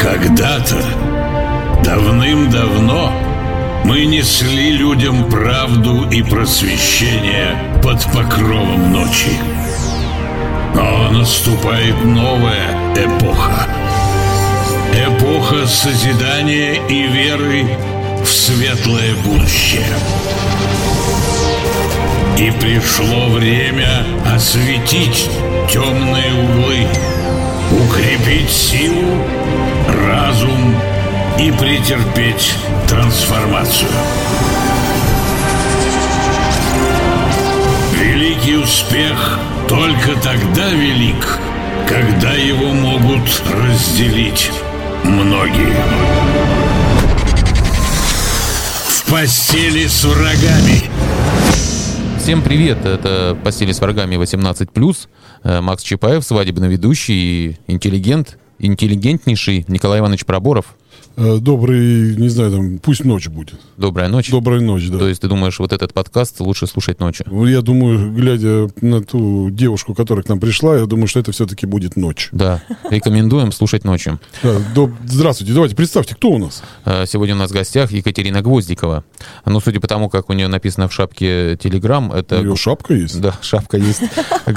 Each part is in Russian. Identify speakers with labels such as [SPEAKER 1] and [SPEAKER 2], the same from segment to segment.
[SPEAKER 1] Когда-то, давным-давно, мы несли людям правду и просвещение под покровом ночи. Но наступает новая эпоха. Эпоха созидания и веры в светлое будущее. И пришло время осветить темные углы, укрепить силу, разум и претерпеть трансформацию. Великий успех только тогда велик, когда его могут разделить многие. В постели с врагами.
[SPEAKER 2] Всем привет, это «Постели с врагами 18+,» Э, Макс Чапаев, свадебный ведущий, и интеллигент, интеллигентнейший Николай Иванович Проборов.
[SPEAKER 3] Э, Добрый, не знаю, там, пусть ночь будет.
[SPEAKER 2] Добрая ночь.
[SPEAKER 3] Доброй ночи, да.
[SPEAKER 2] То есть ты думаешь, вот этот подкаст лучше слушать ночью?
[SPEAKER 3] Ну, Я думаю, глядя на ту девушку, которая к нам пришла, я думаю, что это все-таки будет ночь.
[SPEAKER 2] Да, рекомендуем слушать ночью.
[SPEAKER 3] Да, доб- Здравствуйте, давайте представьте, кто у нас?
[SPEAKER 2] Э, Сегодня у нас в гостях Екатерина Гвоздикова. Ну, судя по тому, как у нее написано в шапке Телеграм,
[SPEAKER 3] У
[SPEAKER 2] это...
[SPEAKER 3] нее шапка есть?
[SPEAKER 2] Да, шапка есть.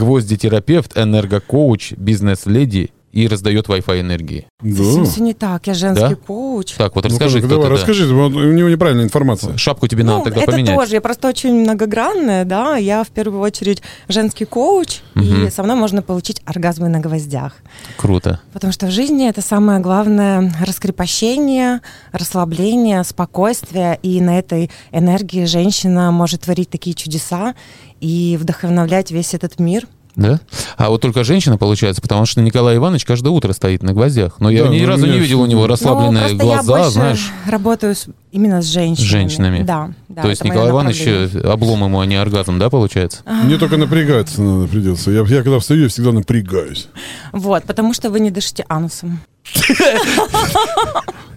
[SPEAKER 2] Гвоздитерапевт, энергокоуч, бизнес-леди и раздает Wi-Fi энергии.
[SPEAKER 3] Да.
[SPEAKER 4] Совсем все не так. Я женский
[SPEAKER 2] Да?
[SPEAKER 4] коуч.
[SPEAKER 2] Так, вот
[SPEAKER 3] Ну,
[SPEAKER 2] расскажи,
[SPEAKER 3] давай,
[SPEAKER 2] кто ты, да.
[SPEAKER 3] расскажи, вот у него неправильная информация.
[SPEAKER 2] Шапку тебе
[SPEAKER 4] Ну,
[SPEAKER 2] надо тогда
[SPEAKER 4] это
[SPEAKER 2] поменять.
[SPEAKER 4] тоже. Я просто очень многогранная, да. Я в первую очередь женский коуч, и со мной можно получить оргазмы на гвоздях.
[SPEAKER 2] Круто.
[SPEAKER 4] Потому что в жизни это самое главное раскрепощение, расслабление, спокойствие. И на этой энергии женщина может творить такие чудеса и вдохновлять весь этот мир. Ну,
[SPEAKER 2] Да? А вот только женщина получается, потому что Николай Иванович каждое утро стоит на гвоздях. Но я
[SPEAKER 3] Да,
[SPEAKER 2] ни
[SPEAKER 3] ну,
[SPEAKER 2] разу не
[SPEAKER 3] меня
[SPEAKER 2] видел у него
[SPEAKER 4] Ну,
[SPEAKER 2] расслабленные
[SPEAKER 4] просто
[SPEAKER 2] глаза,
[SPEAKER 4] я больше
[SPEAKER 2] знаешь.
[SPEAKER 4] работаю с- именно с женщинами.
[SPEAKER 2] С женщинами.
[SPEAKER 4] Да. да,
[SPEAKER 2] То есть
[SPEAKER 4] это моё
[SPEAKER 2] Николай Иванович
[SPEAKER 4] направление. А.
[SPEAKER 2] э, облом ему, а не оргазм, да, получается?
[SPEAKER 3] Мне только напрягаться надо придется. Я, я когда встаю, я всегда напрягаюсь.
[SPEAKER 4] Вот, потому что вы не дышите анусом.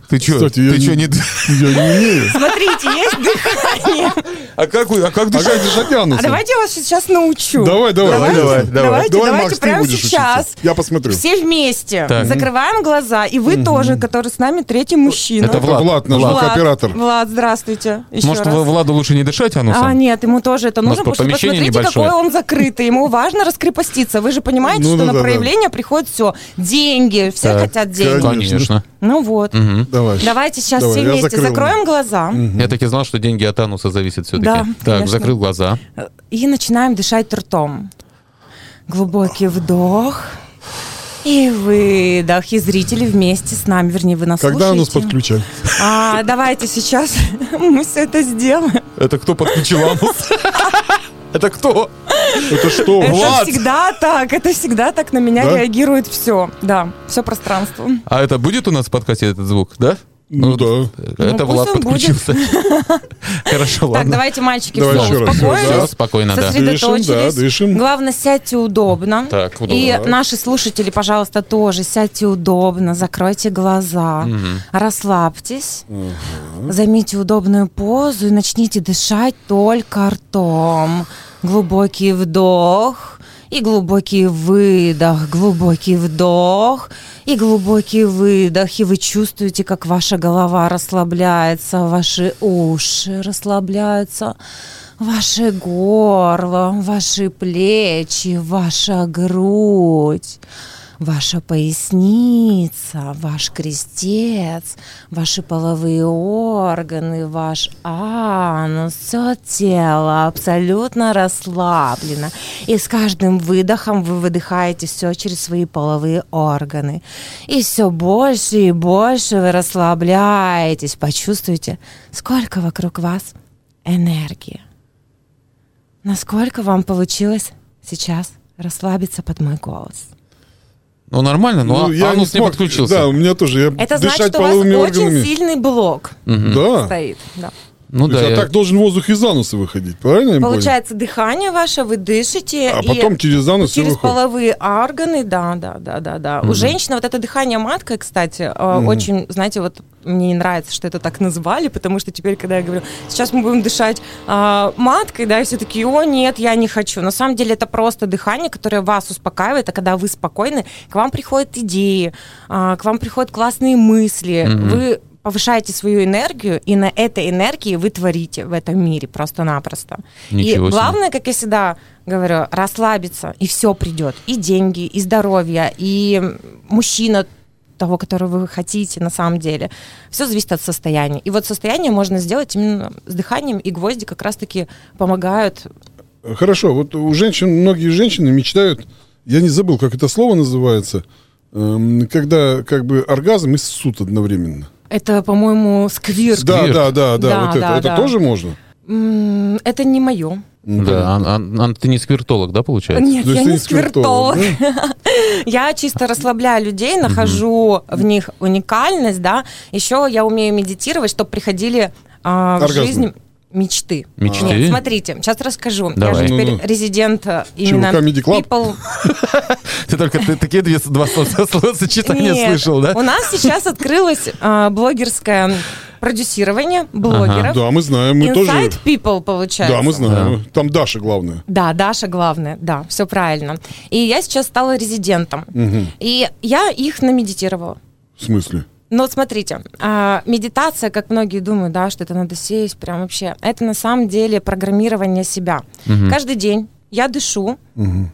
[SPEAKER 2] Ты чё?
[SPEAKER 3] Кстати, я
[SPEAKER 2] ты чё,
[SPEAKER 3] не-
[SPEAKER 2] не... д-
[SPEAKER 3] Я не умею.
[SPEAKER 4] Смотрите, есть дыхание.
[SPEAKER 2] А как, вы- а как
[SPEAKER 3] А
[SPEAKER 2] дышать?
[SPEAKER 3] как дышать анусом?
[SPEAKER 4] А давайте я вас сейчас научу.
[SPEAKER 3] Давай, давай,
[SPEAKER 4] Давайте,
[SPEAKER 3] давай,
[SPEAKER 4] давайте, давайте
[SPEAKER 3] Макс, ты
[SPEAKER 4] прямо
[SPEAKER 3] будешь
[SPEAKER 4] сейчас.
[SPEAKER 3] учиться. Я посмотрю.
[SPEAKER 4] Все вместе.
[SPEAKER 2] Так.
[SPEAKER 4] Закрываем глаза. И вы тоже, который с нами третий мужчина.
[SPEAKER 2] Это
[SPEAKER 3] Это Влад,
[SPEAKER 2] Влад,
[SPEAKER 3] наш
[SPEAKER 2] Влад.
[SPEAKER 3] звукооператор.
[SPEAKER 4] Влад, здравствуйте. Еще
[SPEAKER 2] Может,
[SPEAKER 4] раз.
[SPEAKER 2] Вла- Владу лучше не дышать анусом?
[SPEAKER 4] А, нет, ему тоже это
[SPEAKER 2] нас
[SPEAKER 4] нужно,
[SPEAKER 2] по-
[SPEAKER 4] потому что
[SPEAKER 2] помещение
[SPEAKER 4] посмотрите,
[SPEAKER 2] небольшое.
[SPEAKER 4] какой он закрытый. Ему важно раскрепоститься. Вы же понимаете,
[SPEAKER 3] Ну,
[SPEAKER 4] что
[SPEAKER 3] ну,
[SPEAKER 4] на
[SPEAKER 3] да, да.
[SPEAKER 4] проявление приходит все. Деньги. Все
[SPEAKER 2] Так.
[SPEAKER 4] хотят деньги.
[SPEAKER 2] Конечно.
[SPEAKER 4] Ну вот.
[SPEAKER 3] Давай.
[SPEAKER 4] Давайте сейчас
[SPEAKER 3] Давай,
[SPEAKER 4] все
[SPEAKER 3] я
[SPEAKER 4] вместе
[SPEAKER 3] закрыл.
[SPEAKER 4] закроем глаза.
[SPEAKER 2] Я так и знал, что деньги от ануса зависят все-таки.
[SPEAKER 4] Да,
[SPEAKER 2] так,
[SPEAKER 4] конечно.
[SPEAKER 2] закрыл глаза.
[SPEAKER 4] И начинаем дышать ртом. Глубокий вдох. И выдох. И зрители вместе с нами, вернее, вы нас
[SPEAKER 3] Когда анус
[SPEAKER 4] слушаете.
[SPEAKER 3] подключать?
[SPEAKER 4] А, давайте сейчас мы все это сделаем.
[SPEAKER 2] Это кто подключил анус? Это кто?
[SPEAKER 3] Это что?
[SPEAKER 4] Это
[SPEAKER 2] Влад!
[SPEAKER 4] всегда так, это всегда так на меня
[SPEAKER 3] Да?
[SPEAKER 4] реагирует все. Да, все пространство.
[SPEAKER 2] А это будет у нас в подкасте этот звук, да?
[SPEAKER 3] Ну да.
[SPEAKER 2] Это
[SPEAKER 4] пусть
[SPEAKER 2] Влад
[SPEAKER 4] он будет.
[SPEAKER 2] подключился. Хорошо,
[SPEAKER 4] Так,
[SPEAKER 2] ладно.
[SPEAKER 4] давайте, мальчики,
[SPEAKER 3] Давай
[SPEAKER 4] все,
[SPEAKER 3] еще раз.
[SPEAKER 4] успокоились.
[SPEAKER 2] Всё, спокойно, да.
[SPEAKER 4] Сосредоточились.
[SPEAKER 3] Дышим, да, дышим.
[SPEAKER 4] Главное, сядьте удобно.
[SPEAKER 2] Так, удобно.
[SPEAKER 4] И наши слушатели, пожалуйста, тоже сядьте удобно, закройте глаза, расслабьтесь, займите удобную позу и начните дышать только ртом. Глубокий вдох и глубокий выдох, глубокий вдох и глубокий выдох. И вы чувствуете, как ваша голова расслабляется, ваши уши расслабляются. Ваше горло, ваши плечи, ваша грудь, ваша поясница, ваш крестец, ваши половые органы, ваш анус, все тело абсолютно расслаблено. И с каждым выдохом вы выдыхаете все через свои половые органы. И все больше и больше вы расслабляетесь. Почувствуйте, сколько вокруг вас энергии. Насколько вам получилось сейчас расслабиться под мой голос?
[SPEAKER 2] Ну нормально, но
[SPEAKER 3] я
[SPEAKER 2] анус не
[SPEAKER 3] смог. Да,
[SPEAKER 2] подключился.
[SPEAKER 3] у меня тоже. Я
[SPEAKER 4] Это значит,
[SPEAKER 3] дышать
[SPEAKER 4] что у вас
[SPEAKER 3] половыми органами. Ну.
[SPEAKER 4] очень сильный блок
[SPEAKER 3] Да.
[SPEAKER 4] стоит. да.
[SPEAKER 2] Ну
[SPEAKER 3] То есть,
[SPEAKER 2] да,
[SPEAKER 3] а
[SPEAKER 2] я-
[SPEAKER 3] так должен воздух из ануса выходить, правильно? я понял?
[SPEAKER 4] Получается, дыхание ваше вы дышите.
[SPEAKER 3] А
[SPEAKER 4] и
[SPEAKER 3] потом через анус всё
[SPEAKER 4] Через
[SPEAKER 3] выходит.
[SPEAKER 4] половые органы, да, да, да, да, да. У женщины вот это дыхание маткой, кстати, э, а, очень, знаете, вот мне не нравится, что это так назвали, потому что теперь, когда я говорю, сейчас мы будем дышать а, маткой, да, и все такие, о, нет, я не хочу. На самом деле это просто дыхание, которое вас успокаивает, а когда вы спокойны, к вам приходят идеи, а, к вам приходят классные мысли,
[SPEAKER 2] Мгм.
[SPEAKER 4] вы повышаете свою энергию, и на этой энергии вы творите в этом мире просто-напросто.
[SPEAKER 2] Ничего
[SPEAKER 4] и
[SPEAKER 2] себе.
[SPEAKER 4] главное, как я всегда говорю, расслабиться, и все придет. И деньги, и здоровье, и мужчина того, которого вы хотите на самом деле. Все зависит от состояния. И вот состояние можно сделать именно с дыханием, и гвозди как раз-таки помогают.
[SPEAKER 3] Хорошо, вот у женщин, многие женщины мечтают, я не забыл, как это слово называется, эм, когда как бы оргазм и ссут одновременно.
[SPEAKER 4] Это, по-моему, сквир.
[SPEAKER 3] Да, да, да, да,
[SPEAKER 4] Да,
[SPEAKER 3] вот это.
[SPEAKER 4] да,
[SPEAKER 3] это
[SPEAKER 4] да.
[SPEAKER 3] тоже можно?
[SPEAKER 4] М, Это не мое.
[SPEAKER 2] Да, Ан- Ан- Ан, ты не сквиртолог, да, получается?
[SPEAKER 4] Нет,
[SPEAKER 3] То есть ты
[SPEAKER 4] я не
[SPEAKER 3] ну, не сквиртолог,
[SPEAKER 4] сквиртолог. Я чисто расслабляю людей, нахожу в них уникальность, да. Еще я умею медитировать, чтобы приходили а, в
[SPEAKER 3] Оргазмы.
[SPEAKER 4] жизнь мечты.
[SPEAKER 2] Мечты?
[SPEAKER 4] Нет, смотрите, сейчас расскажу. Я
[SPEAKER 2] Давай.
[SPEAKER 4] же теперь
[SPEAKER 3] Ну-ну.
[SPEAKER 4] резидент э, именно
[SPEAKER 3] Comedy Club?
[SPEAKER 4] people.
[SPEAKER 2] Ты только ты- такие две, два слова- словосочетания
[SPEAKER 4] Нет,
[SPEAKER 2] слышал, да?
[SPEAKER 4] У нас сейчас открылось а, блогерское продюсирование блогеров.
[SPEAKER 3] Да, мы знаем, мы тоже...
[SPEAKER 4] Inside people получается.
[SPEAKER 3] Да, мы знаем. Там Даша главное.
[SPEAKER 4] Да, Даша главное, да, все правильно. И я сейчас стала резидентом. И я их намедитировала.
[SPEAKER 3] В смысле?
[SPEAKER 4] Ну вот смотрите, а, медитация, как многие думают, да, что это надо сесть, прям вообще, это на самом деле программирование себя. Каждый день я дышу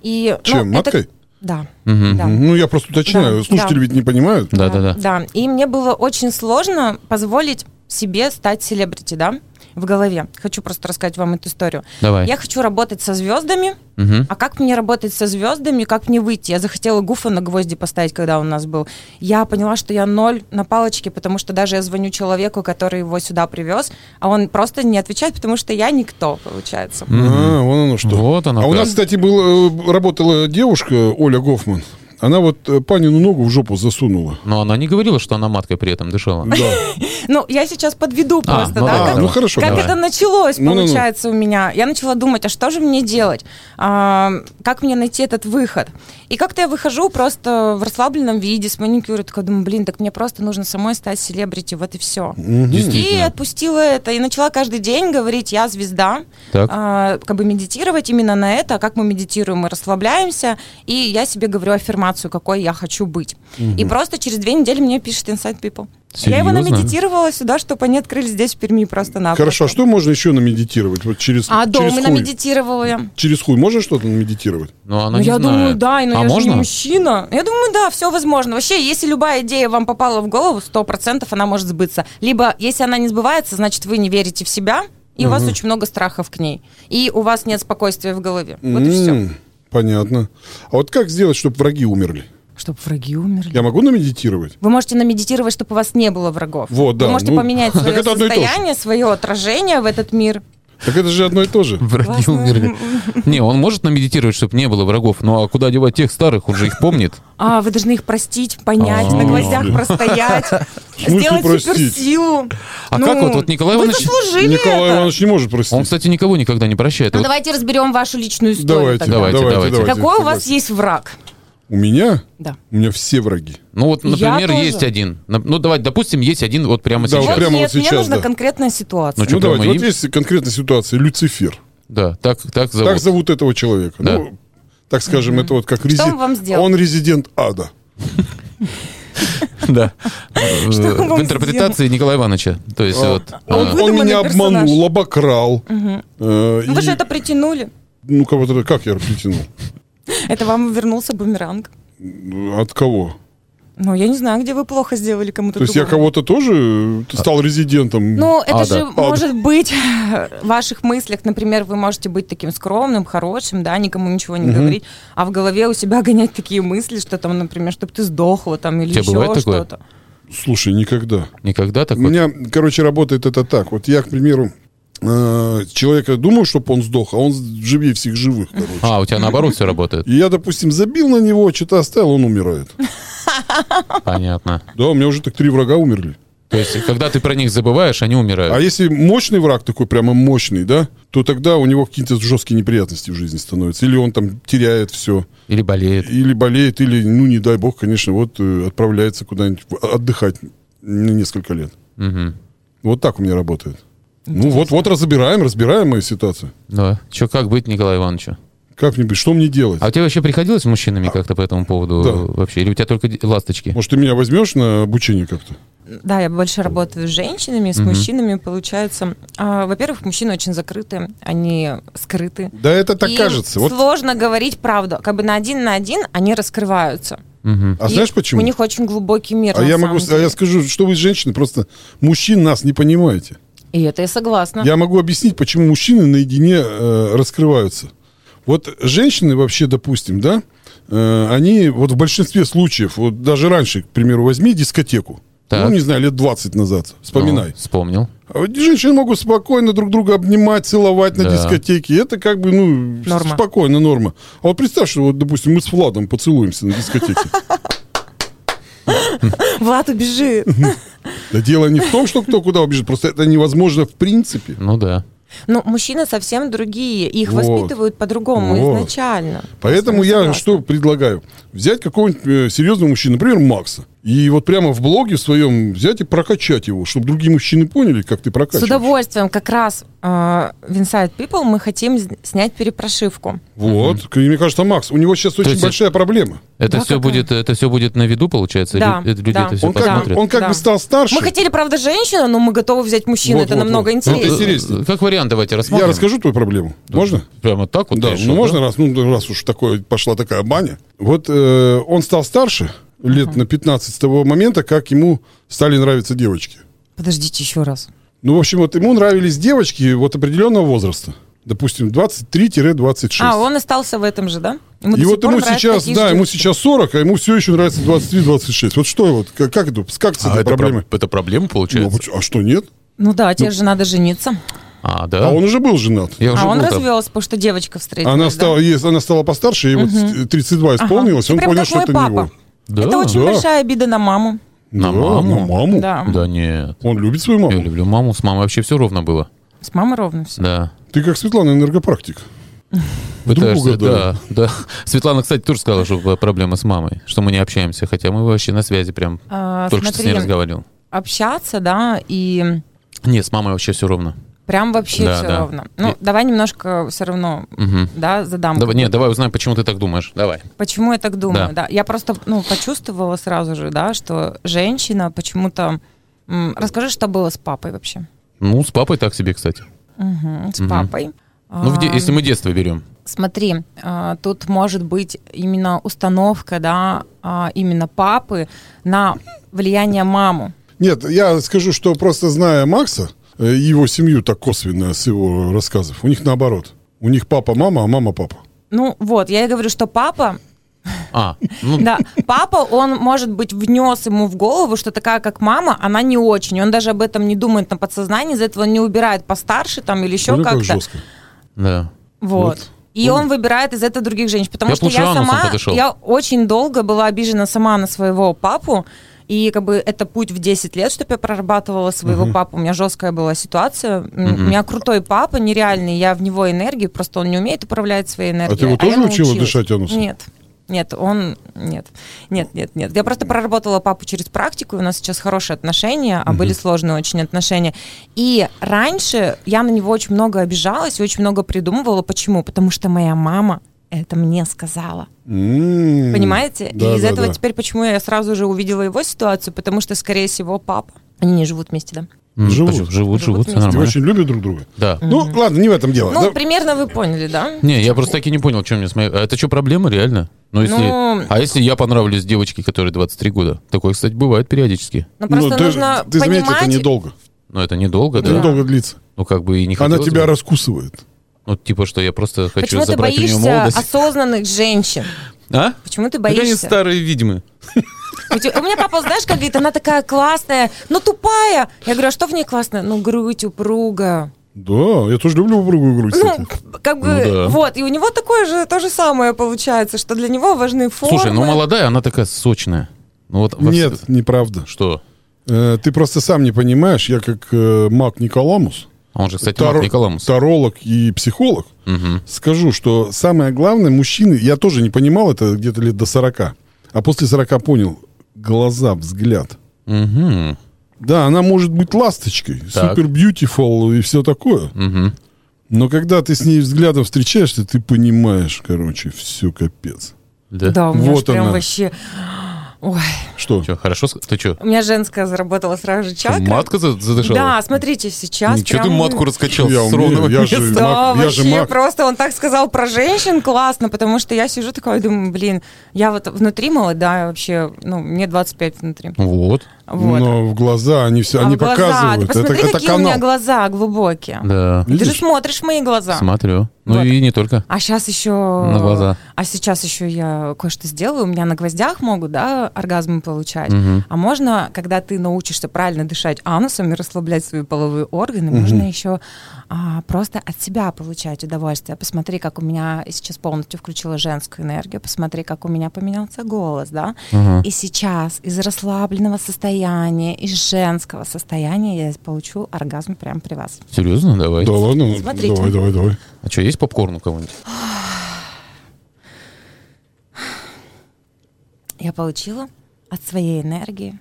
[SPEAKER 4] и ну,
[SPEAKER 3] Чем,
[SPEAKER 4] это-
[SPEAKER 3] маткой?
[SPEAKER 4] Да.
[SPEAKER 2] Мгм.
[SPEAKER 4] да.
[SPEAKER 3] Ну, я просто уточняю.
[SPEAKER 4] Да,
[SPEAKER 3] Слушатели
[SPEAKER 4] да.
[SPEAKER 3] ведь не понимают.
[SPEAKER 2] Да, да, да.
[SPEAKER 4] Да. И мне было очень сложно позволить себе стать селебрити, да, в голове. Хочу просто рассказать вам эту историю.
[SPEAKER 2] Давай.
[SPEAKER 4] Я хочу работать со звездами.
[SPEAKER 2] Мгм.
[SPEAKER 4] А как мне работать со звездами, как мне выйти? Я захотела Гуфа на гвозди поставить, когда он у нас был. Я поняла, что я ноль на палочке, потому что даже я звоню человеку, который его сюда привез, а он просто не отвечает, потому что я никто, получается.
[SPEAKER 3] А, вон оно что.
[SPEAKER 2] Вот оно
[SPEAKER 3] А у
[SPEAKER 2] как.
[SPEAKER 3] нас, кстати, был, э, работала девушка Оля Гофман. Она вот э, Панину ногу в жопу засунула.
[SPEAKER 2] Но она не говорила, что она маткой при этом дышала.
[SPEAKER 3] Да.
[SPEAKER 4] Ну, я сейчас подведу
[SPEAKER 2] А,
[SPEAKER 4] просто,
[SPEAKER 2] ну
[SPEAKER 4] да?
[SPEAKER 2] ладно,
[SPEAKER 4] как-
[SPEAKER 3] А, ну хорошо.
[SPEAKER 4] Как
[SPEAKER 3] давай.
[SPEAKER 4] это началось,
[SPEAKER 3] Ну-ну-ну.
[SPEAKER 4] получается, у меня? Я начала думать, а что же мне делать? А, как мне найти этот выход? И как-то я выхожу просто в расслабленном виде, с маникюра, такая думаю, блин, так мне просто нужно самой стать селебрити, вот и все. И
[SPEAKER 2] Действительно.
[SPEAKER 4] отпустила это, и начала каждый день говорить, я звезда,
[SPEAKER 2] Так.
[SPEAKER 4] А, как бы медитировать именно на это, А как мы медитируем, мы расслабляемся, и я себе говорю аффирмацию, какой я хочу быть. И просто через две недели мне пишет Inside People. Я его
[SPEAKER 2] Серьезно?
[SPEAKER 4] намедитировала сюда, чтобы они открылись здесь, в Перми, просто-напросто.
[SPEAKER 3] Хорошо, а что можно еще намедитировать? Вот через,
[SPEAKER 4] А
[SPEAKER 3] через
[SPEAKER 4] дома
[SPEAKER 3] хуй.
[SPEAKER 4] намедитировала я.
[SPEAKER 3] Через хуй можно что-то намедитировать?
[SPEAKER 2] Но она
[SPEAKER 4] ну,
[SPEAKER 2] не
[SPEAKER 4] я
[SPEAKER 2] знает.
[SPEAKER 4] думаю, да, но
[SPEAKER 2] а
[SPEAKER 4] я
[SPEAKER 2] можно?
[SPEAKER 4] же не мужчина. Я думаю, да, все возможно. Вообще, если любая идея вам попала в голову, 100% она может сбыться. Либо, если она не сбывается, значит, вы не верите в себя, и у вас очень много страхов к ней. И у вас нет спокойствия в голове. Вот и все.
[SPEAKER 3] М, Понятно. А вот как сделать, чтобы враги умерли?
[SPEAKER 4] Чтобы враги умерли.
[SPEAKER 3] Я могу намедитировать?
[SPEAKER 4] Вы можете намедитировать, чтобы у вас не было врагов.
[SPEAKER 3] Вот, да,
[SPEAKER 4] Вы можете
[SPEAKER 3] ну,
[SPEAKER 4] поменять
[SPEAKER 3] так
[SPEAKER 4] свое
[SPEAKER 3] это одно и то же.
[SPEAKER 4] состояние, свое отражение в этот мир.
[SPEAKER 3] Так это же одно и то же.
[SPEAKER 2] Враги
[SPEAKER 4] Классно.
[SPEAKER 2] умерли. Не, он может намедитировать, чтобы не было врагов. Ну а куда девать тех старых? Он же их помнит.
[SPEAKER 4] А, вы должны их простить, понять, на
[SPEAKER 2] А.
[SPEAKER 4] гвоздях простоять,
[SPEAKER 3] смысле
[SPEAKER 4] сделать
[SPEAKER 3] простить?
[SPEAKER 4] суперсилу.
[SPEAKER 2] А
[SPEAKER 4] Ну,
[SPEAKER 2] как вот, вот Николай
[SPEAKER 4] вы
[SPEAKER 2] Иванович...
[SPEAKER 4] заслужили
[SPEAKER 3] Николай
[SPEAKER 4] это.
[SPEAKER 3] Иванович не может простить.
[SPEAKER 2] Он, кстати, никого никогда не прощает.
[SPEAKER 4] Ну,
[SPEAKER 2] Вот
[SPEAKER 4] давайте разберем вашу личную
[SPEAKER 3] давайте,
[SPEAKER 4] историю тогда.
[SPEAKER 2] Давайте,
[SPEAKER 3] давайте,
[SPEAKER 2] давайте.
[SPEAKER 3] давайте,
[SPEAKER 4] Какой у вас
[SPEAKER 3] согласен.
[SPEAKER 4] есть враг?
[SPEAKER 3] У меня?
[SPEAKER 4] Да.
[SPEAKER 3] У меня все враги.
[SPEAKER 2] Ну вот,
[SPEAKER 4] Я
[SPEAKER 2] например,
[SPEAKER 4] тоже.
[SPEAKER 2] есть один. Нап- Ну давай, допустим, есть один вот прямо
[SPEAKER 3] Да,
[SPEAKER 2] сейчас.
[SPEAKER 3] вот прям- Прямо
[SPEAKER 4] Нет,
[SPEAKER 3] вот
[SPEAKER 4] мне
[SPEAKER 3] сейчас,
[SPEAKER 4] нужна
[SPEAKER 3] да.
[SPEAKER 4] конкретная ситуация.
[SPEAKER 2] Ну, чё?
[SPEAKER 3] Ну давайте,
[SPEAKER 2] прямо
[SPEAKER 3] вот
[SPEAKER 2] им?
[SPEAKER 3] есть конкретная ситуация. Люцифер.
[SPEAKER 2] Да, так, так зовут.
[SPEAKER 3] Так зовут этого человека.
[SPEAKER 2] Да.
[SPEAKER 3] Ну, так скажем, это вот как
[SPEAKER 4] он вам сделал?
[SPEAKER 3] Он резидент ада.
[SPEAKER 2] Да.
[SPEAKER 4] Что
[SPEAKER 2] Э, В
[SPEAKER 4] вам
[SPEAKER 2] интерпретации Николая Ивановича. То есть
[SPEAKER 3] А,
[SPEAKER 2] вот...
[SPEAKER 3] Он,
[SPEAKER 2] а,
[SPEAKER 3] он
[SPEAKER 4] выдуманный
[SPEAKER 3] меня
[SPEAKER 4] персонаж.
[SPEAKER 3] обманул, обокрал. Э,
[SPEAKER 4] Ну, Вы
[SPEAKER 3] и-
[SPEAKER 4] же это притянули.
[SPEAKER 3] Ну, кого-то... Как я притянул?
[SPEAKER 4] Это вам вернулся бумеранг.
[SPEAKER 3] Э, От кого?
[SPEAKER 4] Ну, я не знаю, где вы плохо сделали кому-то
[SPEAKER 3] То есть я
[SPEAKER 4] другому.
[SPEAKER 3] кого-то тоже э, стал резидентом?
[SPEAKER 4] Ну, это
[SPEAKER 2] А,
[SPEAKER 4] же
[SPEAKER 2] да.
[SPEAKER 4] может быть в ваших мыслях. Например, вы можете быть таким скромным, хорошим, да, никому ничего не говорить, а в голове у себя гонять такие мысли, что там, например, чтобы ты сдохла там или
[SPEAKER 2] тебя бывает
[SPEAKER 4] еще
[SPEAKER 2] такое?
[SPEAKER 4] что-то.
[SPEAKER 3] Слушай, никогда.
[SPEAKER 2] Никогда так
[SPEAKER 3] У
[SPEAKER 2] вот.
[SPEAKER 3] меня, короче, работает это так. Вот я, к примеру, э, человека думаю, чтобы он сдох, а он живее всех живых, короче.
[SPEAKER 2] А, у тебя наоборот все работает.
[SPEAKER 3] И я, допустим, забил на него, что-то оставил, он умирает.
[SPEAKER 2] Понятно.
[SPEAKER 3] Да, у меня уже так три врага умерли.
[SPEAKER 2] То есть, когда ты про них забываешь, они
[SPEAKER 3] А
[SPEAKER 2] умирают.
[SPEAKER 3] если мощный враг такой, прямо мощный, да, то тогда у него какие-то жесткие неприятности в жизни становятся. Или он там теряет все,
[SPEAKER 2] Или болеет.
[SPEAKER 3] или болеет, или, ну, не дай бог, конечно, вот э, отправляется куда-нибудь в- отдыхать на несколько лет.
[SPEAKER 2] Мгм.
[SPEAKER 3] Вот так у меня работает. Ну вот, вот разбираем, разбираем мою ситуацию.
[SPEAKER 2] Да. Че, как быть Николаю Ивановичу?
[SPEAKER 3] Как мне быть, что мне делать?
[SPEAKER 2] А у тебя вообще приходилось с мужчинами как-то по этому поводу
[SPEAKER 3] А. Да.
[SPEAKER 2] вообще? Или у тебя только де- ласточки? Ну,
[SPEAKER 3] Может, ты меня возьмешь на обучение как-то?
[SPEAKER 4] Да, я больше работаю с женщинами, с
[SPEAKER 2] Мгм.
[SPEAKER 4] мужчинами, получается. а, во-первых, мужчины очень закрыты, они скрыты.
[SPEAKER 3] Да это так
[SPEAKER 4] Им
[SPEAKER 3] кажется. Вот.
[SPEAKER 4] сложно говорить правду. Как бы на один на один они раскрываются.
[SPEAKER 2] Мгм.
[SPEAKER 3] А
[SPEAKER 4] И
[SPEAKER 3] знаешь почему?
[SPEAKER 4] У них очень глубокий мир.
[SPEAKER 3] А
[SPEAKER 4] на
[SPEAKER 3] я
[SPEAKER 4] самом
[SPEAKER 3] могу, с- а
[SPEAKER 4] деле.
[SPEAKER 3] я скажу, что вы женщины просто мужчин нас не понимаете.
[SPEAKER 4] И это я согласна.
[SPEAKER 3] Я могу объяснить, почему мужчины наедине э, раскрываются. Вот женщины вообще, допустим, да, э, они вот в большинстве случаев, вот даже раньше, к примеру, возьми дискотеку.
[SPEAKER 2] Так.
[SPEAKER 3] Ну, не знаю, лет 20 назад, вспоминай.
[SPEAKER 2] Ну, вспомнил.
[SPEAKER 3] А вот женщины могут спокойно друг друга обнимать, целовать на
[SPEAKER 2] Да.
[SPEAKER 3] дискотеке. Это как бы, ну,
[SPEAKER 4] Норма.
[SPEAKER 3] спокойно, норма. А вот представь, что вот, допустим, мы с Владом поцелуемся на дискотеке.
[SPEAKER 4] Влад убежит.
[SPEAKER 3] Да дело не в том, что кто куда убежит, просто это невозможно в принципе.
[SPEAKER 2] Ну да.
[SPEAKER 4] Но мужчины совсем другие, их
[SPEAKER 3] Вот.
[SPEAKER 4] воспитывают по-другому
[SPEAKER 3] Вот.
[SPEAKER 4] изначально.
[SPEAKER 3] Поэтому
[SPEAKER 4] Согласна.
[SPEAKER 3] я что предлагаю? Взять какого-нибудь э, серьезного мужчину, например, Макса, и вот прямо в блоге в своем взять и прокачать его, чтобы другие мужчины поняли, как ты
[SPEAKER 4] С
[SPEAKER 3] прокачиваешь.
[SPEAKER 4] удовольствием как раз э, в Inside People мы хотим с- снять перепрошивку.
[SPEAKER 3] Вот, К- мне кажется, Макс, у него сейчас очень
[SPEAKER 2] есть-
[SPEAKER 3] большая проблема.
[SPEAKER 2] Это
[SPEAKER 4] Да,
[SPEAKER 2] все
[SPEAKER 4] какая?
[SPEAKER 2] будет, это все будет на виду, получается.
[SPEAKER 4] Да,
[SPEAKER 2] Лю- это Люди
[SPEAKER 4] да.
[SPEAKER 2] это все
[SPEAKER 3] Он как,
[SPEAKER 2] посмотрят.
[SPEAKER 3] бы- он как
[SPEAKER 4] Да.
[SPEAKER 3] бы стал старше.
[SPEAKER 4] Мы хотели, правда, женщину, но мы готовы взять мужчину,
[SPEAKER 3] Вот,
[SPEAKER 4] это
[SPEAKER 3] вот,
[SPEAKER 4] намного
[SPEAKER 3] вот.
[SPEAKER 2] Ну,
[SPEAKER 3] Это
[SPEAKER 4] интереснее.
[SPEAKER 3] интереснее.
[SPEAKER 2] э, Как вариант, давайте
[SPEAKER 3] Я
[SPEAKER 2] рассмотрим.
[SPEAKER 3] расскажу твою проблему. Можно?
[SPEAKER 2] Прямо так вот.
[SPEAKER 3] Да,
[SPEAKER 2] ты решил,
[SPEAKER 3] ну можно, раз, ну, раз уж такое, пошла такая баня. Вот э, он стал старше лет на 15 с того момента, как ему стали нравиться девочки.
[SPEAKER 4] Подождите еще раз.
[SPEAKER 3] Ну, в общем, вот ему нравились девочки вот определенного возраста. Допустим, 23-26.
[SPEAKER 4] А, он остался в этом же, да? Ему
[SPEAKER 3] И
[SPEAKER 4] до сих
[SPEAKER 3] вот
[SPEAKER 4] пор
[SPEAKER 3] ему
[SPEAKER 4] нравятся
[SPEAKER 3] сейчас,
[SPEAKER 4] такие
[SPEAKER 3] да,
[SPEAKER 4] же
[SPEAKER 3] ему
[SPEAKER 4] девушки.
[SPEAKER 3] сейчас 40, а ему все еще нравится 23-26. Вот что вот, как, как это, как с
[SPEAKER 2] А
[SPEAKER 3] этой
[SPEAKER 2] это проблема?
[SPEAKER 3] проблемой?
[SPEAKER 2] Это проблема,
[SPEAKER 3] Ну,
[SPEAKER 2] получается?
[SPEAKER 3] а, поч- а что нет?
[SPEAKER 4] Ну да, тебе же надо жениться.
[SPEAKER 2] А, да.
[SPEAKER 3] А он уже был женат.
[SPEAKER 2] Я уже
[SPEAKER 4] а он
[SPEAKER 2] был там.
[SPEAKER 4] развелся, потому что девочка встретилась.
[SPEAKER 3] Она
[SPEAKER 4] да?
[SPEAKER 3] стала, ей- она стала постарше, ей вот 32
[SPEAKER 4] Ага.
[SPEAKER 3] исполнилось, он
[SPEAKER 4] Прям
[SPEAKER 3] понял,
[SPEAKER 4] как
[SPEAKER 3] что
[SPEAKER 4] мой
[SPEAKER 3] это не
[SPEAKER 4] папа.
[SPEAKER 3] его.
[SPEAKER 2] Да.
[SPEAKER 4] Это очень
[SPEAKER 3] А, Да.
[SPEAKER 4] большая обида на маму.
[SPEAKER 2] На
[SPEAKER 3] Да,
[SPEAKER 2] маму?
[SPEAKER 3] На маму?
[SPEAKER 4] Да.
[SPEAKER 2] Да нет.
[SPEAKER 3] Он любит свою
[SPEAKER 2] Я
[SPEAKER 3] маму.
[SPEAKER 2] люблю маму, с мамой вообще все ровно было.
[SPEAKER 4] С мамой ровно все.
[SPEAKER 2] Да.
[SPEAKER 3] Ты как Светлана энергопрактик.
[SPEAKER 2] Пытаешься,
[SPEAKER 3] угадали.
[SPEAKER 2] да, да. Светлана, кстати, тоже сказала, что была проблема с мамой, что мы не общаемся, хотя мы вообще на связи прям.
[SPEAKER 4] А,
[SPEAKER 2] Только что с ней
[SPEAKER 4] смотри.
[SPEAKER 2] разговаривал.
[SPEAKER 4] Общаться, да, и
[SPEAKER 2] Нет, с мамой вообще все ровно.
[SPEAKER 4] прям вообще
[SPEAKER 2] Да,
[SPEAKER 4] все
[SPEAKER 2] да.
[SPEAKER 4] ровно. Ну,
[SPEAKER 2] И-
[SPEAKER 4] давай немножко все равно,
[SPEAKER 2] Мгм.
[SPEAKER 4] да, задам.
[SPEAKER 2] Давай, нет, давай узнаем, почему ты так думаешь. Давай.
[SPEAKER 4] Почему я так думаю,
[SPEAKER 2] Да.
[SPEAKER 4] да. Я просто, ну, почувствовала сразу же, да, что женщина почему-то... м, Расскажи, что было с папой вообще?
[SPEAKER 2] Ну, с папой так себе, кстати.
[SPEAKER 4] Мгм, С папой.
[SPEAKER 2] Ну, в де-
[SPEAKER 4] А,
[SPEAKER 2] если мы детство берем.
[SPEAKER 4] Смотри, а, тут может быть именно установка, да, а, именно папы на влияние маму.
[SPEAKER 3] Нет, я скажу, что просто зная Макса, э, его семью так косвенно с его рассказов, у них наоборот. У них папа мама, а мама папа.
[SPEAKER 4] Ну вот, я и говорю, что папа,
[SPEAKER 2] А, ну,
[SPEAKER 4] да, папа, он, может быть, внес ему в голову, что такая, как мама, она не очень. И Он даже об этом не думает на подсознании, из-за этого он не убирает постарше там или еще
[SPEAKER 3] Смотри, как
[SPEAKER 4] как-то.
[SPEAKER 3] жестко.
[SPEAKER 2] да.
[SPEAKER 4] Вот.
[SPEAKER 3] Вот.
[SPEAKER 4] И он выбирает из этого других женщин. Потому
[SPEAKER 2] Я
[SPEAKER 4] что
[SPEAKER 2] получше
[SPEAKER 4] я
[SPEAKER 2] анусом
[SPEAKER 4] сама,
[SPEAKER 2] подошел.
[SPEAKER 4] я очень долго была обижена сама на своего папу. И как бы это путь в 10 лет, чтобы я прорабатывала своего папу. У меня жесткая была ситуация. М, У меня крутой папа, нереальный. Я в него энергию, просто он не умеет управлять своей
[SPEAKER 3] А
[SPEAKER 4] энергией.
[SPEAKER 3] его
[SPEAKER 4] А
[SPEAKER 3] тоже
[SPEAKER 4] я
[SPEAKER 3] учила
[SPEAKER 4] научилась.
[SPEAKER 3] дышать анусом?
[SPEAKER 4] Нет. Нет, он... Нет. Нет, нет, нет. Я просто проработала папу через практику, и у нас сейчас хорошие отношения, а были сложные очень отношения. И раньше я на него очень много обижалась и очень много придумывала. Почему? Потому что моя мама это мне сказала.
[SPEAKER 3] М,
[SPEAKER 4] Понимаете?
[SPEAKER 3] М-м-м. да,
[SPEAKER 4] и из
[SPEAKER 3] да,
[SPEAKER 4] этого
[SPEAKER 3] да.
[SPEAKER 4] теперь почему я сразу же увидела его ситуацию, потому что, скорее всего, папа. Они не живут вместе, да?
[SPEAKER 2] М,
[SPEAKER 3] Живут.
[SPEAKER 2] почему? Живут, живут,
[SPEAKER 4] Живут
[SPEAKER 2] все
[SPEAKER 4] вместе.
[SPEAKER 3] Они
[SPEAKER 2] нормально.
[SPEAKER 3] очень любят друг друга.
[SPEAKER 2] Да.
[SPEAKER 3] Ну, ладно, не в этом дело.
[SPEAKER 4] Ну,
[SPEAKER 3] Да- Ну,
[SPEAKER 4] примерно вы поняли, да?
[SPEAKER 2] Не, я просто таки не понял, чем мне с моей- А Это что, проблема, реально? Ну, если...
[SPEAKER 4] Ну-
[SPEAKER 2] А если я понравлюсь девочке, которой 23 года? Такое, кстати, бывает периодически.
[SPEAKER 4] Но
[SPEAKER 3] Ну,
[SPEAKER 4] просто
[SPEAKER 3] ты-
[SPEAKER 4] нужно
[SPEAKER 3] ты, заметь,
[SPEAKER 4] понимать...
[SPEAKER 3] это недолго.
[SPEAKER 2] Но Ну, это недолго,
[SPEAKER 3] Это
[SPEAKER 2] да?
[SPEAKER 3] недолго длится.
[SPEAKER 2] Ну, как бы и не
[SPEAKER 3] Она
[SPEAKER 2] хотелось
[SPEAKER 3] тебя
[SPEAKER 2] бы.
[SPEAKER 3] раскусывает.
[SPEAKER 2] Ну, типа, что я просто хочу
[SPEAKER 4] Почему ты
[SPEAKER 2] забрать у нее
[SPEAKER 4] боишься
[SPEAKER 2] молодость.
[SPEAKER 4] осознанных женщин?
[SPEAKER 2] А?
[SPEAKER 4] Почему ты
[SPEAKER 2] Так они
[SPEAKER 4] боишься?
[SPEAKER 2] старые ведьмы.
[SPEAKER 4] У те- у меня папа, знаешь, как говорит, она такая классная, но тупая. Я говорю, а что в ней классное? Ну, грудь упруга.
[SPEAKER 3] Да, я тоже люблю упругую грудь,
[SPEAKER 4] Ну,
[SPEAKER 3] кстати.
[SPEAKER 4] как бы,
[SPEAKER 2] Ну да.
[SPEAKER 4] вот. И у него такое же, то же самое получается, что для него важны формы.
[SPEAKER 2] Слушай, ну молодая, она такая сочная. Ну, вот во вс-
[SPEAKER 3] Нет, неправда.
[SPEAKER 2] Что?
[SPEAKER 3] Э, Ты просто сам не понимаешь, я как э, маг Николамус,
[SPEAKER 2] А Он же, кстати,
[SPEAKER 3] таро-
[SPEAKER 2] Марк Николамус.
[SPEAKER 3] таролог и психолог,
[SPEAKER 2] Мгм.
[SPEAKER 3] скажу, что самое главное, мужчины, я тоже не понимал это где-то лет до 40, а после 40 понял, глаза, взгляд.
[SPEAKER 2] Мгм.
[SPEAKER 3] Да, она может быть ласточкой,
[SPEAKER 2] Так.
[SPEAKER 3] супер бьютифул и все такое.
[SPEAKER 2] Мгм.
[SPEAKER 3] Но когда ты с ней взглядом встречаешься, ты понимаешь, короче, все капец.
[SPEAKER 2] Да.
[SPEAKER 4] Да, у меня
[SPEAKER 3] Вот
[SPEAKER 4] вот прям
[SPEAKER 3] она.
[SPEAKER 4] вообще... Ой,
[SPEAKER 3] Что?
[SPEAKER 2] Чё, хорошо? с- Ты что?
[SPEAKER 4] у меня женская заработала сразу же чакра.
[SPEAKER 2] Матка за- задышала?
[SPEAKER 4] Да, смотрите, сейчас
[SPEAKER 2] Ничего ты
[SPEAKER 4] прям-
[SPEAKER 2] матку раскачал
[SPEAKER 3] Я
[SPEAKER 2] с
[SPEAKER 3] умею,
[SPEAKER 2] ровного
[SPEAKER 3] я
[SPEAKER 2] места.
[SPEAKER 3] же-
[SPEAKER 4] Да,
[SPEAKER 3] маг, я же
[SPEAKER 4] вообще
[SPEAKER 3] маг.
[SPEAKER 4] просто он так сказал про женщин классно, потому что я сижу такая и думаю, блин, я вот внутри молодая вообще, ну, мне 25 внутри.
[SPEAKER 2] Ну, Вот.
[SPEAKER 4] Вот.
[SPEAKER 3] Но в глаза они все,
[SPEAKER 4] А
[SPEAKER 3] они
[SPEAKER 4] в глаза,
[SPEAKER 3] показывают.
[SPEAKER 4] Ты посмотри,
[SPEAKER 3] это, это
[SPEAKER 4] какие у меня
[SPEAKER 3] канал.
[SPEAKER 4] глаза глубокие.
[SPEAKER 2] Да.
[SPEAKER 4] Ты же
[SPEAKER 3] Видишь?
[SPEAKER 4] смотришь в мои глаза.
[SPEAKER 2] Смотрю. Ну
[SPEAKER 4] Вот.
[SPEAKER 2] и не только.
[SPEAKER 4] А сейчас еще...
[SPEAKER 2] На глаза.
[SPEAKER 4] А сейчас еще я кое-что сделаю. У меня на гвоздях могут, да, оргазмы получать. А можно, когда ты научишься правильно дышать анусом и расслаблять свои половые органы, можно еще а, просто от себя получать удовольствие. Посмотри, как у меня я сейчас полностью включила женскую энергию. Посмотри, как у меня поменялся голос, да. И сейчас из расслабленного состояния, из женского состояния я получу оргазм прямо при вас.
[SPEAKER 2] Серьезно? Давай.
[SPEAKER 3] Да ладно, ну,
[SPEAKER 4] Смотрите.
[SPEAKER 3] давай, давай, давай.
[SPEAKER 2] А что, есть попкорн у кого-нибудь?
[SPEAKER 4] Я получила от своей энергии,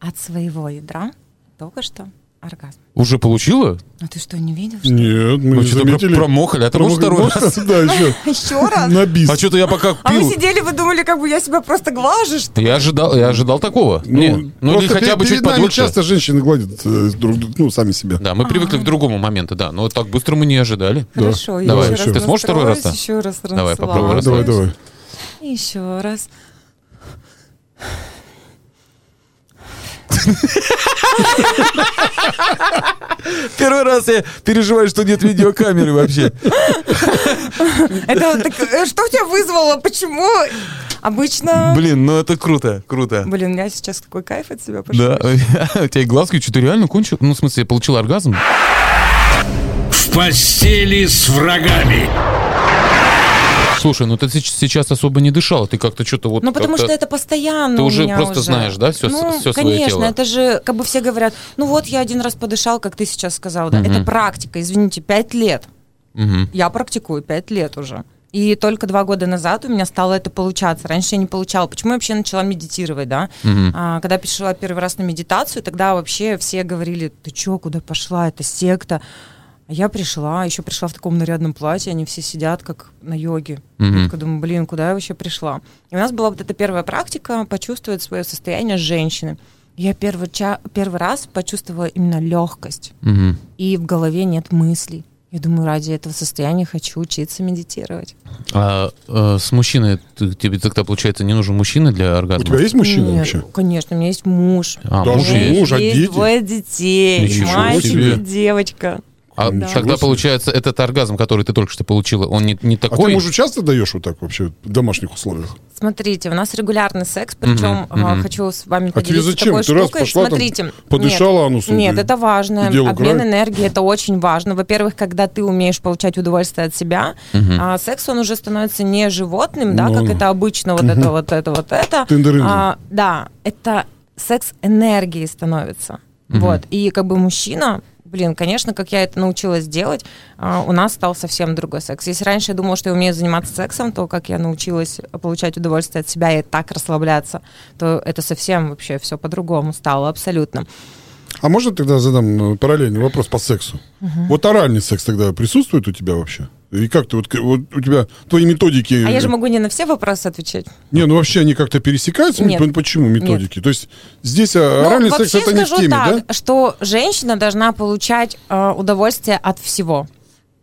[SPEAKER 4] от своего ядра только что оргазм.
[SPEAKER 2] Уже получила?
[SPEAKER 4] Ну ты что, не видел? что ли?
[SPEAKER 3] Нет,
[SPEAKER 2] Мы
[SPEAKER 3] мы не
[SPEAKER 2] Ну, что-то про-
[SPEAKER 3] заметили.
[SPEAKER 2] промохали, а ты можешь второй
[SPEAKER 3] Промахнулся?
[SPEAKER 2] раз?
[SPEAKER 3] Да, еще.
[SPEAKER 4] Еще раз?
[SPEAKER 3] На бис.
[SPEAKER 2] А что-то я пока
[SPEAKER 4] А
[SPEAKER 2] пил.
[SPEAKER 4] мы сидели, вы думали, как бы я себя просто глажу, что
[SPEAKER 2] Я ожидал, я ожидал такого.
[SPEAKER 3] Ну,
[SPEAKER 2] Не, ну или
[SPEAKER 3] просто
[SPEAKER 2] хотя
[SPEAKER 3] перед-
[SPEAKER 2] бы чуть
[SPEAKER 3] перед нами
[SPEAKER 2] подольше.
[SPEAKER 3] часто женщины гладят э, друг друга, ну, сами себя.
[SPEAKER 2] Да, мы привыкли к другому моменту, да. Но так быстро мы не ожидали.
[SPEAKER 4] Хорошо, я
[SPEAKER 2] Давай,
[SPEAKER 4] еще
[SPEAKER 3] ты
[SPEAKER 4] раз
[SPEAKER 2] сможешь второй раз-то?
[SPEAKER 4] настроюсь, Еще раз
[SPEAKER 2] Давай, попробуй раз.
[SPEAKER 4] расслаблюсь.
[SPEAKER 3] А, Давай, давай.
[SPEAKER 4] И Еще раз.
[SPEAKER 2] Первый раз я переживаю, что нет видеокамеры вообще.
[SPEAKER 4] Это вот так, э, что у тебя вызвало? Почему? Обычно...
[SPEAKER 2] Блин, ну это круто, круто.
[SPEAKER 4] Блин, я сейчас такой кайф от себя пошел.
[SPEAKER 2] Да, у тебя и глазки, что ты реально кончил? Ну, в смысле, получил оргазм?
[SPEAKER 1] В постели с врагами.
[SPEAKER 2] Слушай, ну ты се- сейчас особо не дышала, ты как-то что-то вот...
[SPEAKER 4] Ну, потому
[SPEAKER 2] как-то-
[SPEAKER 4] что это постоянно.
[SPEAKER 2] Ты
[SPEAKER 4] у
[SPEAKER 2] уже
[SPEAKER 4] меня
[SPEAKER 2] просто знаешь, да, всё с-
[SPEAKER 4] ну,
[SPEAKER 2] всё свое
[SPEAKER 4] конечно,
[SPEAKER 2] тело?
[SPEAKER 4] это же, как бы все говорят, ну вот я один раз подышал, как ты сейчас сказал, да, это практика, извините, пять лет.
[SPEAKER 2] Мгм.
[SPEAKER 4] Я практикую пять лет уже. И только два года назад у меня стало это получаться. Раньше я не получала. Почему я вообще начала медитировать, да? А, когда пришла первый раз на медитацию, тогда вообще все говорили, ты чё, куда пошла, это секта. А я пришла, еще пришла в таком нарядном платье, они все сидят как на йоге. Я такая думаю, блин, куда я вообще пришла? И у нас была вот эта первая практика почувствовать свое состояние женщины. Я первый, ча- первый раз почувствовала именно легкость
[SPEAKER 2] Мгм.
[SPEAKER 4] и в голове нет мыслей. Я думаю, ради этого состояния хочу учиться медитировать.
[SPEAKER 2] А э, с мужчиной, ты- тебе тогда, получается, не нужен мужчина для
[SPEAKER 3] У
[SPEAKER 2] оргазма?
[SPEAKER 3] тебя есть мужчина
[SPEAKER 4] Нет,
[SPEAKER 3] вообще? А
[SPEAKER 4] Конечно, у меня есть муж.
[SPEAKER 2] А,
[SPEAKER 3] Да
[SPEAKER 2] муж
[SPEAKER 4] У меня
[SPEAKER 2] есть.
[SPEAKER 3] муж, а
[SPEAKER 4] есть
[SPEAKER 3] дети?
[SPEAKER 4] двое детей.
[SPEAKER 2] Ничего
[SPEAKER 4] мальчик
[SPEAKER 3] себе.
[SPEAKER 4] и девочка.
[SPEAKER 2] А
[SPEAKER 3] Ну,
[SPEAKER 4] Да.
[SPEAKER 2] тогда, получается, этот оргазм, который ты только что получила, он не, не
[SPEAKER 3] А ты
[SPEAKER 2] такой?
[SPEAKER 3] мужу часто даешь вот так вообще в домашних условиях?
[SPEAKER 4] Смотрите, у нас регулярный секс,
[SPEAKER 2] Мгм,
[SPEAKER 4] причем а,
[SPEAKER 2] мгм.
[SPEAKER 4] хочу с вами
[SPEAKER 3] А тебе
[SPEAKER 4] поделиться
[SPEAKER 3] зачем?
[SPEAKER 4] такой
[SPEAKER 3] Ты раз
[SPEAKER 4] штукой.
[SPEAKER 3] пошла там,
[SPEAKER 4] Смотрите,
[SPEAKER 3] подышала анусом,
[SPEAKER 4] Нет,
[SPEAKER 3] ты
[SPEAKER 4] это важно.
[SPEAKER 3] и дело
[SPEAKER 4] Обмен
[SPEAKER 3] края.
[SPEAKER 4] энергии это очень важно. Во-первых, когда ты умеешь получать удовольствие от себя, а, секс он уже становится не животным, да,
[SPEAKER 3] Ну,
[SPEAKER 4] как
[SPEAKER 3] ну.
[SPEAKER 4] это обычно вот это вот это вот это.
[SPEAKER 3] Тындырынды.
[SPEAKER 4] А, Да, это секс энергии становится. Вот и как бы мужчина. Блин, конечно, как я это научилась делать, а, у нас стал совсем другой секс. Если раньше я думала, что я умею заниматься сексом, то как я научилась получать удовольствие от себя и так расслабляться, то это совсем вообще все по-другому стало абсолютно.
[SPEAKER 3] А можно тогда задам э, параллельный вопрос по сексу? Вот оральный секс тогда присутствует у тебя вообще? И как ты вот, к- вот у тебя твои методики? э,
[SPEAKER 4] А я же могу не на все вопросы отвечать.
[SPEAKER 3] Не, ну вообще они как-то пересекаются?
[SPEAKER 4] Нет.
[SPEAKER 3] Ну, Почему методики? То есть здесь а, оральный
[SPEAKER 4] Ну,
[SPEAKER 3] секс
[SPEAKER 4] вообще
[SPEAKER 3] это не в
[SPEAKER 4] скажу
[SPEAKER 3] теме,
[SPEAKER 4] так,
[SPEAKER 3] да?
[SPEAKER 4] что женщина должна получать э, удовольствие от всего.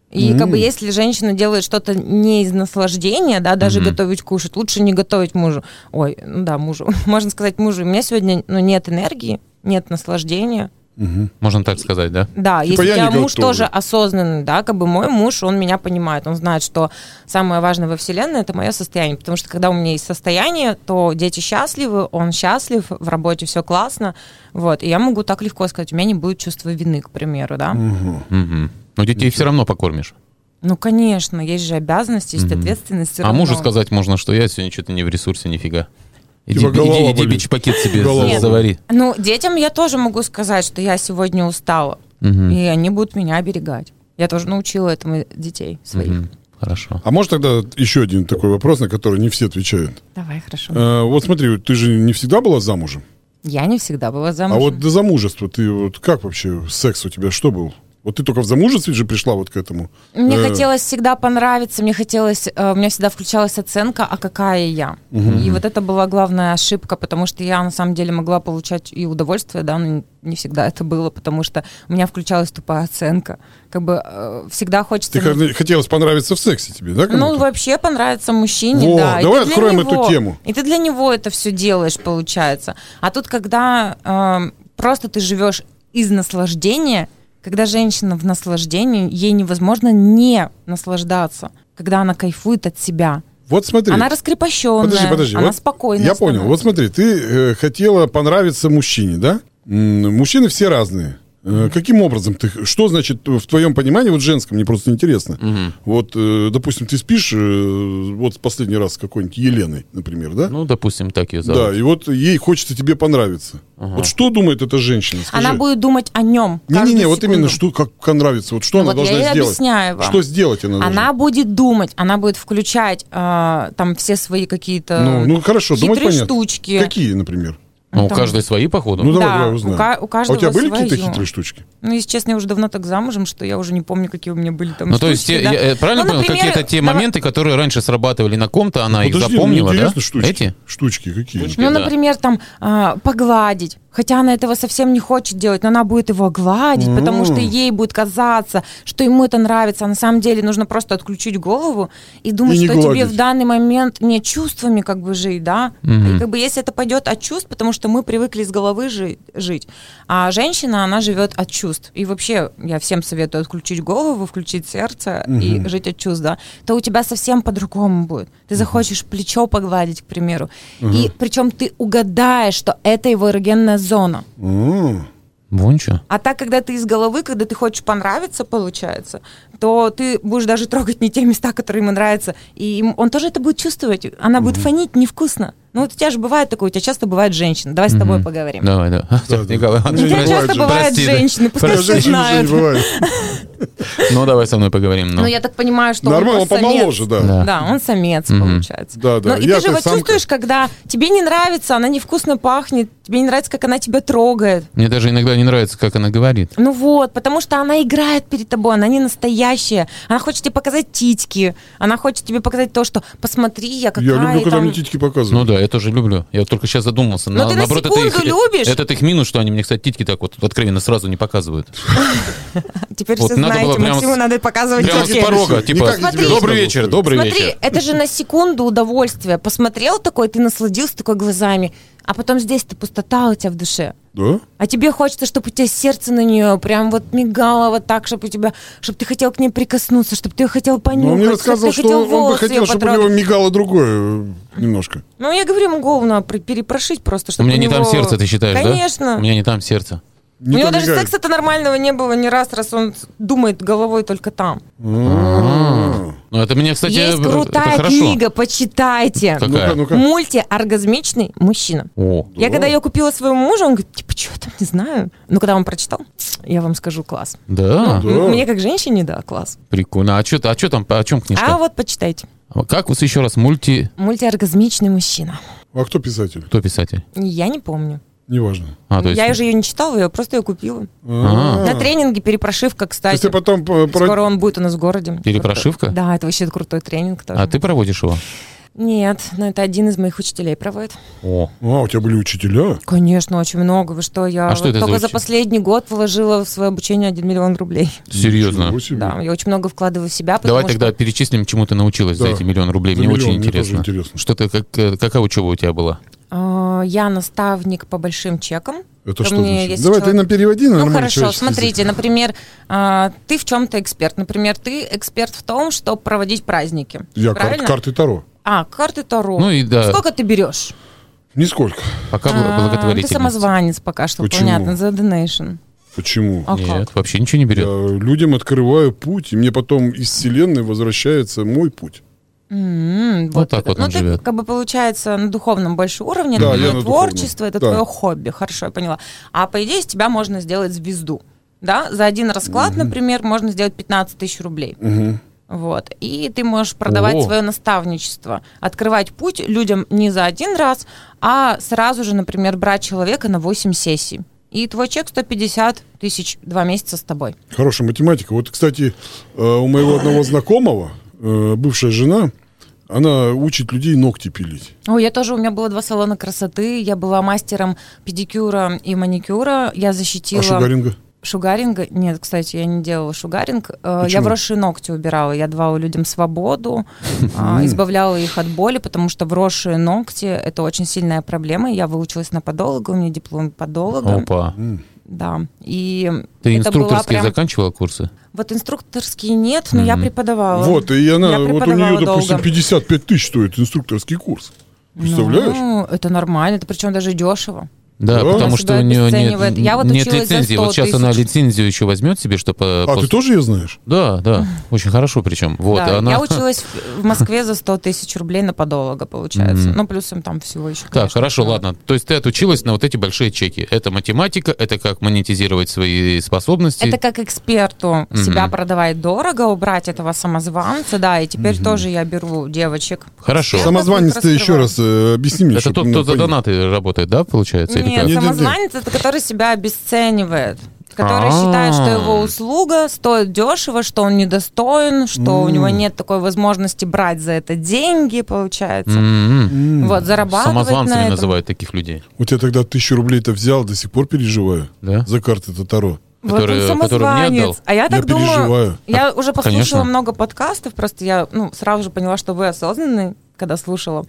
[SPEAKER 4] И как бы если женщина делает что-то не из наслаждения, да, даже готовить кушать, лучше не готовить мужу. Ой, ну да, мужу. Можно сказать мужу, у меня сегодня ну, нет энергии, нет наслаждения.
[SPEAKER 2] Можно так сказать, да?
[SPEAKER 4] Да,
[SPEAKER 3] Типа
[SPEAKER 4] если
[SPEAKER 3] я
[SPEAKER 4] у тебя
[SPEAKER 3] не
[SPEAKER 4] муж
[SPEAKER 3] готовлю.
[SPEAKER 4] тоже осознанный, да, как бы мой муж, он меня понимает, он знает, что самое важное во вселенной это мое состояние, потому что когда у меня есть состояние, то дети счастливы, он счастлив, в работе все классно, вот, и я могу так легко сказать, у меня не будет чувства вины, к примеру, да.
[SPEAKER 2] Мгм. Но детей все равно покормишь.
[SPEAKER 4] Ну, конечно, есть же обязанности, есть ответственность. всё
[SPEAKER 2] а
[SPEAKER 4] равно.
[SPEAKER 2] мужу сказать можно, что я сегодня что-то не в ресурсе, нифига. Иди,
[SPEAKER 3] Типа голова
[SPEAKER 2] иди, иди
[SPEAKER 3] болит.
[SPEAKER 2] бич-пакет себе
[SPEAKER 3] Голова
[SPEAKER 2] за-
[SPEAKER 3] болит.
[SPEAKER 2] завари.
[SPEAKER 4] Ну, детям я тоже могу сказать, что я сегодня устала, и они будут меня оберегать. Я тоже научила этому детей своих.
[SPEAKER 2] М, Хорошо.
[SPEAKER 3] А может тогда еще один такой вопрос, на который не все отвечают?
[SPEAKER 4] Давай, хорошо.
[SPEAKER 3] Э, Вот смотри, ты же не всегда была замужем.
[SPEAKER 4] Я не всегда была
[SPEAKER 3] А
[SPEAKER 4] замужем.
[SPEAKER 3] вот до замужества ты вот как вообще секс у тебя что был? Вот ты только в замужестве же пришла вот к этому.
[SPEAKER 4] Мне
[SPEAKER 3] Э,
[SPEAKER 4] хотелось всегда понравиться, мне хотелось, э, у меня всегда включалась оценка, а какая я. И вот это была главная ошибка, потому что я на самом деле могла получать и удовольствие, да, но не всегда это было, потому что у меня включалась тупая оценка. Как бы э, всегда хочется...
[SPEAKER 3] Ты хо- хотелось понравиться в сексе тебе, да? кому-то?
[SPEAKER 4] Ну, вообще понравится мужчине,
[SPEAKER 3] Во,
[SPEAKER 4] да. И
[SPEAKER 3] давай
[SPEAKER 4] ты для
[SPEAKER 3] откроем эту тему.
[SPEAKER 4] И ты для него это все делаешь, получается. А тут, когда эм, просто ты живешь из наслаждения, когда женщина в наслаждении, ей невозможно не наслаждаться, когда она кайфует от себя.
[SPEAKER 3] вот смотри.
[SPEAKER 4] Она раскрепощенная,
[SPEAKER 3] Подожди, подожди.
[SPEAKER 4] она
[SPEAKER 3] вот
[SPEAKER 4] спокойная.
[SPEAKER 3] Я понял. Вот смотри, ты э, хотела понравиться мужчине, да? М, Мужчины все разные. Э, Каким образом ты, что значит в твоем понимании, вот женском, мне просто интересно. Вот, э, допустим, ты спишь, э, вот последний раз с какой-нибудь Еленой, например, да?
[SPEAKER 2] Ну, допустим, так ее
[SPEAKER 3] да,
[SPEAKER 2] зовут.
[SPEAKER 3] и вот ей хочется тебе понравиться. Вот что думает эта женщина? Скажи.
[SPEAKER 4] Она будет думать о нем.
[SPEAKER 3] Не-не-не, вот именно, что, как понравится, вот что
[SPEAKER 4] Ну
[SPEAKER 3] она
[SPEAKER 4] вот я
[SPEAKER 3] должна
[SPEAKER 4] и
[SPEAKER 3] сделать?
[SPEAKER 4] объясняю вам.
[SPEAKER 3] Что сделать она должна?
[SPEAKER 4] Она будет думать, она будет включать э, там все свои какие-то
[SPEAKER 3] Ну, ну хорошо, думать
[SPEAKER 4] э, хитрые
[SPEAKER 3] понятно.
[SPEAKER 4] штучки.
[SPEAKER 3] Какие, например?
[SPEAKER 2] Ну, у
[SPEAKER 4] Там-
[SPEAKER 2] каждой свои, походу.
[SPEAKER 3] Ну давай,
[SPEAKER 4] Да,
[SPEAKER 3] давай
[SPEAKER 4] у
[SPEAKER 3] узнаем.
[SPEAKER 4] ка- у каждого
[SPEAKER 3] а у тебя были
[SPEAKER 4] свое.
[SPEAKER 3] какие-то хитрые штучки?
[SPEAKER 4] Ну, если честно, я уже давно так замужем, что я уже не помню, какие у меня были там
[SPEAKER 2] Ну, то есть,
[SPEAKER 4] штучки,
[SPEAKER 2] те-
[SPEAKER 4] да.
[SPEAKER 2] я, э, правильно
[SPEAKER 4] Ну,
[SPEAKER 2] понял,
[SPEAKER 4] например,
[SPEAKER 2] какие-то те
[SPEAKER 4] давай-
[SPEAKER 2] моменты, которые раньше срабатывали на ком-то, она А их
[SPEAKER 3] Подожди, мне
[SPEAKER 2] запомнила, да?
[SPEAKER 3] интересно, штучки.
[SPEAKER 2] Эти?
[SPEAKER 3] Штучки какие?
[SPEAKER 2] Штучки.
[SPEAKER 4] Ну,
[SPEAKER 2] да.
[SPEAKER 4] например, там а, погладить. Хотя она этого совсем не хочет делать, но она будет его гладить, потому что ей будет казаться, что ему это нравится. А на самом деле нужно просто отключить голову и думать,
[SPEAKER 3] И не
[SPEAKER 4] что тебе
[SPEAKER 3] гладить.
[SPEAKER 4] в данный момент не чувствами как бы жить, да? И как бы если это пойдет от чувств, потому что мы привыкли из головы жи- жить, а женщина, она живет от чувств. И вообще я всем советую отключить голову, включить сердце и жить от чувств, да? То у тебя совсем по-другому будет. Ты захочешь плечо погладить, к примеру. И причем ты угадаешь, что это его эрогенная зона.
[SPEAKER 3] М.
[SPEAKER 2] Вон что.
[SPEAKER 4] А так, когда ты из головы, когда ты хочешь понравиться, получается, то ты будешь даже трогать не те места, которые ему нравятся. И им- он тоже это будет чувствовать. Она будет фонить невкусно. Ну вот у тебя же бывает такое, у тебя часто бывает женщина. Давай с тобой поговорим.
[SPEAKER 2] Давай, да.
[SPEAKER 3] Да, да.
[SPEAKER 2] Николай
[SPEAKER 4] У тебя
[SPEAKER 2] Иванович,
[SPEAKER 3] бывает
[SPEAKER 4] Ну, часто
[SPEAKER 3] же.
[SPEAKER 4] бывают
[SPEAKER 2] прости, да.
[SPEAKER 4] женщины, пускай
[SPEAKER 3] Даже
[SPEAKER 4] все
[SPEAKER 3] женщин же не
[SPEAKER 4] знают.
[SPEAKER 3] бывает.
[SPEAKER 2] Ну, давай со мной поговорим. ну.
[SPEAKER 4] Ну, я так понимаю, что
[SPEAKER 3] Нормально, он
[SPEAKER 4] он просто
[SPEAKER 3] помоложе,
[SPEAKER 4] самец.
[SPEAKER 3] да.
[SPEAKER 2] Да.
[SPEAKER 4] Да, он самец, получается.
[SPEAKER 3] Да, да,
[SPEAKER 4] Ну, и
[SPEAKER 3] я
[SPEAKER 4] ты же
[SPEAKER 3] как
[SPEAKER 4] вот
[SPEAKER 3] самка.
[SPEAKER 4] чувствуешь, когда тебе не нравится, она невкусно пахнет, тебе не нравится, как она тебя трогает.
[SPEAKER 2] Мне даже иногда не нравится, как она говорит.
[SPEAKER 4] Ну вот, потому что она играет перед тобой, она не настоящая. Она хочет тебе показать титьки, она хочет тебе показать то, что посмотри, я какая
[SPEAKER 3] Я люблю, когда
[SPEAKER 4] там...
[SPEAKER 3] мне титьки показывают.
[SPEAKER 2] Ну да, я тоже люблю. Я вот только сейчас задумался.
[SPEAKER 4] Но ты на секунду
[SPEAKER 2] их,
[SPEAKER 4] любишь.
[SPEAKER 2] Это их минус, что они мне, кстати, титьки так вот откровенно сразу не показывают.
[SPEAKER 4] Теперь
[SPEAKER 2] Вот
[SPEAKER 4] все
[SPEAKER 2] надо было
[SPEAKER 4] знаете,
[SPEAKER 2] прямо
[SPEAKER 4] Максиму
[SPEAKER 2] с-
[SPEAKER 4] надо показывать
[SPEAKER 2] Прямо с
[SPEAKER 4] титьки.
[SPEAKER 2] порога,
[SPEAKER 3] Не
[SPEAKER 2] типа,
[SPEAKER 3] так я
[SPEAKER 4] тебе
[SPEAKER 2] добрый
[SPEAKER 3] рассказывал,
[SPEAKER 2] вечер,
[SPEAKER 3] что ли?
[SPEAKER 2] добрый
[SPEAKER 4] Смотри,
[SPEAKER 2] вечер.
[SPEAKER 4] это же на секунду удовольствие. Посмотрел такой, ты насладился такой глазами, а потом здесь ты пустота у тебя в душе.
[SPEAKER 3] Да?
[SPEAKER 4] А тебе хочется, чтобы у тебя сердце на нее прям вот мигало вот так, чтобы у тебя, чтобы ты хотел к ней прикоснуться, чтобы ты ее хотел
[SPEAKER 3] Но
[SPEAKER 4] понюхать,
[SPEAKER 3] Ну, он мне
[SPEAKER 4] чтоб
[SPEAKER 3] рассказывал,
[SPEAKER 4] ты
[SPEAKER 3] что
[SPEAKER 4] хотел
[SPEAKER 3] он- он бы
[SPEAKER 4] волосы
[SPEAKER 3] хотел,
[SPEAKER 4] её
[SPEAKER 3] чтобы у
[SPEAKER 4] потрогать.
[SPEAKER 3] него мигало другое э, немножко.
[SPEAKER 4] Ну, я говорю, ему голову надо пр- перепрошить просто,
[SPEAKER 2] У
[SPEAKER 4] чтобы
[SPEAKER 2] меня не там
[SPEAKER 4] него-
[SPEAKER 2] сердце, ты считаешь, да?
[SPEAKER 4] Конечно.
[SPEAKER 2] У меня не там сердце.
[SPEAKER 3] Не
[SPEAKER 4] У него
[SPEAKER 3] то
[SPEAKER 4] даже
[SPEAKER 3] мигает.
[SPEAKER 4] секса-то нормального не было ни раз, раз он с- думает головой только там.
[SPEAKER 3] А.
[SPEAKER 2] Ну, это мне, кстати,
[SPEAKER 4] Есть
[SPEAKER 2] э,
[SPEAKER 4] крутая
[SPEAKER 2] это хорошо.
[SPEAKER 4] книга, почитайте.
[SPEAKER 2] Как-
[SPEAKER 3] Ну-ка,
[SPEAKER 2] Какая?
[SPEAKER 3] ну-ка.
[SPEAKER 4] Мультиоргазмичный мужчина.
[SPEAKER 2] О,
[SPEAKER 4] Я когда ее купила своему мужу, он говорит, типа, что я там, не знаю. Ну, когда он прочитал, я вам скажу, класс.
[SPEAKER 2] да,
[SPEAKER 3] Ну, Да.
[SPEAKER 4] М- Мне как женщине, да, класс.
[SPEAKER 2] прикольно. А что а чё там, о чем
[SPEAKER 4] А
[SPEAKER 2] книжка?
[SPEAKER 4] вот почитайте.
[SPEAKER 2] Как вот еще раз, мульти...
[SPEAKER 4] Мультиоргазмичный мужчина.
[SPEAKER 3] А кто писатель?
[SPEAKER 2] Кто писатель?
[SPEAKER 4] Я не помню.
[SPEAKER 3] Неважно.
[SPEAKER 2] А, то есть...
[SPEAKER 4] Я же ее не читала, я просто ее купила.
[SPEAKER 3] А.
[SPEAKER 4] На тренинге перепрошивка,
[SPEAKER 3] То
[SPEAKER 4] кстати.
[SPEAKER 3] есть ты потом э, про-
[SPEAKER 4] Скоро он будет у нас в городе.
[SPEAKER 2] Перепрошивка?
[SPEAKER 4] Да, это вообще крутой тренинг. тоже.
[SPEAKER 2] А ты проводишь его?
[SPEAKER 4] Нет, но это один из моих учителей проводит.
[SPEAKER 2] О,
[SPEAKER 3] А, у тебя были учителя?
[SPEAKER 4] Конечно, очень много. Вы что, я
[SPEAKER 2] А что
[SPEAKER 4] вот
[SPEAKER 2] это за
[SPEAKER 4] только за,
[SPEAKER 2] учи-
[SPEAKER 4] последний год вложила в свое обучение 1 миллион рублей.
[SPEAKER 2] серьезно.
[SPEAKER 3] Ничего себе.
[SPEAKER 4] Да, я очень много вкладываю в себя.
[SPEAKER 2] Давай
[SPEAKER 4] потому
[SPEAKER 2] тогда
[SPEAKER 4] что-
[SPEAKER 2] перечислим, чему ты научилась за
[SPEAKER 3] Да.
[SPEAKER 2] эти миллион рублей.
[SPEAKER 3] За
[SPEAKER 2] Мне
[SPEAKER 3] миллион,
[SPEAKER 2] очень
[SPEAKER 3] мне тоже
[SPEAKER 2] интересно.
[SPEAKER 3] интересно.
[SPEAKER 2] Что ты, как, э, какая учеба у тебя была?
[SPEAKER 4] А, Я наставник по большим чекам.
[SPEAKER 3] Это
[SPEAKER 4] Ко
[SPEAKER 3] что
[SPEAKER 4] мне
[SPEAKER 3] значит?
[SPEAKER 4] если
[SPEAKER 3] Давай
[SPEAKER 4] человек-
[SPEAKER 3] ты нам переводи на
[SPEAKER 4] Ну
[SPEAKER 3] нормальный
[SPEAKER 4] хорошо,
[SPEAKER 3] человеческий
[SPEAKER 4] смотрите,
[SPEAKER 3] язык.
[SPEAKER 4] например, а, ты в чем-то эксперт. Например, ты эксперт в том, что проводить праздники.
[SPEAKER 3] Я кар-
[SPEAKER 4] Правильно?
[SPEAKER 3] карты Таро.
[SPEAKER 4] А, карты Таро.
[SPEAKER 2] Ну и да.
[SPEAKER 4] Сколько ты берешь?
[SPEAKER 3] Нисколько.
[SPEAKER 2] Пока бл-
[SPEAKER 4] А, Ты
[SPEAKER 2] благотворительность.
[SPEAKER 4] самозванец пока что,
[SPEAKER 3] Почему?
[SPEAKER 4] понятно, за донейшн.
[SPEAKER 3] Почему?
[SPEAKER 4] А
[SPEAKER 2] Нет,
[SPEAKER 4] как?
[SPEAKER 2] вообще ничего не берет.
[SPEAKER 3] Я людям открываю путь, и мне потом из вселенной возвращается мой путь.
[SPEAKER 4] М,
[SPEAKER 2] так
[SPEAKER 4] это.
[SPEAKER 2] вот
[SPEAKER 4] ну,
[SPEAKER 2] он
[SPEAKER 4] ты,
[SPEAKER 2] живет.
[SPEAKER 4] как бы получается на духовном больше уровне,
[SPEAKER 3] Да,
[SPEAKER 4] это
[SPEAKER 3] я
[SPEAKER 4] твое
[SPEAKER 3] на духовном.
[SPEAKER 4] творчество, это
[SPEAKER 3] Да.
[SPEAKER 4] твое хобби, хорошо, я поняла. А по идее из тебя можно сделать звезду. Да? За один расклад, например, можно сделать 15 тысяч рублей. Вот. И ты можешь продавать
[SPEAKER 2] О.
[SPEAKER 4] свое наставничество, открывать путь людям не за один раз, а сразу же, например, брать человека на 8 сессий. И твой чек 150 тысяч два месяца с тобой.
[SPEAKER 3] Хорошая математика. Вот, кстати, э, у моего одного знакомого, э, бывшая жена, она учит людей ногти пилить.
[SPEAKER 4] Ой, я тоже, у меня было два салона красоты, я была мастером педикюра и маникюра, я защитила...
[SPEAKER 3] А шугаринга?
[SPEAKER 4] Шугаринга? Нет, кстати, я не делала шугаринг. Э, Я
[SPEAKER 3] Почему?
[SPEAKER 4] вросшие ногти убирала. Я давала людям свободу, а, избавляла их от боли, потому что вросшие ногти – это очень сильная проблема. Я выучилась на подолога, у меня диплом подолога.
[SPEAKER 2] Опа.
[SPEAKER 4] Да. И
[SPEAKER 2] Ты
[SPEAKER 4] это была
[SPEAKER 2] инструкторские
[SPEAKER 4] прям-
[SPEAKER 2] заканчивала курсы?
[SPEAKER 4] Вот инструкторские нет, но я преподавала.
[SPEAKER 3] Вот, и
[SPEAKER 4] Я
[SPEAKER 3] она, вот у
[SPEAKER 4] преподавала
[SPEAKER 3] нее, допустим,
[SPEAKER 4] долго.
[SPEAKER 3] 55 тысяч стоит инструкторский курс. Представляешь?
[SPEAKER 4] Ну, это нормально, это причем даже дешево.
[SPEAKER 2] Да,
[SPEAKER 3] Да.
[SPEAKER 2] потому
[SPEAKER 4] Она
[SPEAKER 2] что
[SPEAKER 4] себя
[SPEAKER 2] у нее нет,
[SPEAKER 4] обесценивает. Я вот
[SPEAKER 2] нет
[SPEAKER 4] училась за
[SPEAKER 2] лицензии.
[SPEAKER 4] 100
[SPEAKER 2] Вот сейчас она
[SPEAKER 4] тысяч.
[SPEAKER 2] лицензию еще возьмет себе, чтобы...
[SPEAKER 3] А ты тоже ее знаешь?
[SPEAKER 2] Да, да, очень хорошо причем. Вот,
[SPEAKER 4] Да,
[SPEAKER 2] она...
[SPEAKER 4] Я училась в в Москве за 100 тысяч рублей на подолога, получается. Ну, плюсом там всего еще.
[SPEAKER 2] Так,
[SPEAKER 4] конечно,
[SPEAKER 2] хорошо,
[SPEAKER 4] много.
[SPEAKER 2] ладно. То есть ты отучилась на вот эти большие чеки. Это математика, это как монетизировать свои способности.
[SPEAKER 4] Это как эксперту себя продавать дорого, убрать этого самозванца, да, и теперь тоже я беру девочек.
[SPEAKER 2] Хорошо.
[SPEAKER 4] Я
[SPEAKER 3] Самозванец
[SPEAKER 4] как
[SPEAKER 3] ты
[SPEAKER 4] раз
[SPEAKER 3] еще
[SPEAKER 4] раскрываю.
[SPEAKER 3] раз э, объясни мне.
[SPEAKER 2] Это
[SPEAKER 3] чтоб
[SPEAKER 2] тот,
[SPEAKER 3] мне
[SPEAKER 2] кто за
[SPEAKER 3] понять.
[SPEAKER 2] донаты работает, да, получается? или
[SPEAKER 4] Нет,
[SPEAKER 2] как?
[SPEAKER 3] Нет, нет,
[SPEAKER 4] самозванец это который себя обесценивает, который
[SPEAKER 2] А.
[SPEAKER 4] считает, что его услуга стоит дешево, что он недостоин, что у него нет такой возможности брать за это деньги, получается.
[SPEAKER 2] М-м.
[SPEAKER 4] Вот, зарабатывать на
[SPEAKER 2] Самозванцами
[SPEAKER 4] этом.
[SPEAKER 2] называют таких людей.
[SPEAKER 3] У тебя тогда тысячу рублей-то взял, до сих пор переживаю
[SPEAKER 2] Да?
[SPEAKER 3] за карты-то Таро.
[SPEAKER 4] Вот он
[SPEAKER 2] которые-
[SPEAKER 4] самозванец.
[SPEAKER 2] которым не отдал.
[SPEAKER 4] А я так думаю,
[SPEAKER 3] переживаю.
[SPEAKER 4] я уже послушала
[SPEAKER 2] конечно.
[SPEAKER 4] много подкастов, просто я ну, сразу же поняла, что вы осознанны, когда слушала.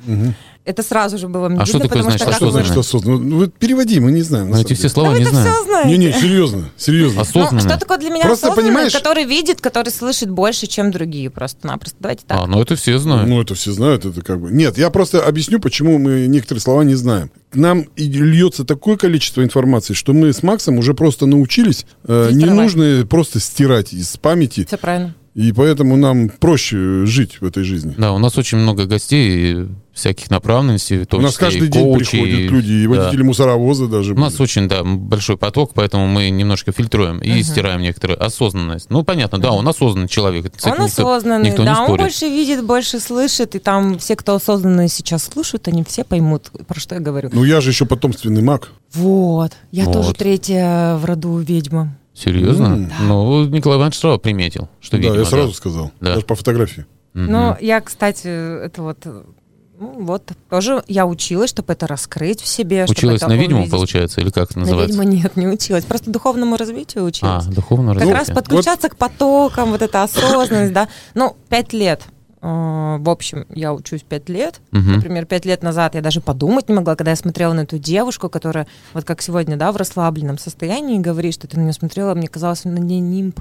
[SPEAKER 4] Это сразу же было мне
[SPEAKER 2] А что
[SPEAKER 4] видно,
[SPEAKER 2] такое
[SPEAKER 4] потому
[SPEAKER 2] значит
[SPEAKER 4] что
[SPEAKER 3] Что
[SPEAKER 2] осознанно?
[SPEAKER 3] значит осознанно? Ну, вот переводи, мы не знаем. на
[SPEAKER 2] Но Ну, эти
[SPEAKER 3] самом
[SPEAKER 2] все
[SPEAKER 3] деле.
[SPEAKER 2] слова не
[SPEAKER 4] Ну, это все
[SPEAKER 2] знаю.
[SPEAKER 4] знаете.
[SPEAKER 3] Не-не, серьезно, серьезно.
[SPEAKER 4] Ну,
[SPEAKER 2] Осознанно.
[SPEAKER 4] что такое для меня
[SPEAKER 3] Просто
[SPEAKER 4] осознанный,
[SPEAKER 3] понимаешь-
[SPEAKER 4] который видит, который слышит больше, чем другие просто-напросто. Давайте так.
[SPEAKER 2] А, ну это все знают.
[SPEAKER 3] Ну, это все знают, это как бы... Нет, я просто объясню, почему мы некоторые слова не знаем. К нам и льется такое количество информации, что мы с Максом уже просто научились э,
[SPEAKER 4] Фильтровать.
[SPEAKER 3] ненужные просто стирать из памяти,
[SPEAKER 4] Все правильно.
[SPEAKER 3] и поэтому нам проще э, жить в этой жизни.
[SPEAKER 2] Да, у нас очень много гостей и всяких направленностей. в том
[SPEAKER 3] У нас
[SPEAKER 2] числе и
[SPEAKER 3] каждый день
[SPEAKER 2] коучи,
[SPEAKER 3] приходят
[SPEAKER 2] и-
[SPEAKER 3] люди, и
[SPEAKER 2] да. Ну, а
[SPEAKER 3] водители мусоровоза даже.
[SPEAKER 2] У нас
[SPEAKER 3] были.
[SPEAKER 2] очень, да, большой поток, поэтому мы немножко фильтруем и стираем некоторую осознанность. Ну, понятно, да, он осознанный человек. это с этим
[SPEAKER 4] он
[SPEAKER 2] никто-
[SPEAKER 4] осознанный,
[SPEAKER 2] никто не
[SPEAKER 4] да, он
[SPEAKER 2] спорит.
[SPEAKER 4] больше видит, больше слышит, и там все, кто осознанные сейчас слушают, они все поймут, про что я говорю.
[SPEAKER 3] Ну, я же еще потомственный маг.
[SPEAKER 4] Вот, я
[SPEAKER 2] Вот.
[SPEAKER 4] тоже третья в роду ведьма.
[SPEAKER 2] Серьезно? Ну, Николай Иванович сразу приметил, что видимо,
[SPEAKER 3] да, я
[SPEAKER 2] да.
[SPEAKER 3] сразу сказал.
[SPEAKER 2] Да.
[SPEAKER 3] Даже по фотографии.
[SPEAKER 4] Ну, я, кстати, это вот, э, ну, вот тоже я училась, чтобы это раскрыть в себе. чтобы
[SPEAKER 2] Училась
[SPEAKER 4] это
[SPEAKER 2] на ведьму,
[SPEAKER 4] увидеть.
[SPEAKER 2] получается, или как это
[SPEAKER 4] На
[SPEAKER 2] называется?
[SPEAKER 4] ведьму нет, не училась, просто духовному развитию
[SPEAKER 2] а,
[SPEAKER 4] училась.
[SPEAKER 2] духовно
[SPEAKER 4] Как раз
[SPEAKER 2] развитие.
[SPEAKER 4] подключаться к потокам, вот эта осознанность, да. Ну, пять лет. э, В общем, я учусь пять лет.
[SPEAKER 2] Мгм.
[SPEAKER 4] Например, пять лет назад я даже подумать не могла, когда я смотрела на эту девушку, которая вот как сегодня, да, в расслабленном состоянии и говорит, что ты на нее смотрела, мне казалось, на ней нимб.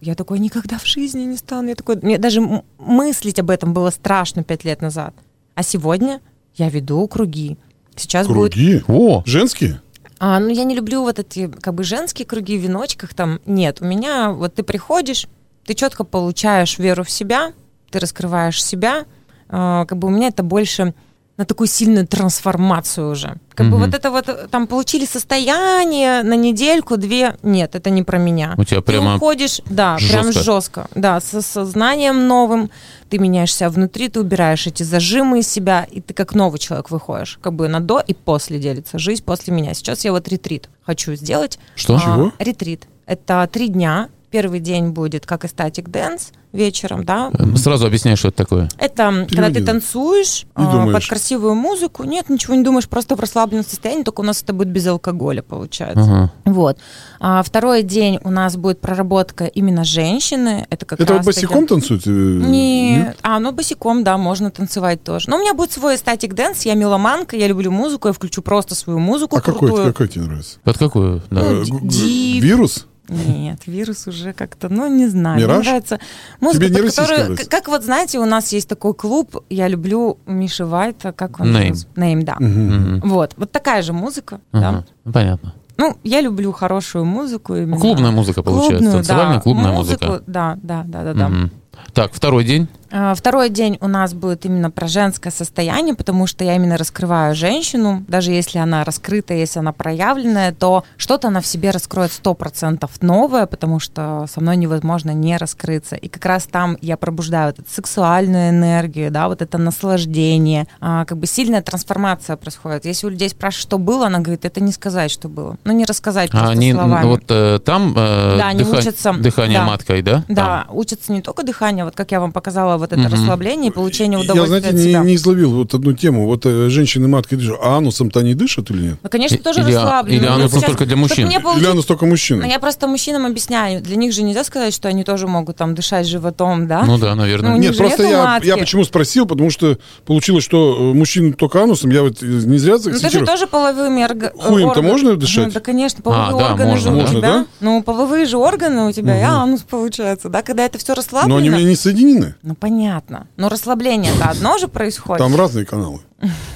[SPEAKER 4] Я такой никогда в жизни не стану. Я такой, мне даже м- мыслить об этом было страшно пять лет назад. А сегодня я веду круги. Сейчас будет
[SPEAKER 3] Круги?
[SPEAKER 2] О,
[SPEAKER 3] Женские?
[SPEAKER 4] а, ну, я не люблю вот эти, как бы, женские круги в веночках там. Нет, у меня, вот ты приходишь, ты четко получаешь веру в себя, ты раскрываешь себя. А, как бы у меня это больше на такую сильную трансформацию уже. Как бы
[SPEAKER 2] Мгм.
[SPEAKER 4] вот это вот, э, там, получили состояние на недельку, две. Нет, это не про меня.
[SPEAKER 2] У тебя прямо
[SPEAKER 4] Ты уходишь, да, прям
[SPEAKER 2] жестко.
[SPEAKER 4] жестко. Да, со сознанием новым. Ты меняешься внутри, ты убираешь эти зажимы из себя, и ты как новый человек выходишь. Как бы на до и после делится жизнь после меня. Сейчас я вот ретрит хочу сделать.
[SPEAKER 2] что?
[SPEAKER 4] А,
[SPEAKER 3] Чего?
[SPEAKER 4] ретрит. Это три дня. Первый день будет как эстатик дэнс вечером, да.
[SPEAKER 2] Эм, Сразу объясняю, что это такое.
[SPEAKER 4] Это когда ты
[SPEAKER 3] Телевизор.
[SPEAKER 4] танцуешь
[SPEAKER 3] Не
[SPEAKER 4] а, под
[SPEAKER 3] думаешь.
[SPEAKER 4] красивую музыку. Нет, ничего не думаешь, просто в расслабленном состоянии, только у нас это будет без алкоголя, получается.
[SPEAKER 2] Ага.
[SPEAKER 4] Вот. А второй день у нас будет проработка именно женщины. Это как
[SPEAKER 3] Это вот
[SPEAKER 4] раз таки-
[SPEAKER 3] босиком танцуют? э,
[SPEAKER 4] Нет. А, ну босиком, да, можно танцевать тоже. Но у меня будет свой статик дэнс, я меломанка, я люблю музыку, я включу просто свою музыку
[SPEAKER 3] А какой,
[SPEAKER 4] крутую.
[SPEAKER 3] какой тебе нравится?
[SPEAKER 2] Под какую? Да.
[SPEAKER 4] Ну,
[SPEAKER 3] Э,
[SPEAKER 4] ди-
[SPEAKER 3] г- г-
[SPEAKER 4] дип.
[SPEAKER 3] Вирус?
[SPEAKER 4] Нет, вирус уже как-то, ну не знаю.
[SPEAKER 3] Мираж?
[SPEAKER 4] Мне нравится музыка,
[SPEAKER 3] Тебе не
[SPEAKER 4] под
[SPEAKER 3] российская
[SPEAKER 4] которую-
[SPEAKER 3] нравится?
[SPEAKER 4] к- как вот знаете, у нас есть такой клуб, я люблю Миши Вайта, как он?
[SPEAKER 2] Name.
[SPEAKER 4] Нейм, да.
[SPEAKER 2] Мгм.
[SPEAKER 4] Вот, вот такая же музыка.
[SPEAKER 2] Ага.
[SPEAKER 4] Да.
[SPEAKER 2] Ну, Понятно.
[SPEAKER 4] Ну, я люблю хорошую музыку. именно.
[SPEAKER 2] Клубная музыка получается.
[SPEAKER 4] Клубную, да, Ну,
[SPEAKER 2] Танцевальная клубная
[SPEAKER 4] музыку,
[SPEAKER 2] музыка.
[SPEAKER 4] Да, да, да, да, да.
[SPEAKER 2] Мгм. Так, второй день.
[SPEAKER 4] А, Второй день у нас будет именно про женское состояние, потому что я именно раскрываю женщину. Даже если она раскрыта, если она проявленная, то что-то она в себе раскроет 100% новое, потому что со мной невозможно не раскрыться. И как раз там я пробуждаю вот эту сексуальную энергию, да, вот это наслаждение. А, Как бы сильная трансформация происходит. Если у людей спрашивают, что было, она говорит, это не сказать, что было. Ну, не
[SPEAKER 2] А
[SPEAKER 4] рассказать просто
[SPEAKER 2] они
[SPEAKER 4] словами.
[SPEAKER 2] м, вот э, там э,
[SPEAKER 4] Да, они
[SPEAKER 2] дыха-
[SPEAKER 4] учатся,
[SPEAKER 2] дыхание
[SPEAKER 4] да.
[SPEAKER 2] маткой, да?
[SPEAKER 4] Да, учатся не только дыхание, вот как я вам показала, вот это
[SPEAKER 2] Мгм.
[SPEAKER 4] расслабление и получение
[SPEAKER 3] Я,
[SPEAKER 4] удовольствия
[SPEAKER 3] знаете,
[SPEAKER 4] от себя.
[SPEAKER 3] не, не изловил вот одну тему. Вот э, женщины маткой дышат, а анусом-то они дышат или нет?
[SPEAKER 4] Ну, конечно,
[SPEAKER 2] И-
[SPEAKER 4] тоже
[SPEAKER 2] или а-
[SPEAKER 4] расслаблены.
[SPEAKER 2] или
[SPEAKER 4] Ну,
[SPEAKER 2] анус
[SPEAKER 4] сейчас,
[SPEAKER 2] только для
[SPEAKER 4] чтоб
[SPEAKER 2] мужчин?
[SPEAKER 4] не
[SPEAKER 2] Или
[SPEAKER 3] Или
[SPEAKER 4] получить-
[SPEAKER 3] анус только
[SPEAKER 4] Ну,
[SPEAKER 3] мужчины?
[SPEAKER 4] Я просто мужчинам объясняю. Для них же нельзя сказать, что они тоже могут там дышать животом, да?
[SPEAKER 2] Там? Ну да, наверное.
[SPEAKER 4] Ну, у них
[SPEAKER 3] Нет,
[SPEAKER 4] же
[SPEAKER 3] просто
[SPEAKER 4] нету
[SPEAKER 3] я,
[SPEAKER 4] матки.
[SPEAKER 3] я почему спросил, потому что получилось, что э, мужчины только анусом. Я вот э, не зря
[SPEAKER 4] Ну, это же
[SPEAKER 3] цитирую.
[SPEAKER 4] тоже половыми орга-
[SPEAKER 3] Хуем-то
[SPEAKER 4] орган-
[SPEAKER 3] можно дышать?
[SPEAKER 4] Ну, да, конечно, половые
[SPEAKER 2] А, да,
[SPEAKER 4] органы
[SPEAKER 2] можно,
[SPEAKER 4] же у
[SPEAKER 3] да.
[SPEAKER 4] тебя.
[SPEAKER 3] Можно, да?
[SPEAKER 4] Ну, половые же органы у тебя, и анус получается, да? Когда это все расслаблено.
[SPEAKER 3] Но они у меня не соединены.
[SPEAKER 4] Ну, понятно. Но расслабление-то одно же происходит.
[SPEAKER 3] Там разные каналы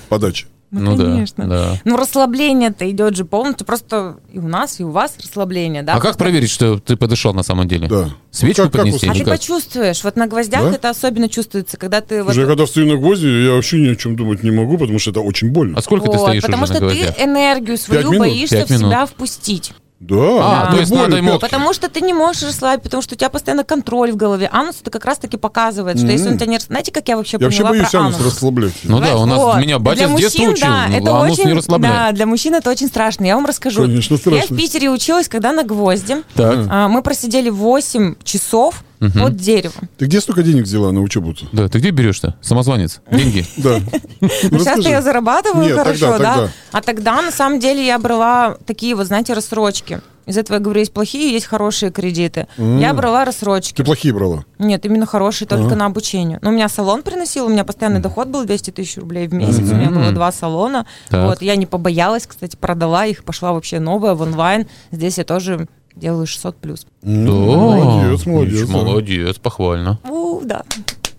[SPEAKER 3] подачи.
[SPEAKER 2] Ну да,
[SPEAKER 4] конечно.
[SPEAKER 2] да.
[SPEAKER 4] Ну, расслабление-то идет же полностью. Просто и у нас, и у вас расслабление, да?
[SPEAKER 2] А как проверить, что ты подышал на самом деле?
[SPEAKER 3] Да. Ну,
[SPEAKER 2] Свечку
[SPEAKER 3] Как- как
[SPEAKER 2] поднести?
[SPEAKER 4] А
[SPEAKER 2] или
[SPEAKER 4] ты
[SPEAKER 2] как?
[SPEAKER 4] почувствуешь, вот на гвоздях
[SPEAKER 3] Да?
[SPEAKER 4] это особенно чувствуется, когда ты вот
[SPEAKER 3] Слушай, я когда стою на гвозде, я вообще ни о чем думать не могу, потому что это очень больно.
[SPEAKER 2] А сколько ты
[SPEAKER 4] Вот,
[SPEAKER 2] стоишь
[SPEAKER 4] потому
[SPEAKER 2] уже на
[SPEAKER 4] что ты э
[SPEAKER 2] гвоздях?
[SPEAKER 4] энергию свою
[SPEAKER 3] минут?
[SPEAKER 4] боишься
[SPEAKER 2] Пять
[SPEAKER 4] в себя
[SPEAKER 2] минут.
[SPEAKER 4] впустить.
[SPEAKER 3] Да,
[SPEAKER 2] А, то есть
[SPEAKER 3] больно,
[SPEAKER 2] надо ему-
[SPEAKER 3] пятки.
[SPEAKER 4] Потому что ты не можешь расслабить, потому что у тебя постоянно контроль в голове. Анус это как раз таки показывает, что если он тебя не... рас- Знаете, как я вообще
[SPEAKER 3] Я
[SPEAKER 4] поняла
[SPEAKER 3] вообще боюсь
[SPEAKER 4] про
[SPEAKER 3] анус
[SPEAKER 4] анус?
[SPEAKER 3] расслаблять.
[SPEAKER 2] Ну да, у нас
[SPEAKER 4] Вот.
[SPEAKER 2] меня батя
[SPEAKER 4] Для
[SPEAKER 2] с детства
[SPEAKER 4] мужчин,
[SPEAKER 2] учил.
[SPEAKER 4] Да,
[SPEAKER 2] ну,
[SPEAKER 4] это
[SPEAKER 2] анус
[SPEAKER 4] очень,
[SPEAKER 2] не
[SPEAKER 4] Да,
[SPEAKER 2] расслабляет.
[SPEAKER 4] для мужчин это очень страшно. Я вам расскажу.
[SPEAKER 3] Конечно,
[SPEAKER 4] Я
[SPEAKER 3] страшно.
[SPEAKER 4] в Питере училась, когда на гвозде.
[SPEAKER 2] Так.
[SPEAKER 4] А, Мы просидели 8 часов под деревом.
[SPEAKER 3] Ты где столько денег взяла на учебу-то?
[SPEAKER 2] Да, ты где берешь-то? Самозванец. Деньги.
[SPEAKER 3] Да.
[SPEAKER 4] Ну, сейчас
[SPEAKER 3] Расскажи.
[SPEAKER 4] я зарабатываю
[SPEAKER 3] Нет,
[SPEAKER 4] хорошо,
[SPEAKER 3] тогда,
[SPEAKER 4] да.
[SPEAKER 3] тогда.
[SPEAKER 4] А тогда, на самом деле, я брала такие вот, знаете, рассрочки. Из этого я говорю, есть плохие, есть хорошие кредиты. Я брала рассрочки.
[SPEAKER 3] Ты плохие брала.
[SPEAKER 4] Нет, именно хорошие только на обучение. Ну, у меня салон приносил, у меня постоянный доход был 200 тысяч рублей в месяц, у меня было два салона.
[SPEAKER 2] Так.
[SPEAKER 4] Вот, я не побоялась, кстати, продала их, пошла вообще новая в онлайн. Здесь я тоже делаю 600 плюс.
[SPEAKER 2] Да.
[SPEAKER 4] Ну,
[SPEAKER 3] Молодец, молодец.
[SPEAKER 2] Ишь, Молодец, похвально.
[SPEAKER 4] У, да.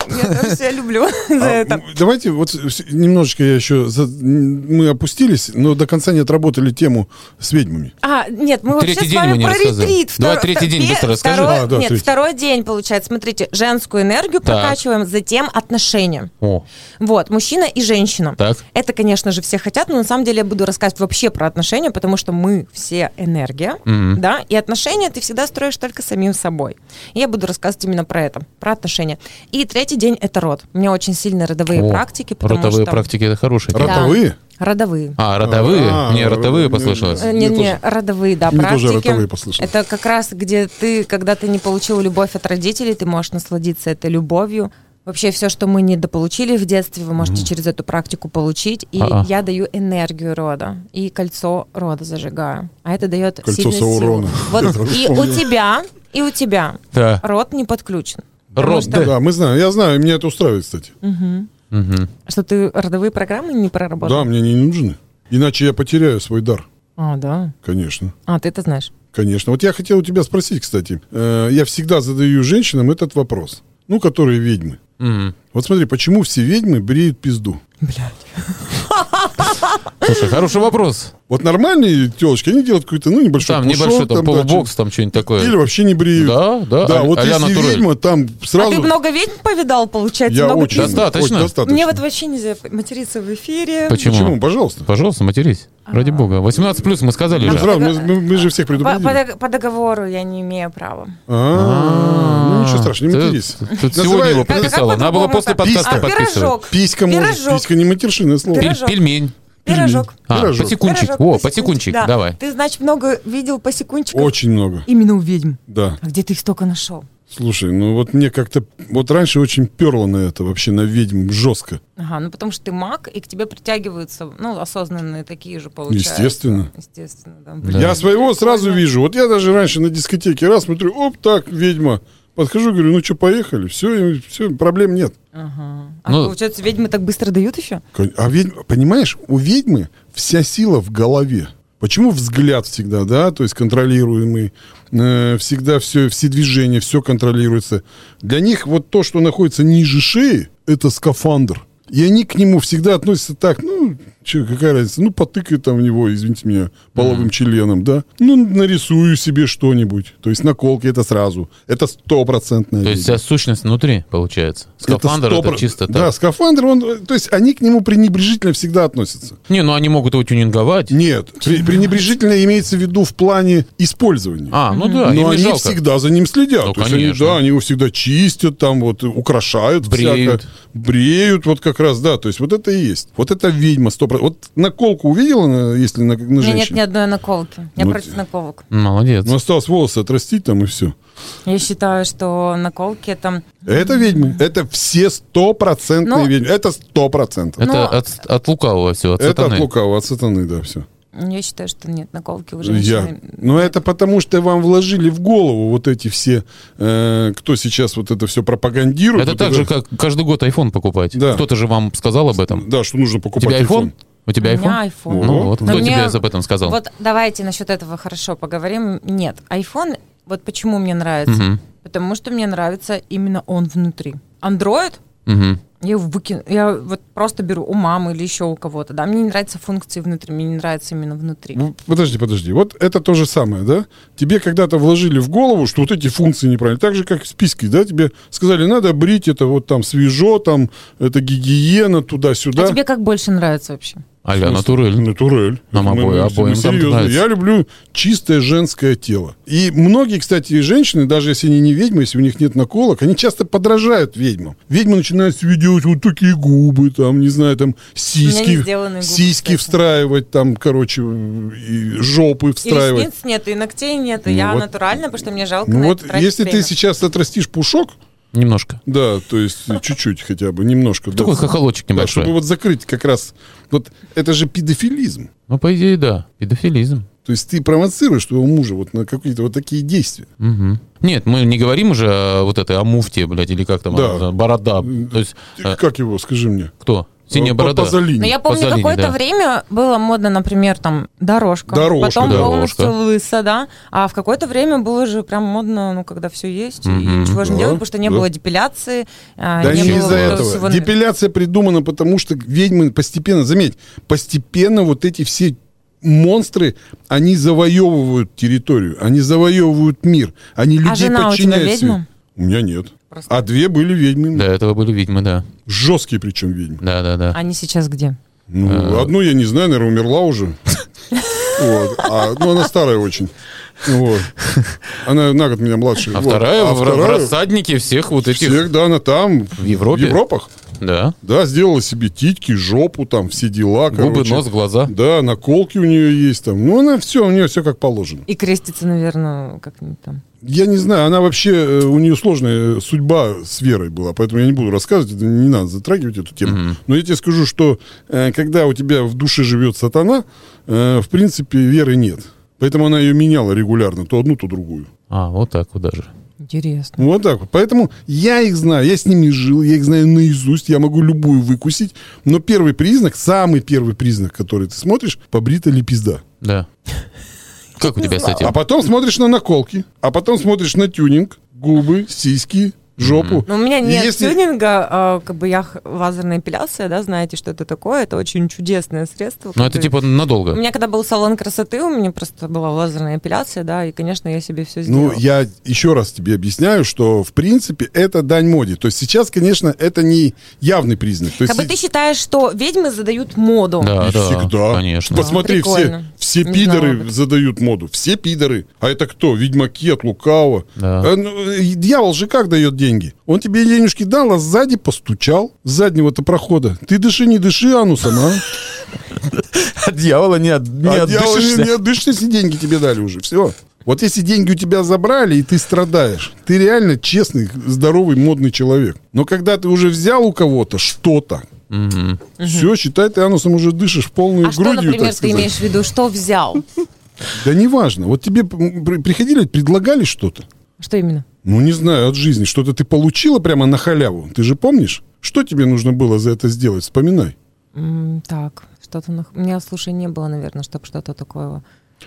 [SPEAKER 4] Я тоже себя люблю за
[SPEAKER 3] А,
[SPEAKER 4] это.
[SPEAKER 3] м, Давайте вот с- немножечко я еще... за- м, Мы опустились, но до конца не отработали тему с ведьмами.
[SPEAKER 4] А, нет, мы
[SPEAKER 2] Третий день
[SPEAKER 4] вообще с вами
[SPEAKER 2] мы не
[SPEAKER 4] про
[SPEAKER 2] рассказали.
[SPEAKER 4] ретрит.
[SPEAKER 2] Давай
[SPEAKER 4] Второ-
[SPEAKER 2] третий день
[SPEAKER 4] пе-
[SPEAKER 2] быстро расскажи.
[SPEAKER 4] второй-
[SPEAKER 3] А, да,
[SPEAKER 4] нет,
[SPEAKER 3] третий.
[SPEAKER 4] второй день, получается. Смотрите, женскую энергию
[SPEAKER 2] Так.
[SPEAKER 4] прокачиваем, затем отношения.
[SPEAKER 2] О,
[SPEAKER 4] Вот, мужчина и женщина.
[SPEAKER 2] Так.
[SPEAKER 4] Это, конечно же, все хотят, но на самом деле я буду рассказывать вообще про отношения, потому что мы все энергия,
[SPEAKER 2] Мгм.
[SPEAKER 4] да, и отношения ты всегда строишь только самим собой. И я буду рассказывать именно про это, про отношения. И третий день это род. У меня очень сильные родовые
[SPEAKER 2] о.
[SPEAKER 4] практики, потому
[SPEAKER 2] Ротовые
[SPEAKER 4] что...
[SPEAKER 2] практики это хорошие.
[SPEAKER 4] Рот-
[SPEAKER 3] Ротовые?
[SPEAKER 4] Родовые.
[SPEAKER 2] А, ротовые?
[SPEAKER 3] А,
[SPEAKER 2] Мне
[SPEAKER 3] а,
[SPEAKER 2] ротовые
[SPEAKER 3] ну,
[SPEAKER 2] послышалось.
[SPEAKER 3] да.
[SPEAKER 4] Э, Не,
[SPEAKER 3] Мне
[SPEAKER 4] не,
[SPEAKER 3] тоже.
[SPEAKER 4] родовые, да,
[SPEAKER 3] Мне
[SPEAKER 4] практики.
[SPEAKER 3] тоже родовые послышалось.
[SPEAKER 4] Это как раз, где ты, когда ты не получил любовь от родителей, ты можешь насладиться этой любовью. Вообще все, что мы недополучили в детстве, вы можете через эту практику получить. И
[SPEAKER 2] А-а.
[SPEAKER 4] я даю энергию рода и кольцо рода зажигаю. А это дает
[SPEAKER 3] Кольцо
[SPEAKER 4] сильную силу.
[SPEAKER 3] Саурона.
[SPEAKER 4] Вот
[SPEAKER 3] Я тоже
[SPEAKER 4] и у
[SPEAKER 3] вспомнил.
[SPEAKER 4] тебя, и у тебя
[SPEAKER 2] Да.
[SPEAKER 4] род не подключен.
[SPEAKER 2] Рот,
[SPEAKER 4] что-
[SPEAKER 2] да.
[SPEAKER 3] Да, мы знаем. Я знаю, меня это устраивает, кстати.
[SPEAKER 2] Мгм.
[SPEAKER 4] Что ты родовые программы не
[SPEAKER 3] Да,
[SPEAKER 4] проработал?
[SPEAKER 3] мне они не нужны. Иначе я потеряю свой дар,
[SPEAKER 4] А, да.
[SPEAKER 3] конечно.
[SPEAKER 4] А, ты это знаешь.
[SPEAKER 3] Конечно. Вот я хотел у тебя спросить, кстати. Э, Я всегда задаю женщинам этот вопрос. Ну, которые ведьмы.
[SPEAKER 2] Мгм.
[SPEAKER 3] Вот смотри, почему все ведьмы бреют пизду?
[SPEAKER 2] Слушай, хороший вопрос.
[SPEAKER 3] Вот нормальные телочки, они делают какой-то, ну, небольшой
[SPEAKER 2] Там
[SPEAKER 3] пушок,
[SPEAKER 2] небольшой там
[SPEAKER 3] да,
[SPEAKER 2] полубокс,
[SPEAKER 3] чё-
[SPEAKER 2] там что-нибудь такое.
[SPEAKER 3] Или вообще не бреют.
[SPEAKER 2] Да, да, а-
[SPEAKER 3] вот
[SPEAKER 2] а-ля
[SPEAKER 3] если
[SPEAKER 2] натурель.
[SPEAKER 3] ведьма, там сразу...
[SPEAKER 4] А ты много ведьм повидал, получается?
[SPEAKER 3] Я
[SPEAKER 4] много
[SPEAKER 3] очень,
[SPEAKER 4] песен?
[SPEAKER 2] Достаточно?
[SPEAKER 3] очень достаточно.
[SPEAKER 4] Мне вот вообще нельзя материться в эфире.
[SPEAKER 2] Почему?
[SPEAKER 3] Почему? Пожалуйста.
[SPEAKER 2] Пожалуйста, матерись.
[SPEAKER 4] А.
[SPEAKER 2] Ради бога. 18 плюс мы сказали
[SPEAKER 3] Мы,
[SPEAKER 2] же.
[SPEAKER 3] сразу- мы- мы- мы же всех
[SPEAKER 4] По, по
[SPEAKER 3] предупредили.
[SPEAKER 4] дог- по договору я не имею права.
[SPEAKER 3] А, Ну, ничего страшного, не
[SPEAKER 2] Ты-
[SPEAKER 3] матерись.
[SPEAKER 2] ты- ты сегодня его
[SPEAKER 4] Как- как
[SPEAKER 2] подписала. Надо было
[SPEAKER 4] по-другому-то?
[SPEAKER 2] после подкаста
[SPEAKER 4] а,
[SPEAKER 2] подписывать.
[SPEAKER 4] пирожок.
[SPEAKER 3] Писька может,
[SPEAKER 4] пирожок.
[SPEAKER 3] писька не матершинное слово.
[SPEAKER 2] Пель-
[SPEAKER 4] Пирожок.
[SPEAKER 2] Пельмень.
[SPEAKER 4] Пирожок.
[SPEAKER 2] А,
[SPEAKER 3] Пирожок.
[SPEAKER 2] посекунчик.
[SPEAKER 4] Пирожок,
[SPEAKER 2] О,
[SPEAKER 4] посекунчик,
[SPEAKER 2] посекунчик,
[SPEAKER 4] да.
[SPEAKER 2] давай.
[SPEAKER 4] Ты, значит, много видел посекунчиков?
[SPEAKER 3] Очень много,
[SPEAKER 4] Именно у ведьм.
[SPEAKER 3] да.
[SPEAKER 4] А где ты их столько нашел?
[SPEAKER 3] Слушай, ну вот мне как-то... Вот раньше очень перло на это вообще, на ведьм, жестко.
[SPEAKER 4] Ага, ну потому что ты маг, и к тебе притягиваются, ну, осознанные такие же, получается.
[SPEAKER 3] Естественно.
[SPEAKER 4] Естественно, да.
[SPEAKER 3] Я своего сразу вижу. Вот я даже раньше на дискотеке раз смотрю, оп, так, ведьма. Подхожу, говорю, ну что, поехали. Все, все, проблем нет.
[SPEAKER 4] Ага. А
[SPEAKER 2] Ну-
[SPEAKER 4] получается, ведьмы так быстро дают еще?
[SPEAKER 3] Кон- А ведьма, понимаешь, у ведьмы вся сила в голове. Почему взгляд всегда, да, то есть контролируемый, э, всегда все, все движения, все контролируется. Для них вот то, что находится ниже шеи, это скафандр. И они к нему всегда относятся так, ну, че, какая разница, ну, потыкай там в него, извините меня, половым членом, да? Ну, нарисую себе что-нибудь. То есть наколки это сразу. Это стопроцентная
[SPEAKER 2] То есть
[SPEAKER 3] ведьма.
[SPEAKER 2] вся сущность внутри, получается. Скафандр это,
[SPEAKER 3] Это стопро-
[SPEAKER 2] чисто
[SPEAKER 3] Да,
[SPEAKER 2] так.
[SPEAKER 3] скафандр, он... э, То есть они к нему пренебрежительно всегда относятся.
[SPEAKER 2] Не, ну они могут его тюнинговать.
[SPEAKER 3] Нет, пре- пренебрежительно имеется в виду в плане использования.
[SPEAKER 2] А, ну да, им
[SPEAKER 3] Но
[SPEAKER 2] не
[SPEAKER 3] они
[SPEAKER 2] жалко.
[SPEAKER 3] всегда за ним следят.
[SPEAKER 2] Ну,
[SPEAKER 3] То есть они,
[SPEAKER 2] конечно.
[SPEAKER 3] да, они его всегда чистят, там вот э, украшают,
[SPEAKER 2] Бреют.
[SPEAKER 3] всяко. бреют, вот как раз, да. То есть вот это и есть. Вот это ведьма, сто процентов. Вот наколку увидела, на- если на, на
[SPEAKER 4] У меня
[SPEAKER 3] женщине?
[SPEAKER 4] нет ни одной наколки. Я
[SPEAKER 3] Ну,
[SPEAKER 4] против
[SPEAKER 3] ты-
[SPEAKER 4] наколок.
[SPEAKER 2] Молодец.
[SPEAKER 3] Ну, осталось волосы отрастить там и все.
[SPEAKER 4] Я считаю, что наколки это...
[SPEAKER 3] Это ведьмы. Это все стопроцентные
[SPEAKER 4] Ну,
[SPEAKER 3] ведьмы. Это сто процентов.
[SPEAKER 2] это
[SPEAKER 4] но-
[SPEAKER 2] от, от лукавого все, от
[SPEAKER 3] Это
[SPEAKER 2] сатаны.
[SPEAKER 3] от лукавого, от сатаны, да, все.
[SPEAKER 4] Я считаю, что нет наколки у
[SPEAKER 3] Я.
[SPEAKER 4] женщины.
[SPEAKER 3] Но это потому, что вам вложили в голову вот эти все, э, кто сейчас вот это все пропагандирует.
[SPEAKER 2] Это
[SPEAKER 3] Вот
[SPEAKER 2] так же, как каждый год iPhone покупать.
[SPEAKER 3] Да.
[SPEAKER 2] Кто-то же вам сказал об этом.
[SPEAKER 3] Да, что нужно
[SPEAKER 2] У
[SPEAKER 3] покупать
[SPEAKER 2] тебя iPhone?
[SPEAKER 3] телефон.
[SPEAKER 2] У тебя
[SPEAKER 4] У меня
[SPEAKER 2] iPhone?
[SPEAKER 4] iPhone.
[SPEAKER 2] Ну
[SPEAKER 3] Ого.
[SPEAKER 2] вот,
[SPEAKER 4] Но
[SPEAKER 2] кто
[SPEAKER 4] мне-
[SPEAKER 2] тебе об этом сказал?
[SPEAKER 4] Вот давайте насчет этого хорошо поговорим. Нет, iPhone, вот почему мне нравится.
[SPEAKER 2] Мгм.
[SPEAKER 4] Потому что мне нравится именно он внутри. Android,
[SPEAKER 2] Мгм.
[SPEAKER 4] я его выкину, я вот просто беру у мамы или еще у кого-то, да, мне не нравятся функции внутри, мне не нравится именно внутри.
[SPEAKER 3] Ну, Подожди, подожди. Вот это то же самое, да? Тебе когда-то вложили в голову, что вот эти функции неправильные. Так же, как с писькой, да? Тебе сказали, надо брить, это вот там свежо, там, это гигиена, туда-сюда.
[SPEAKER 4] А тебе как больше нравится вообще?
[SPEAKER 2] Аля,
[SPEAKER 3] В смысле?
[SPEAKER 2] натурель.
[SPEAKER 3] Натурель.
[SPEAKER 2] Нам
[SPEAKER 3] Это мы-
[SPEAKER 2] обои-
[SPEAKER 3] мы-
[SPEAKER 2] обоим
[SPEAKER 3] мы
[SPEAKER 2] там
[SPEAKER 3] серьезно.
[SPEAKER 2] нравится.
[SPEAKER 3] Я люблю чистое женское тело. И многие, кстати, женщины, даже если они не ведьмы, если у них нет наколок, они часто подражают ведьмам. Ведьмы начинают себе делать вот такие губы, там, не знаю, там, сиськи,
[SPEAKER 4] сделанные губы,
[SPEAKER 3] сиськи
[SPEAKER 4] кстати.
[SPEAKER 3] встраивать, там, короче, и жопы
[SPEAKER 4] И
[SPEAKER 3] встраивать.
[SPEAKER 4] ресниц нет, и ногтей нет, и
[SPEAKER 3] Ну
[SPEAKER 4] я
[SPEAKER 3] вот.
[SPEAKER 4] натурально, потому что мне жалко
[SPEAKER 3] Ну
[SPEAKER 4] на
[SPEAKER 3] вот,
[SPEAKER 4] это тратить
[SPEAKER 3] если ты
[SPEAKER 4] время.
[SPEAKER 3] сейчас отрастишь пушок,
[SPEAKER 2] Немножко.
[SPEAKER 3] да, то есть э, чуть-чуть хотя бы, немножко. да,
[SPEAKER 2] Такой хохолочек
[SPEAKER 3] да,
[SPEAKER 2] небольшой.
[SPEAKER 3] чтобы вот закрыть как раз, вот это же педофилизм.
[SPEAKER 2] Ну, по идее, да. Педофилизм.
[SPEAKER 3] То есть ты провоцируешь твоего мужа вот на какие-то вот такие действия.
[SPEAKER 2] Мгм. Нет, мы не говорим уже о вот этой о муфте, блядь, или как там,
[SPEAKER 3] Да.
[SPEAKER 2] она, борода. То есть,
[SPEAKER 3] Ты
[SPEAKER 2] э,
[SPEAKER 3] Как его, скажи мне?
[SPEAKER 2] кто? Синяя
[SPEAKER 3] Э, По-
[SPEAKER 2] борода.
[SPEAKER 3] Пазолини.
[SPEAKER 4] Но я помню,
[SPEAKER 2] Пазолини,
[SPEAKER 4] какое-то
[SPEAKER 2] да.
[SPEAKER 4] время было модно, например, там дорожка,
[SPEAKER 3] Дорожка,
[SPEAKER 4] потом
[SPEAKER 2] дорожка.
[SPEAKER 4] полностью лыса, да. А в какое-то время было же прям модно, ну, когда все есть,
[SPEAKER 2] Мгм.
[SPEAKER 4] и чего же
[SPEAKER 3] Да,
[SPEAKER 4] не делать, потому что не
[SPEAKER 3] да.
[SPEAKER 4] было депиляции, а,
[SPEAKER 3] Да не,
[SPEAKER 4] не было
[SPEAKER 3] из-за
[SPEAKER 4] вот
[SPEAKER 3] этого.
[SPEAKER 4] всего-
[SPEAKER 3] Депиляция придумана, потому что ведьмы постепенно, заметь, постепенно вот эти все монстры, они завоевывают территорию, они завоевывают мир, они людей
[SPEAKER 4] А жена у тебя
[SPEAKER 3] подчиняют себе.
[SPEAKER 4] ведьма?
[SPEAKER 3] У меня нет.
[SPEAKER 4] Просто.
[SPEAKER 3] А две были ведьмы.
[SPEAKER 2] До этого были ведьмы, да.
[SPEAKER 3] Жесткие причем ведьмы.
[SPEAKER 2] Да, да, да.
[SPEAKER 4] Они сейчас где?
[SPEAKER 3] Ну,
[SPEAKER 2] А.
[SPEAKER 3] одну я не знаю, наверное, умерла уже. Вот. А, ну, она старая очень. Вот. Она на год меня младше.
[SPEAKER 2] А
[SPEAKER 3] Вот.
[SPEAKER 2] вторая,
[SPEAKER 3] А
[SPEAKER 2] в- в рассаднике всех вот этих.
[SPEAKER 3] всех, да, она там. В
[SPEAKER 2] Европе?
[SPEAKER 3] В Европах.
[SPEAKER 2] Да.
[SPEAKER 3] Да, сделала себе титьки, жопу, там, все дела.
[SPEAKER 2] Губы,
[SPEAKER 3] короче.
[SPEAKER 2] нос, глаза.
[SPEAKER 3] Да, наколки у нее есть там. Ну, она все, у нее все как положено.
[SPEAKER 4] И крестится, наверное, как-нибудь там.
[SPEAKER 3] Я не знаю, она вообще, э, у нее сложная э, судьба с верой была, поэтому я не буду рассказывать, это не надо затрагивать эту тему. Но я тебе скажу, что э, когда у тебя в душе живет сатана, э, в принципе, веры нет. Поэтому она ее меняла регулярно, то одну, то другую.
[SPEAKER 2] А, вот так вот даже.
[SPEAKER 4] Интересно.
[SPEAKER 3] Вот так вот. Поэтому я их знаю, я с ними жил, я их знаю наизусть, я могу любую выкусить. Но первый признак, самый первый признак, который ты смотришь, побрита ли пизда.
[SPEAKER 2] Да. Как у тебя с
[SPEAKER 3] А
[SPEAKER 2] этим?
[SPEAKER 3] потом смотришь на наколки, а потом смотришь на тюнинг, губы, сиськи, жопу.
[SPEAKER 4] Но Ну, у меня
[SPEAKER 3] И
[SPEAKER 4] нет
[SPEAKER 3] Ну, если-
[SPEAKER 4] тюнинга, а, как бы я х- лазерная эпиляция, да, знаете, что это такое, это очень чудесное средство.
[SPEAKER 2] Ну,
[SPEAKER 4] как
[SPEAKER 2] это
[SPEAKER 4] бы.
[SPEAKER 2] типа
[SPEAKER 4] У
[SPEAKER 2] надолго.
[SPEAKER 4] меня когда был салон красоты, у меня просто была лазерная эпиляция, да, и, конечно, я себе все сделала.
[SPEAKER 3] Ну, я еще раз тебе объясняю, что, в принципе, это дань моде. То есть сейчас, конечно, это не явный признак. То есть
[SPEAKER 4] Как бы ты считаешь, что ведьмы задают моду?
[SPEAKER 2] Да,
[SPEAKER 3] и
[SPEAKER 2] А, да.
[SPEAKER 3] всегда.
[SPEAKER 2] Конечно.
[SPEAKER 3] Посмотри, все,
[SPEAKER 4] Ну, Прикольно.
[SPEAKER 3] все
[SPEAKER 4] Не
[SPEAKER 3] пидоры
[SPEAKER 4] знала об этом.
[SPEAKER 3] задают моду. Все пидоры. А это кто? Ведьмаки от лукавого.
[SPEAKER 2] Да.
[SPEAKER 3] А, ну, и дьявол же как дает деньги? Он тебе денежки дал, а сзади постучал. С заднего-то прохода. Ты дыши, не дыши анусом, а?
[SPEAKER 2] От дьявола не,
[SPEAKER 3] А дьявол же не отдышишься, если деньги тебе дали уже. Все. Вот если деньги у тебя забрали, и ты страдаешь, ты реально честный, здоровый, модный человек. Но когда ты уже взял у кого-то что-то, все, считай, ты анусом уже дышишь полную
[SPEAKER 4] А что,
[SPEAKER 3] грудью,
[SPEAKER 4] например,
[SPEAKER 3] так
[SPEAKER 4] ты
[SPEAKER 3] сказать.
[SPEAKER 4] имеешь в виду? Что взял?
[SPEAKER 3] Да неважно. Вот тебе м, при- приходили, предлагали что-то.
[SPEAKER 4] Что именно?
[SPEAKER 3] Ну, не знаю, от жизни. Что-то ты получила прямо на халяву. Ты же помнишь? Что тебе нужно было за это сделать? Вспоминай.
[SPEAKER 4] М, Так, что-то... нах- У меня, слушай, не было, наверное, чтобы что-то такое...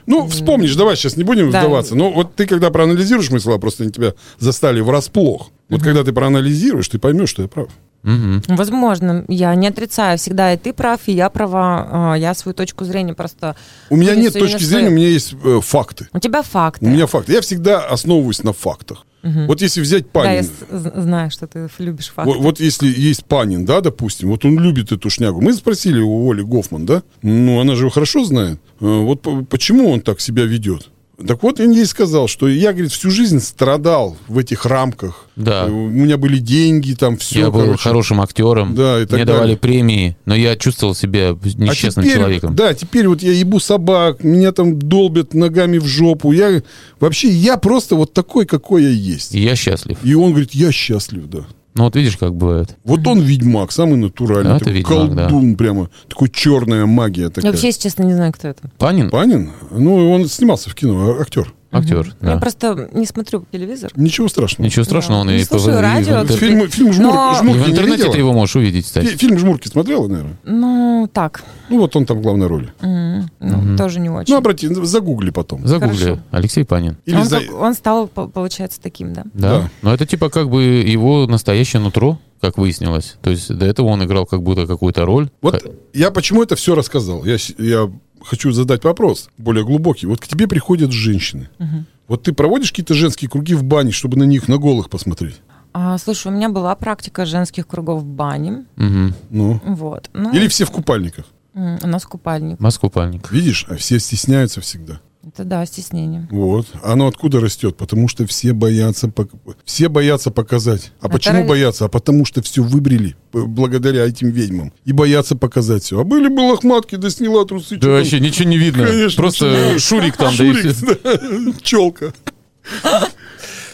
[SPEAKER 3] Ну, вспомнишь, давай сейчас не будем
[SPEAKER 4] Да.
[SPEAKER 3] вдаваться. Но вот ты, когда проанализируешь мои слова, просто они тебя застали врасплох. Вот когда ты проанализируешь, ты поймешь, что я прав.
[SPEAKER 2] Мгм.
[SPEAKER 4] Возможно, я не отрицаю. Всегда и ты прав, и я права. А, Я свою точку зрения просто...
[SPEAKER 3] У меня нет
[SPEAKER 4] вынесу именно
[SPEAKER 3] точки
[SPEAKER 4] свою.
[SPEAKER 3] зрения, у меня есть э, факты.
[SPEAKER 4] У тебя факты.
[SPEAKER 3] У меня факты. Я всегда основываюсь на фактах. Вот если взять
[SPEAKER 4] Да,
[SPEAKER 3] Панина,
[SPEAKER 4] я с- з- знаю, что ты любишь
[SPEAKER 2] А
[SPEAKER 4] факты.
[SPEAKER 3] вот, вот если есть Панин, да, допустим, вот он любит эту шнягу. Мы спросили у Оли Гофман, да, ну она же его хорошо знает. Э, Вот п- почему он так себя ведет? Так вот, он ей сказал, что я, говорит, всю жизнь страдал в этих рамках.
[SPEAKER 2] Да.
[SPEAKER 3] Э, У меня были деньги, там все.
[SPEAKER 2] я был хорошим актером,
[SPEAKER 3] Да, и так
[SPEAKER 2] мне давали премии, но я чувствовал себя несчастным
[SPEAKER 3] А теперь,
[SPEAKER 2] человеком.
[SPEAKER 3] Да, теперь вот я ебу собак, меня там долбят ногами в жопу. Я вообще я просто вот такой, какой я есть.
[SPEAKER 2] И я счастлив.
[SPEAKER 3] И он говорит, я счастлив, да.
[SPEAKER 2] Ну вот видишь, как бывает.
[SPEAKER 3] Вот он ведьмак, самый натуральный,
[SPEAKER 2] Это
[SPEAKER 3] такой
[SPEAKER 2] А, ведьмак, да.
[SPEAKER 3] колдун прямо, такой черная магия
[SPEAKER 4] Я
[SPEAKER 3] такая.
[SPEAKER 4] вообще, если честно, не знаю, кто это.
[SPEAKER 2] Панин,
[SPEAKER 3] Панин, ну он снимался в кино, а- актер.
[SPEAKER 2] актер. да.
[SPEAKER 4] Я Ну, просто не смотрю телевизор.
[SPEAKER 3] Ничего страшного.
[SPEAKER 2] Ничего страшного, он
[SPEAKER 4] Не
[SPEAKER 2] и
[SPEAKER 4] слушаю
[SPEAKER 2] ПВ- и
[SPEAKER 4] радио,
[SPEAKER 2] в интер-
[SPEAKER 3] Фильм, фильм «Жмур-
[SPEAKER 4] Но-
[SPEAKER 2] и
[SPEAKER 3] «Жмурки»
[SPEAKER 2] в
[SPEAKER 3] не
[SPEAKER 2] интернете
[SPEAKER 3] видела?
[SPEAKER 2] ты его можешь увидеть, кстати.
[SPEAKER 3] Фи- Фильм «Жмурки» смотрела, наверное?
[SPEAKER 4] Ну, так.
[SPEAKER 3] Ну вот он там в главной роли.
[SPEAKER 4] М, ну, Тоже не очень.
[SPEAKER 3] Ну обрати, загугли потом.
[SPEAKER 2] Загугли.
[SPEAKER 4] Хорошо.
[SPEAKER 2] Алексей Панин.
[SPEAKER 3] Или
[SPEAKER 4] он,
[SPEAKER 3] за-
[SPEAKER 4] как- он стал, по- получается, таким, да.
[SPEAKER 2] Да.
[SPEAKER 3] Да.
[SPEAKER 2] Но это типа как бы его настоящее нутро, как выяснилось. То есть до этого он играл как будто какую-то роль.
[SPEAKER 3] Вот
[SPEAKER 2] Х-
[SPEAKER 3] я почему это все рассказал? Я, с- я хочу задать вопрос более глубокий. Вот к тебе приходят женщины. Вот ты проводишь какие-то женские круги в бане, чтобы на них на голых посмотреть?
[SPEAKER 4] А, слушай, у меня была практика женских кругов в бане.
[SPEAKER 2] Мгм.
[SPEAKER 3] Ну.
[SPEAKER 4] Вот. Ну,
[SPEAKER 3] Или все в купальниках.
[SPEAKER 4] м, у нас купальник.
[SPEAKER 2] Москупальник.
[SPEAKER 3] Видишь, а все стесняются всегда.
[SPEAKER 4] Это да, стеснение.
[SPEAKER 3] Вот. Оно откуда растет? Потому что все боятся, пок- все боятся показать. А почему
[SPEAKER 4] раз-
[SPEAKER 3] боятся? А потому что все выбрили э, благодаря этим ведьмам. И боятся показать все. А были бы лохматки, да сняла трусы. чё
[SPEAKER 2] Да
[SPEAKER 3] там?
[SPEAKER 2] вообще ничего не видно.
[SPEAKER 3] Конечно,
[SPEAKER 2] Просто
[SPEAKER 3] ничего.
[SPEAKER 2] Шурик там, да и
[SPEAKER 3] Шурик,
[SPEAKER 2] все.
[SPEAKER 3] да, челка.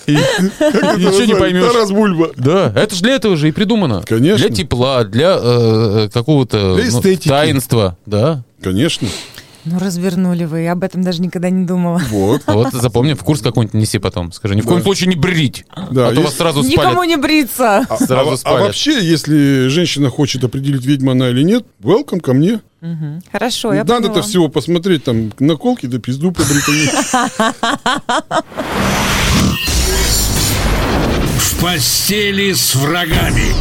[SPEAKER 2] И
[SPEAKER 3] Как
[SPEAKER 2] Ничего
[SPEAKER 3] это
[SPEAKER 2] не
[SPEAKER 3] назвали?
[SPEAKER 2] поймешь.
[SPEAKER 3] Тарас Бульба.
[SPEAKER 2] Да, это же для этого же и придумано.
[SPEAKER 3] Конечно.
[SPEAKER 2] Для тепла, для э, э, какого-то
[SPEAKER 3] Для
[SPEAKER 2] ну,
[SPEAKER 3] эстетики.
[SPEAKER 2] таинства. Да.
[SPEAKER 3] Конечно.
[SPEAKER 4] Ну, развернули вы, я об этом даже никогда не думала.
[SPEAKER 3] Вот.
[SPEAKER 2] Вот запомни, в курс какой-нибудь неси потом. Скажи, ни в коем случае не брить. а
[SPEAKER 3] Да,
[SPEAKER 2] то
[SPEAKER 3] есть-
[SPEAKER 2] вас сразу
[SPEAKER 4] Никому
[SPEAKER 2] спалят.
[SPEAKER 4] не бриться!
[SPEAKER 3] А,
[SPEAKER 2] Сразу
[SPEAKER 3] а- а
[SPEAKER 2] спалят.
[SPEAKER 3] вообще, если женщина хочет определить, ведьма она или нет, welcome ко мне.
[SPEAKER 4] Хорошо, я
[SPEAKER 3] Надо-то
[SPEAKER 4] поняла.
[SPEAKER 3] всего посмотреть, там, наколки да пизду побритые.
[SPEAKER 1] В постели с врагами.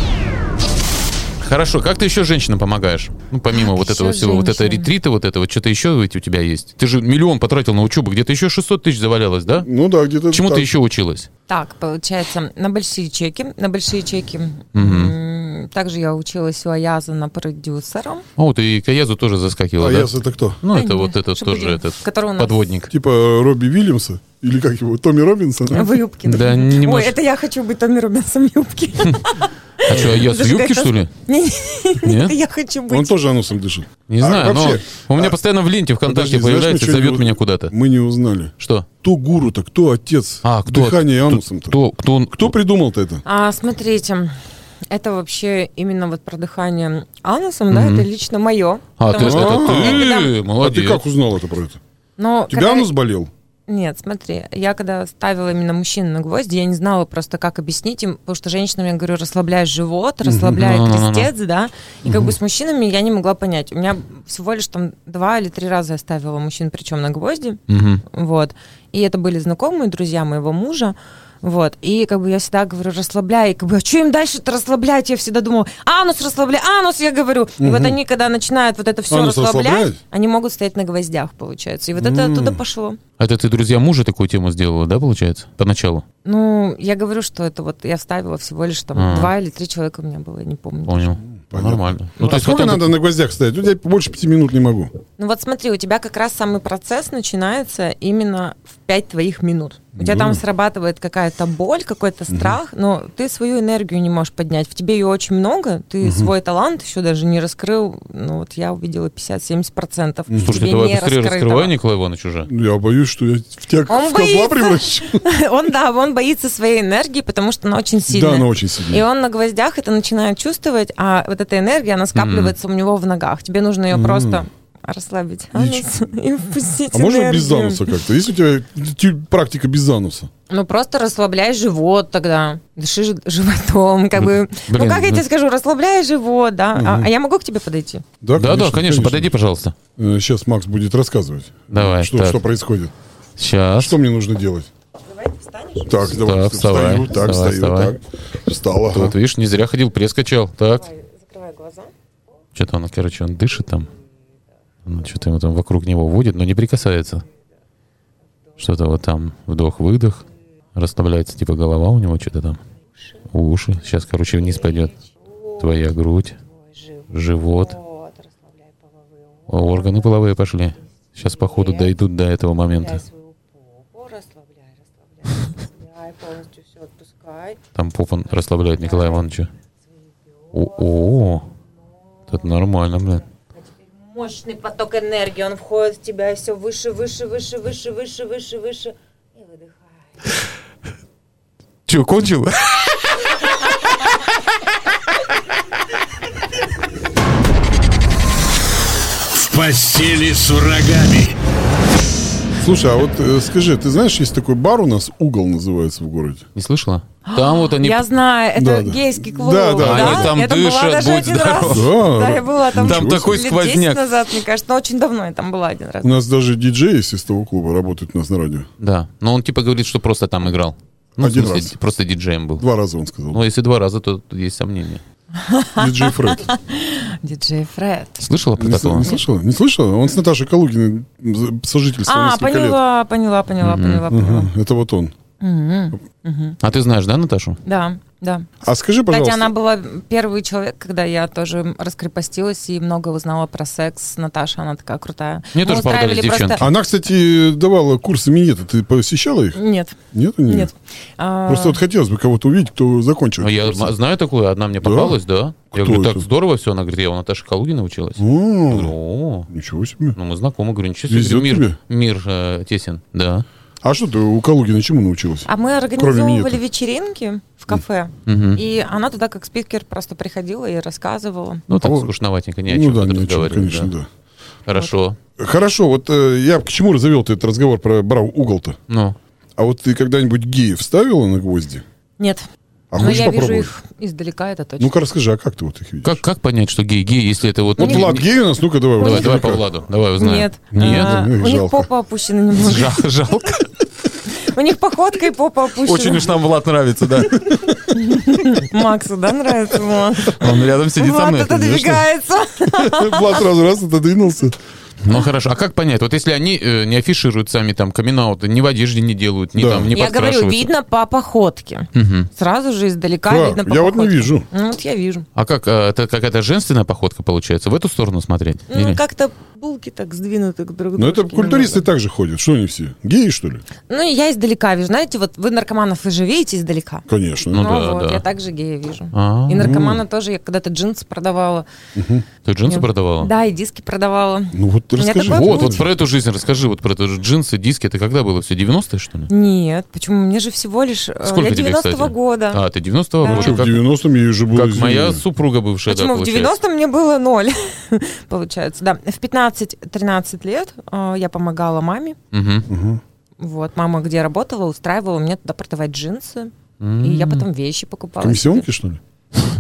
[SPEAKER 2] Хорошо, как ты еще женщинам помогаешь? Ну, помимо вот
[SPEAKER 4] еще
[SPEAKER 2] этого всего, вот этого
[SPEAKER 4] женщинам?
[SPEAKER 2] ретрита, вот этого, что-то еще ведь у тебя есть. Ты же миллион потратил на учебу, где-то еще 600 тысяч завалялось, да?
[SPEAKER 3] Ну да, где-то
[SPEAKER 2] Чему
[SPEAKER 3] так.
[SPEAKER 2] ты еще училась?
[SPEAKER 4] Так, получается, на большие чеки, на большие чеки. М, Также я училась у Аязана продюсером.
[SPEAKER 2] О, ты и Каязу тоже
[SPEAKER 3] А
[SPEAKER 2] заскакивала, да?
[SPEAKER 3] я это кто?
[SPEAKER 2] Ну,
[SPEAKER 4] Да
[SPEAKER 2] это
[SPEAKER 4] нет,
[SPEAKER 2] вот этот
[SPEAKER 4] Шабудин,
[SPEAKER 2] тоже этот
[SPEAKER 4] который у нас-
[SPEAKER 2] подводник.
[SPEAKER 3] Типа Робби Вильямса? Или как его? Томми Робинсон?
[SPEAKER 4] В юбке.
[SPEAKER 2] Да не
[SPEAKER 4] Ой,
[SPEAKER 2] можешь.
[SPEAKER 4] это я хочу быть Томми Робинсом в юбке.
[SPEAKER 2] А что, я с
[SPEAKER 4] Зажигай
[SPEAKER 2] юбки, что ли?
[SPEAKER 4] Не,
[SPEAKER 2] Нет?
[SPEAKER 4] Это я хочу
[SPEAKER 3] Он
[SPEAKER 4] быть.
[SPEAKER 3] тоже анусом дышит.
[SPEAKER 2] Не
[SPEAKER 3] А,
[SPEAKER 2] знаю,
[SPEAKER 3] вообще,
[SPEAKER 2] но у меня
[SPEAKER 3] а,
[SPEAKER 2] постоянно в ленте ВКонтакте
[SPEAKER 3] подожди, знаешь, мы
[SPEAKER 2] появляется,
[SPEAKER 3] чё
[SPEAKER 2] зовет
[SPEAKER 3] не-
[SPEAKER 2] меня куда-то.
[SPEAKER 3] Мы не узнали.
[SPEAKER 2] Что?
[SPEAKER 3] Кто гуру-то, кто отец
[SPEAKER 2] А, кто-
[SPEAKER 3] дыхания и анусом-то?
[SPEAKER 2] Кто, кто, он-
[SPEAKER 3] Кто придумал-то это?
[SPEAKER 4] А, смотрите, это вообще именно вот про дыхание анусом, да, это лично мое.
[SPEAKER 2] А, ты,
[SPEAKER 4] Потому что-
[SPEAKER 2] это ты,
[SPEAKER 3] А
[SPEAKER 2] молодец.
[SPEAKER 3] ты как узнал это про это?
[SPEAKER 4] Но
[SPEAKER 3] Тебя
[SPEAKER 4] когда-
[SPEAKER 3] анус болел?
[SPEAKER 4] Нет, смотри, я когда ставила именно мужчин на гвозди, я не знала просто, как объяснить им, потому что женщинам я говорю, расслабляй живот, расслабляй
[SPEAKER 2] Ну-ну-ну-ну.
[SPEAKER 4] крестец, да, и как бы с мужчинами я не могла понять. У меня всего лишь там два или три раза я ставила мужчин, причем на гвозди,
[SPEAKER 2] Мгм.
[SPEAKER 4] вот, и это были знакомые, друзья моего мужа, вот, и как бы я всегда говорю, расслабляй, и как бы, а что им дальше-то расслаблять? Я всегда думала, анус расслабляй, анус, я говорю. И вот они, когда начинают вот это все
[SPEAKER 3] Анус
[SPEAKER 4] расслаблять,
[SPEAKER 3] расслабляет?
[SPEAKER 4] они могут стоять на гвоздях, получается. И вот это оттуда пошло.
[SPEAKER 2] А Это ты, друзья, мужа такую тему сделала, да, получается? Поначалу.
[SPEAKER 4] Ну, я говорю, что это вот я вставила всего лишь там
[SPEAKER 2] А.
[SPEAKER 4] два или три человека у меня было, я не помню.
[SPEAKER 2] Понял.
[SPEAKER 3] понятно.
[SPEAKER 2] Нормально.
[SPEAKER 3] Ну, а сколько
[SPEAKER 2] хотя бы-
[SPEAKER 3] надо на гвоздях стоять? Я больше пяти минут не могу.
[SPEAKER 4] Ну вот смотри, у тебя как раз самый процесс начинается именно в пять твоих минут. У тебя там срабатывает какая-то боль, какой-то страх, но ты свою энергию не можешь поднять. В тебе ее очень много, ты свой талант еще даже не раскрыл. Ну вот я увидела 50-70%. в
[SPEAKER 2] Слушайте,
[SPEAKER 4] тебе
[SPEAKER 2] давай
[SPEAKER 4] не
[SPEAKER 2] быстрее
[SPEAKER 4] раскрытого.
[SPEAKER 2] раскрывай, Николай Иванович, уже.
[SPEAKER 3] Ну, Я боюсь, что я в тебя
[SPEAKER 4] Он
[SPEAKER 3] в козла
[SPEAKER 4] боится.
[SPEAKER 3] превращу.
[SPEAKER 4] Он, да, он боится своей энергии, потому что она очень сильная.
[SPEAKER 3] Да, она очень
[SPEAKER 4] И
[SPEAKER 3] сильная.
[SPEAKER 4] он на гвоздях это начинает чувствовать, а вот эта энергия, она скапливается у него в ногах. Тебе нужно ее просто расслабить анус и впустить
[SPEAKER 3] А можно без
[SPEAKER 4] энергию.
[SPEAKER 3] ануса как-то? Есть у тебя ти- практика без ануса?
[SPEAKER 4] Ну, просто расслабляй живот тогда. Дыши ж- животом, как бы...
[SPEAKER 2] блин,
[SPEAKER 4] ну, как я
[SPEAKER 2] ну-
[SPEAKER 4] тебе скажу, расслабляй живот, да? А- А, я могу к тебе подойти?
[SPEAKER 2] Да, да, конечно, подойди, пожалуйста.
[SPEAKER 3] Сейчас Макс Э, будет рассказывать,
[SPEAKER 2] Давай,
[SPEAKER 3] что,
[SPEAKER 2] так.
[SPEAKER 3] что происходит.
[SPEAKER 2] Сейчас.
[SPEAKER 3] Что мне нужно делать?
[SPEAKER 4] Давай ты встанешь.
[SPEAKER 3] Так, давай,
[SPEAKER 2] вставай,
[SPEAKER 3] встаю, так,
[SPEAKER 2] вставай,
[SPEAKER 3] встаю,
[SPEAKER 2] вставай.
[SPEAKER 3] так. Встал, ага.
[SPEAKER 2] Вот видишь, не зря ходил, пресс качал. Так.
[SPEAKER 4] Давай, закрывай глаза.
[SPEAKER 2] Что-то он, короче, он дышит там. Ну, что-то ему там вокруг него водит, но не прикасается. Что-то вот там вдох-выдох. Расслабляется типа голова у него, что-то там. Уши. Сейчас, короче, вниз пойдет. Твоя грудь. Живот.
[SPEAKER 5] Вот, расслабляй половые
[SPEAKER 2] О, органы половые пошли. Сейчас, походу, дойдут до этого момента.
[SPEAKER 5] Расслабляй свою попу, расслабляй, расслабляй, расслабляй, полностью все отпускай.
[SPEAKER 2] Там попа расслабляет Николая Ивановича. О, о, это нормально, блин.
[SPEAKER 5] Мощный поток энергии, он входит в тебя все выше, выше, выше, выше, выше, выше, выше. И выдыхай.
[SPEAKER 2] Че, кончил?
[SPEAKER 1] В постели с врагами.
[SPEAKER 3] Слушай, а вот э, скажи, ты знаешь, есть такой бар у нас, угол называется в городе.
[SPEAKER 2] Не слышала? Там вот они...
[SPEAKER 4] Я знаю, это
[SPEAKER 3] Да, да.
[SPEAKER 4] гейский клуб.
[SPEAKER 3] Да, да,
[SPEAKER 2] они там
[SPEAKER 4] я там
[SPEAKER 2] дышат,
[SPEAKER 4] была даже
[SPEAKER 2] будь
[SPEAKER 4] один
[SPEAKER 2] здоров.
[SPEAKER 4] раз.
[SPEAKER 3] Да.
[SPEAKER 4] Да, я была там,
[SPEAKER 2] А, ну, Там
[SPEAKER 4] лет
[SPEAKER 2] такой
[SPEAKER 4] 10
[SPEAKER 2] сквозняк.
[SPEAKER 4] назад, мне кажется, но очень давно я там была один раз.
[SPEAKER 3] У нас даже диджей есть из того клуба, работает у нас на радио.
[SPEAKER 2] Да, но он типа говорит, что просто там играл. Ну, в
[SPEAKER 3] Один
[SPEAKER 2] смысле,
[SPEAKER 3] раз.
[SPEAKER 2] ди- просто диджеем был.
[SPEAKER 3] Два раза он сказал.
[SPEAKER 2] Ну, если два раза, то тут есть сомнения.
[SPEAKER 3] Диджей Фред.
[SPEAKER 4] Диджей Фред.
[SPEAKER 2] Слышала про
[SPEAKER 3] Не, с-
[SPEAKER 2] такого?
[SPEAKER 3] не слышала? Не слышала? Он с Наташей Калугиной за- сожительствовал
[SPEAKER 4] А,
[SPEAKER 3] несколько
[SPEAKER 4] поняла, поняла, поняла,
[SPEAKER 3] лет.
[SPEAKER 4] поняла, поняла.
[SPEAKER 3] Ага, это вот он.
[SPEAKER 2] А ты знаешь, да, Наташу?
[SPEAKER 4] Да, да.
[SPEAKER 3] А скажи,
[SPEAKER 4] Кстати,
[SPEAKER 3] пожалуйста,
[SPEAKER 4] она была первый человек, когда я тоже раскрепостилась и много узнала про секс. Наташа, она такая крутая.
[SPEAKER 2] Мне
[SPEAKER 4] Мы
[SPEAKER 2] тоже
[SPEAKER 4] устраивали
[SPEAKER 2] попадались
[SPEAKER 4] просто-
[SPEAKER 2] девчонки.
[SPEAKER 3] она, кстати, давала курсы минета. Ты посещала их?
[SPEAKER 4] А, Нет,
[SPEAKER 3] Нет? у неё?
[SPEAKER 4] нет. А,
[SPEAKER 3] Просто вот хотелось бы кого-то увидеть, кто закончил.
[SPEAKER 2] Ну, я
[SPEAKER 3] эти курсы.
[SPEAKER 2] м- знаю такую, одна мне попалась, да.
[SPEAKER 3] Кто
[SPEAKER 2] я говорю, так
[SPEAKER 3] это? Ну.
[SPEAKER 2] здорово все. Она говорит, я у Наташи Калугина училась. Я говорю,
[SPEAKER 3] О,
[SPEAKER 2] о,
[SPEAKER 3] ничего себе.
[SPEAKER 2] ну мы знакомы. Говорю, ничего себе,
[SPEAKER 3] Везет
[SPEAKER 2] говорю, мир,
[SPEAKER 3] тебе.
[SPEAKER 2] мир э, тесен. Да.
[SPEAKER 3] А что ты у Калугина чему научилась?
[SPEAKER 4] А мы
[SPEAKER 3] минета.
[SPEAKER 4] организовывали вечеринки в кафе,
[SPEAKER 2] Мгм.
[SPEAKER 4] и она туда как спикер просто приходила и рассказывала.
[SPEAKER 2] Ну, так
[SPEAKER 3] вот-
[SPEAKER 2] скучноватенько, не о
[SPEAKER 3] ну
[SPEAKER 2] чем
[SPEAKER 3] да,
[SPEAKER 2] тут
[SPEAKER 3] ни о чем,
[SPEAKER 2] разговаривать,
[SPEAKER 3] конечно,
[SPEAKER 2] да.
[SPEAKER 3] да.
[SPEAKER 2] Хорошо.
[SPEAKER 3] Хорошо, вот э, я к чему развел ты этот разговор про брау угол-то?
[SPEAKER 2] Ну,
[SPEAKER 3] А вот ты когда-нибудь геев вставила на гвозди?
[SPEAKER 4] Нет,
[SPEAKER 3] А
[SPEAKER 4] но
[SPEAKER 3] хочешь
[SPEAKER 4] Ну, я вижу
[SPEAKER 3] попробовать?
[SPEAKER 4] их издалека, это
[SPEAKER 2] Ну,
[SPEAKER 4] точно.
[SPEAKER 3] Ну-ка расскажи, а как ты вот их видишь?
[SPEAKER 2] как, как понять, что гей гей, если это вот...
[SPEAKER 3] Вот
[SPEAKER 2] не-
[SPEAKER 3] Ну, Влад
[SPEAKER 2] не-
[SPEAKER 3] гей у нас, ну-ка давай.
[SPEAKER 2] Давай,
[SPEAKER 3] Влад,
[SPEAKER 2] давай по
[SPEAKER 3] ну-ка.
[SPEAKER 2] Владу, давай узнаем.
[SPEAKER 4] Нет,
[SPEAKER 2] Нет?
[SPEAKER 4] А,
[SPEAKER 3] Нет,
[SPEAKER 4] у них
[SPEAKER 3] Ну жалко.
[SPEAKER 4] попа опущена немного.
[SPEAKER 2] Жал- жалко.
[SPEAKER 4] У них походка и попа опущена.
[SPEAKER 2] нам Влад нравится, да.
[SPEAKER 4] Максу, да, нравится? Макс?
[SPEAKER 2] Он рядом сидит со
[SPEAKER 4] Влад
[SPEAKER 2] мной. конечно.
[SPEAKER 4] отодвигается.
[SPEAKER 3] Влад сразу раз отодвинулся.
[SPEAKER 2] Ну хорошо, а как понять? Вот если они э, не афишируют сами там камин ни в одежде не делают, ни
[SPEAKER 3] Да.
[SPEAKER 2] там не
[SPEAKER 4] Я говорю,
[SPEAKER 2] подкрашиваются.
[SPEAKER 4] видно по походке. Сразу же издалека
[SPEAKER 3] Так,
[SPEAKER 4] видно по
[SPEAKER 3] я вот не
[SPEAKER 4] походке.
[SPEAKER 3] вижу.
[SPEAKER 4] Ну, вот я вижу.
[SPEAKER 2] А как, э, это какая-то женственная походка получается? В эту сторону смотреть? Или-
[SPEAKER 4] Ну, как-то булки так сдвинуты к друг
[SPEAKER 3] Но Ну, это
[SPEAKER 4] дружке
[SPEAKER 3] культуристы
[SPEAKER 4] немного.
[SPEAKER 3] так же ходят. Что они все? Геи, что ли?
[SPEAKER 4] Ну, и я издалека вижу. Знаете, вот вы наркоманов и же видите издалека.
[SPEAKER 3] Конечно.
[SPEAKER 2] Ну да,
[SPEAKER 4] вот,
[SPEAKER 2] да.
[SPEAKER 4] я также гея вижу.
[SPEAKER 2] А,
[SPEAKER 4] И наркомана тоже. Я когда-то джинсы продавала.
[SPEAKER 2] ты джинсы
[SPEAKER 4] Я-
[SPEAKER 2] продавала?
[SPEAKER 4] Да, и диски продавала.
[SPEAKER 3] Ну вот
[SPEAKER 4] меня
[SPEAKER 3] расскажи.
[SPEAKER 4] такое
[SPEAKER 2] Вот, вот про эту жизнь расскажи, вот про эту же джинсы, диски, это когда было все, 90-е что ли?
[SPEAKER 4] Нет, почему? Мне же всего лишь... э,
[SPEAKER 2] Сколько
[SPEAKER 4] я
[SPEAKER 2] тебе, кстати?
[SPEAKER 4] 90-го года.
[SPEAKER 2] А, ты 90-го
[SPEAKER 4] Да.
[SPEAKER 2] года?
[SPEAKER 3] Что, в
[SPEAKER 2] Как,
[SPEAKER 3] 90-м ей уже было
[SPEAKER 2] как
[SPEAKER 3] извини.
[SPEAKER 2] моя супруга бывшая, да,
[SPEAKER 4] Почему? В
[SPEAKER 2] получается.
[SPEAKER 4] 90 мне было ноль, получается, да. В 15-13 лет э, я помогала маме.
[SPEAKER 2] Мгм.
[SPEAKER 4] Вот, мама где работала, устраивала мне туда продавать джинсы. И я потом вещи покупала.
[SPEAKER 3] Комиссионки, что ли?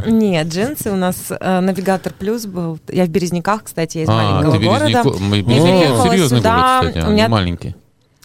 [SPEAKER 4] Нет, джинсы у нас э, навигатор плюс был. Я в Березниках, кстати, я из
[SPEAKER 2] А,
[SPEAKER 4] маленького
[SPEAKER 2] ты
[SPEAKER 4] города.
[SPEAKER 2] Березняко- мы-
[SPEAKER 4] переехала
[SPEAKER 2] серьезный
[SPEAKER 4] сюда,
[SPEAKER 2] город, кстати, а
[SPEAKER 4] у
[SPEAKER 2] не
[SPEAKER 4] меня-
[SPEAKER 2] маленький.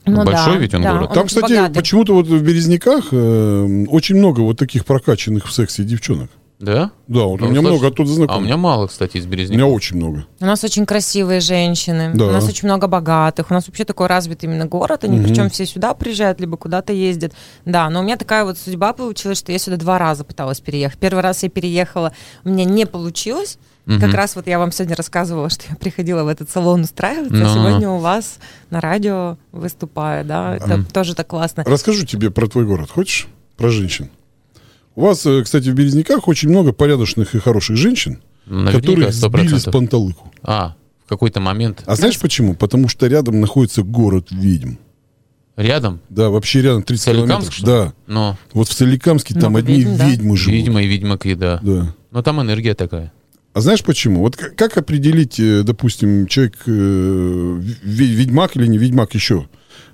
[SPEAKER 4] Ну
[SPEAKER 2] Большой
[SPEAKER 4] да,
[SPEAKER 2] ведь он
[SPEAKER 4] да,
[SPEAKER 2] город.
[SPEAKER 4] он
[SPEAKER 3] Там, кстати,
[SPEAKER 4] богатый.
[SPEAKER 3] почему-то вот в Березняках э, очень много вот таких прокачанных в сексе девчонок.
[SPEAKER 2] Да?
[SPEAKER 3] Да, вот
[SPEAKER 2] Ну,
[SPEAKER 3] у меня
[SPEAKER 2] слушай,
[SPEAKER 3] много
[SPEAKER 2] А
[SPEAKER 3] оттуда
[SPEAKER 2] у
[SPEAKER 3] знакомых.
[SPEAKER 2] меня мало, кстати, из
[SPEAKER 3] у меня
[SPEAKER 2] Березняка.
[SPEAKER 3] очень много.
[SPEAKER 4] У нас очень красивые женщины,
[SPEAKER 3] Да.
[SPEAKER 4] у нас очень много богатых, у нас вообще такой развитый именно город, они причем все сюда приезжают, либо куда-то ездят. Да, но у меня такая вот судьба получилась, что я сюда два раза пыталась переехать. Первый раз я переехала, у меня не получилось. Как раз вот я вам сегодня рассказывала, что я приходила в этот салон устраиваться, а
[SPEAKER 2] Ну-ну.
[SPEAKER 4] сегодня у вас на радио выступаю, да, это тоже так классно.
[SPEAKER 3] Расскажу тебе про твой город, хочешь? Про женщин. У вас, э, кстати, в Березняках очень много порядочных и хороших женщин,
[SPEAKER 2] Наверняка,
[SPEAKER 3] которых сбили с
[SPEAKER 2] 100%.
[SPEAKER 3] панталыку.
[SPEAKER 2] А, в какой-то момент
[SPEAKER 3] А знаешь почему? Потому что рядом находится город ведьм.
[SPEAKER 2] рядом,
[SPEAKER 3] Да, вообще рядом 30
[SPEAKER 2] Соликамск,
[SPEAKER 3] километров.
[SPEAKER 2] что ли?
[SPEAKER 3] Да.
[SPEAKER 2] но
[SPEAKER 3] Вот в Соликамске там
[SPEAKER 4] Много
[SPEAKER 3] одни
[SPEAKER 4] ведьм, Ну, да?
[SPEAKER 3] ведьмы живут.
[SPEAKER 2] Ведьма и ведьмак, и да.
[SPEAKER 3] Да.
[SPEAKER 2] Но там энергия такая.
[SPEAKER 3] А знаешь почему? Вот к- как определить, э, допустим, человек э, ве- ведьмак или не ведьмак еще?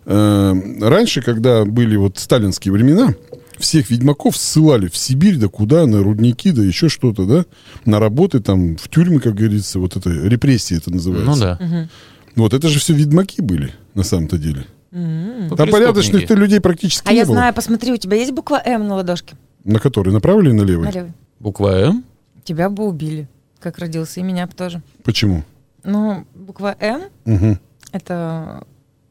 [SPEAKER 3] Э, Раньше, когда были вот сталинские времена, всех ведьмаков ссылали в Сибирь, да куда, на рудники, да еще что-то, да, на работы там, в тюрьмы, как говорится, вот это репрессии это называется.
[SPEAKER 2] Ну да.
[SPEAKER 3] Вот это же все ведьмаки были на самом-то деле.
[SPEAKER 2] По
[SPEAKER 3] Там порядочных ты
[SPEAKER 2] преступнике.
[SPEAKER 3] людей практически
[SPEAKER 4] А
[SPEAKER 3] не
[SPEAKER 4] я
[SPEAKER 3] было.
[SPEAKER 4] знаю, посмотри, у тебя есть буква М на ладошке?
[SPEAKER 3] На который? Направо или налево?
[SPEAKER 4] На левой.
[SPEAKER 2] Буква М?
[SPEAKER 4] Тебя бы убили, как родился, и меня бы тоже.
[SPEAKER 3] Почему?
[SPEAKER 4] Ну, буква М,
[SPEAKER 3] Мгм.
[SPEAKER 4] это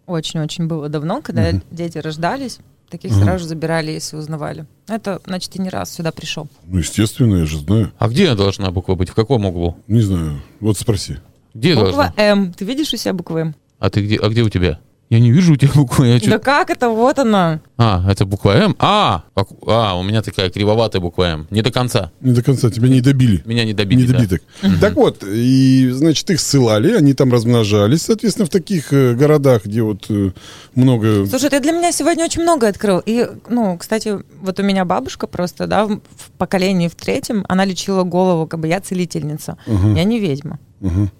[SPEAKER 4] очень-очень было давно, когда
[SPEAKER 3] Мгм.
[SPEAKER 4] дети рождались, таких
[SPEAKER 3] Мгм.
[SPEAKER 4] сразу же забирали, если узнавали. Это, значит, ты не раз сюда пришел.
[SPEAKER 3] Ну, естественно, я же знаю.
[SPEAKER 2] А где должна буква быть? В каком углу?
[SPEAKER 3] Не знаю. Вот спроси.
[SPEAKER 2] Где
[SPEAKER 4] Буква
[SPEAKER 2] должна?
[SPEAKER 4] М. Ты видишь у себя букву М?
[SPEAKER 2] А ты где? А где у тебя? Я не вижу у тебя буквы. я чё-
[SPEAKER 4] Да как это? Вот она.
[SPEAKER 2] А, это буква М? А, а, а, у меня такая кривоватая буква М. Не до конца.
[SPEAKER 3] Не до конца. Тебя не добили.
[SPEAKER 2] Меня не добили. да.
[SPEAKER 3] Недобиток. Так вот, и, значит, их ссылали, они там размножались, соответственно, в таких э, городах, где вот э, много...
[SPEAKER 4] Слушай, ты для меня сегодня очень многое открыл. И, ну, кстати, вот у меня бабушка просто, да, в в поколении в третьем, она лечила голову, как бы я целительница.
[SPEAKER 3] Ага,
[SPEAKER 4] Я не ведьма.
[SPEAKER 3] ага.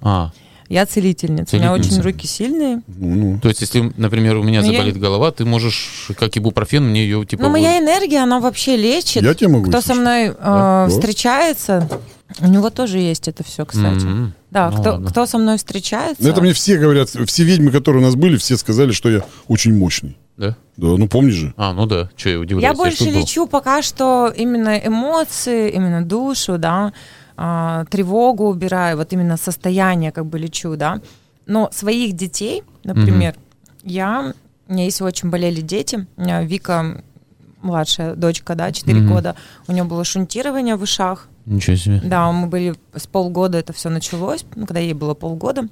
[SPEAKER 2] А,
[SPEAKER 4] Я целительница. У меня
[SPEAKER 2] Целительница.
[SPEAKER 4] очень руки сильные.
[SPEAKER 3] Ну, ну.
[SPEAKER 2] то есть, если, например, у меня
[SPEAKER 4] Ну, я
[SPEAKER 2] заболит
[SPEAKER 4] не- Ну,
[SPEAKER 2] голова, ты можешь, как ибупрофен, мне ее, типа...
[SPEAKER 4] Но
[SPEAKER 2] вот-
[SPEAKER 4] моя энергия, она вообще лечит.
[SPEAKER 3] Я тебе могу,
[SPEAKER 4] Кто
[SPEAKER 3] если
[SPEAKER 4] со мной э,
[SPEAKER 3] Да.
[SPEAKER 4] встречается, у него тоже есть это все, кстати.
[SPEAKER 2] М-м.
[SPEAKER 4] Да,
[SPEAKER 2] Ну,
[SPEAKER 4] кто,
[SPEAKER 2] ладно.
[SPEAKER 4] кто со мной встречается,
[SPEAKER 3] Ну, Это мне все говорят, все ведьмы, которые у нас были, все сказали, что я очень мощный.
[SPEAKER 2] Да?
[SPEAKER 3] Да, ну помнишь же.
[SPEAKER 2] А, ну да, что я удивляюсь.
[SPEAKER 4] я
[SPEAKER 2] ж
[SPEAKER 4] больше
[SPEAKER 2] тут был.
[SPEAKER 4] лечу пока что именно эмоции, именно душу, да, а, тревогу убираю, вот именно состояние как бы лечу, да. Но своих детей, например, я, у меня если очень болели дети, у меня Вика, младшая дочка, да, 4
[SPEAKER 2] Мгм.
[SPEAKER 4] года, у нее было шунтирование в ушах,
[SPEAKER 2] Ничего себе.
[SPEAKER 4] Да, мы были с полгода, это все началось, ну, когда ей было полгода.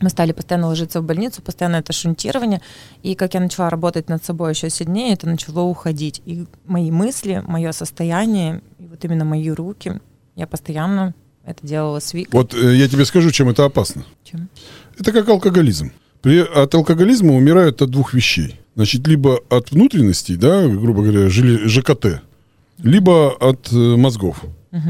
[SPEAKER 4] Мы стали постоянно ложиться в больницу, постоянно это шунтирование. И как я начала работать над собой еще сильнее, это начало уходить. И мои мысли, мое состояние, и вот именно мои руки, я постоянно это делала с Викой.
[SPEAKER 3] Вот э, я тебе скажу, чем это опасно.
[SPEAKER 4] Чем?
[SPEAKER 3] Это как алкоголизм. При, от алкоголизма умирают от двух вещей. Значит, либо от внутренностей, да, грубо говоря, жили- ЖКТ, либо от э, мозгов.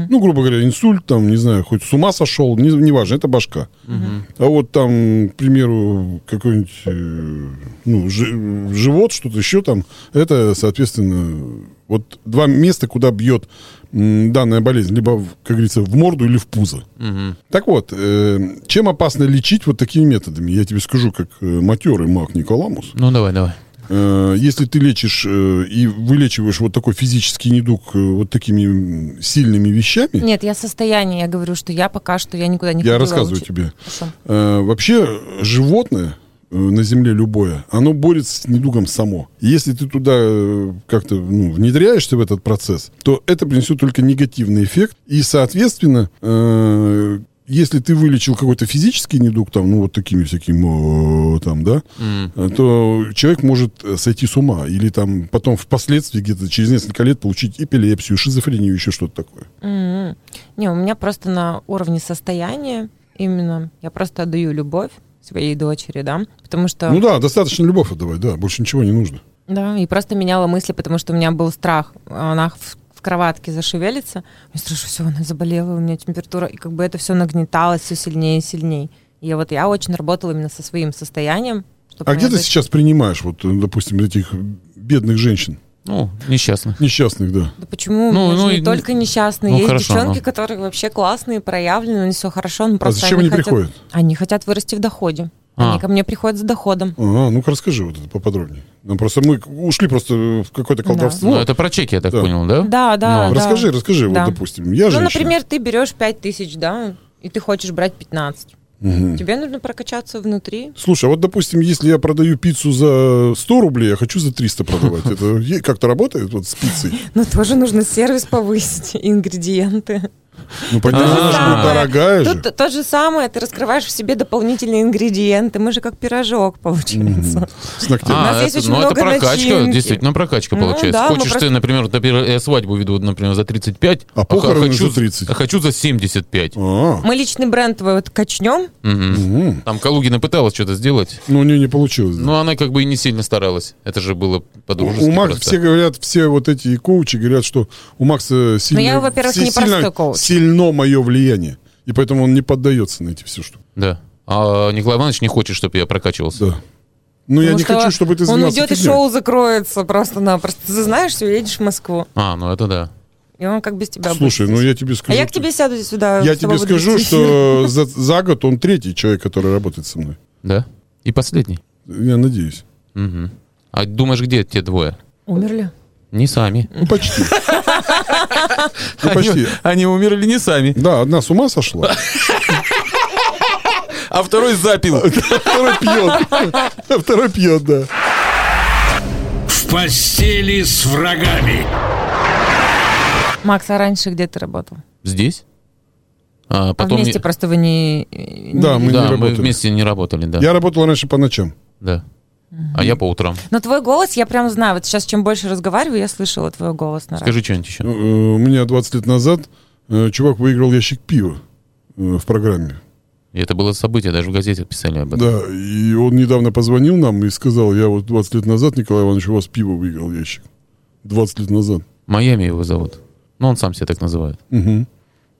[SPEAKER 3] Ну, грубо говоря, инсульт, там, не знаю, хоть с ума сошел, не- неважно, это башка. А вот там, к примеру, какой-нибудь э, ну, жи- живот, что-то еще там, это, соответственно, вот два места, куда бьет м, данная болезнь, либо, в, как говорится, в морду или в пузо.
[SPEAKER 2] Мгм.
[SPEAKER 3] Так вот, э, чем опасно лечить вот такими методами? Я тебе скажу, как э, матерый маг Николамус.
[SPEAKER 2] Ну, давай, давай.
[SPEAKER 3] Э, если ты лечишь э, и вылечиваешь вот такой физический недуг э, вот такими м, сильными вещами,
[SPEAKER 4] Нет, я состояние, я говорю, что я пока что, я никуда не
[SPEAKER 3] я
[SPEAKER 4] ходила
[SPEAKER 3] рассказываю
[SPEAKER 4] учить.
[SPEAKER 3] тебе,
[SPEAKER 4] Хорошо.
[SPEAKER 3] Э, Вообще животное э, на земле любое, оно борется с недугом само. И Если ты туда э, как-то ну, внедряешься в этот процесс, то это принесет только негативный эффект. И, соответственно, э, если ты вылечил какой-то физический недуг, там, ну, вот такими всякими, э, там, да,
[SPEAKER 2] М.
[SPEAKER 3] э, то человек может э, сойти с ума. Или там потом впоследствии где-то через несколько лет получить эпилепсию, шизофрению, еще что-то такое.
[SPEAKER 4] Мгм. Не, у меня просто на уровне состояния именно, я просто отдаю любовь своей дочери, да, потому что...
[SPEAKER 3] Ну да, достаточно любовь отдавать, да, больше ничего не нужно.
[SPEAKER 4] Да, и просто меняла мысли, потому что у меня был страх. Она в, в кроватке зашевелится. Я страшу, все, она заболела, у меня температура. И как бы это все нагнеталось все сильнее и сильнее. И вот я очень работала именно со своим состоянием. чтобы
[SPEAKER 3] А
[SPEAKER 4] моя
[SPEAKER 3] где ты
[SPEAKER 4] дочь-
[SPEAKER 3] сейчас принимаешь, вот, э, допустим, этих бедных женщин,
[SPEAKER 2] Ну, несчастно.
[SPEAKER 3] несчастных, да?
[SPEAKER 4] Да почему?
[SPEAKER 2] Ну,
[SPEAKER 4] Ну,
[SPEAKER 2] ну
[SPEAKER 4] не
[SPEAKER 2] и-
[SPEAKER 4] только несчастные.
[SPEAKER 2] ну,
[SPEAKER 4] Есть
[SPEAKER 2] хорошо,
[SPEAKER 4] девчонки,
[SPEAKER 2] ну.
[SPEAKER 4] которые вообще классные, проявленные, у них все хорошо,
[SPEAKER 3] А
[SPEAKER 4] но просто
[SPEAKER 3] зачем они
[SPEAKER 4] хотят...
[SPEAKER 3] приходят?
[SPEAKER 4] Они хотят вырасти в доходе.
[SPEAKER 2] А.
[SPEAKER 4] Они ко мне приходят с доходом. Ну,
[SPEAKER 3] А, ну-ка расскажи вот это поподробнее. Ну, просто мы к- ушли просто в какое-то
[SPEAKER 4] Да.
[SPEAKER 3] колдовство.
[SPEAKER 2] Ну, это про чеки, я так
[SPEAKER 3] Да.
[SPEAKER 2] понял, да?
[SPEAKER 4] Да, да,
[SPEAKER 2] Ну,
[SPEAKER 4] да.
[SPEAKER 3] Расскажи, расскажи,
[SPEAKER 4] Да.
[SPEAKER 3] вот, допустим, я
[SPEAKER 4] Ну,
[SPEAKER 3] женщина.
[SPEAKER 4] например, ты берешь пять тысяч, да, и ты хочешь брать 15.
[SPEAKER 3] Мгм.
[SPEAKER 4] Тебе нужно прокачаться внутри.
[SPEAKER 3] Слушай, а вот, допустим, если я продаю пиццу за 100 рублей, я хочу за 300 продавать. Это е- как-то работает вот с пиццей?
[SPEAKER 4] Но Ну, тоже нужно сервис повысить, ингредиенты.
[SPEAKER 3] Ну, понятно,
[SPEAKER 2] же
[SPEAKER 3] что
[SPEAKER 2] самое.
[SPEAKER 3] она дорогая
[SPEAKER 4] Тут
[SPEAKER 3] же.
[SPEAKER 4] то, то же самое, ты раскрываешь в себе дополнительные ингредиенты. Мы же как пирожок, получается.
[SPEAKER 3] С ногтями.
[SPEAKER 4] У нас
[SPEAKER 2] А,
[SPEAKER 4] есть
[SPEAKER 2] это,
[SPEAKER 4] очень
[SPEAKER 2] ну, это
[SPEAKER 4] много
[SPEAKER 2] прокачка,
[SPEAKER 4] начинки.
[SPEAKER 2] действительно, прокачка
[SPEAKER 4] Ну,
[SPEAKER 2] получается.
[SPEAKER 4] да, мы
[SPEAKER 2] Хочешь ты,
[SPEAKER 4] просто-
[SPEAKER 2] например, вот, например, я свадьбу веду, например, за 35,
[SPEAKER 3] А похороны
[SPEAKER 2] хочу
[SPEAKER 3] за 30.
[SPEAKER 2] а хочу за 75.
[SPEAKER 3] А,
[SPEAKER 4] Мы личный бренд твой вот качнем.
[SPEAKER 3] Ну,
[SPEAKER 2] Мгм.
[SPEAKER 3] мгм.
[SPEAKER 2] Там Калугина пыталась что-то сделать,
[SPEAKER 3] Ну, у нее не получилось. да.
[SPEAKER 2] но она как бы и не сильно старалась. Это же было по-дружески
[SPEAKER 3] У Макса
[SPEAKER 2] просто.
[SPEAKER 3] все говорят, все вот эти коучи говорят, что у Макса сильно,
[SPEAKER 4] я, во-первых,
[SPEAKER 3] си-
[SPEAKER 4] не
[SPEAKER 3] сильно-
[SPEAKER 4] простой коуч.
[SPEAKER 3] сильно мое влияние. И поэтому он не поддается на эти все штуки.
[SPEAKER 2] Да. А Николай Иванович не хочет, чтобы я прокачивался.
[SPEAKER 3] Да. Но Ну, я
[SPEAKER 4] потому
[SPEAKER 3] не
[SPEAKER 4] что
[SPEAKER 3] хочу, чтобы ты
[SPEAKER 4] Он
[SPEAKER 3] занимался
[SPEAKER 4] уйдет и
[SPEAKER 3] фигней.
[SPEAKER 4] шоу закроется просто-напросто. Ты знаешь, все, едешь в Москву.
[SPEAKER 2] А, ну это да.
[SPEAKER 4] И он как без тебя будет
[SPEAKER 3] Слушай, ну
[SPEAKER 4] здесь.
[SPEAKER 3] я тебе скажу...
[SPEAKER 4] А я к тебе сяду сюда.
[SPEAKER 3] я
[SPEAKER 4] с тобой
[SPEAKER 3] тебе
[SPEAKER 4] буду
[SPEAKER 3] скажу,
[SPEAKER 4] вести эфир.
[SPEAKER 3] что за, за год он третий человек, который работает со мной.
[SPEAKER 2] Да. И последний.
[SPEAKER 3] Я надеюсь.
[SPEAKER 2] Мгм. А думаешь, где те двое?
[SPEAKER 4] Умерли?
[SPEAKER 2] Не сами.
[SPEAKER 3] Ну, почти. Ну, почти.
[SPEAKER 2] Они, они умерли не сами.
[SPEAKER 3] Да, одна с ума сошла,
[SPEAKER 2] А второй запил.
[SPEAKER 3] а второй пьет. А второй пьет, да.
[SPEAKER 1] В постели с врагами.
[SPEAKER 4] Макс, а раньше где ты работал?
[SPEAKER 2] Здесь? А
[SPEAKER 4] А
[SPEAKER 2] потом...
[SPEAKER 4] вместе
[SPEAKER 2] не-
[SPEAKER 4] просто вы не... не-
[SPEAKER 3] Да, А мы не
[SPEAKER 2] да, мы
[SPEAKER 3] работали.
[SPEAKER 2] вместе не работали, да.
[SPEAKER 3] Я работал раньше по ночам.
[SPEAKER 2] Да. А я по утрам.
[SPEAKER 4] Но твой голос, я прям знаю, вот сейчас чем больше разговариваю, я слышала твой голос на радио.
[SPEAKER 2] Скажи что-нибудь еще.
[SPEAKER 3] Э, У меня 20 лет назад э, чувак выиграл ящик пива э, в программе.
[SPEAKER 2] И Это было событие, даже в газете писали об этом.
[SPEAKER 3] Да, и он недавно позвонил нам и сказал, я вот 20 лет назад, Николай Иванович, у вас пиво выиграл ящик. 20 лет назад.
[SPEAKER 2] Майами его зовут. Ну, он сам себя так называет.
[SPEAKER 3] Мгм.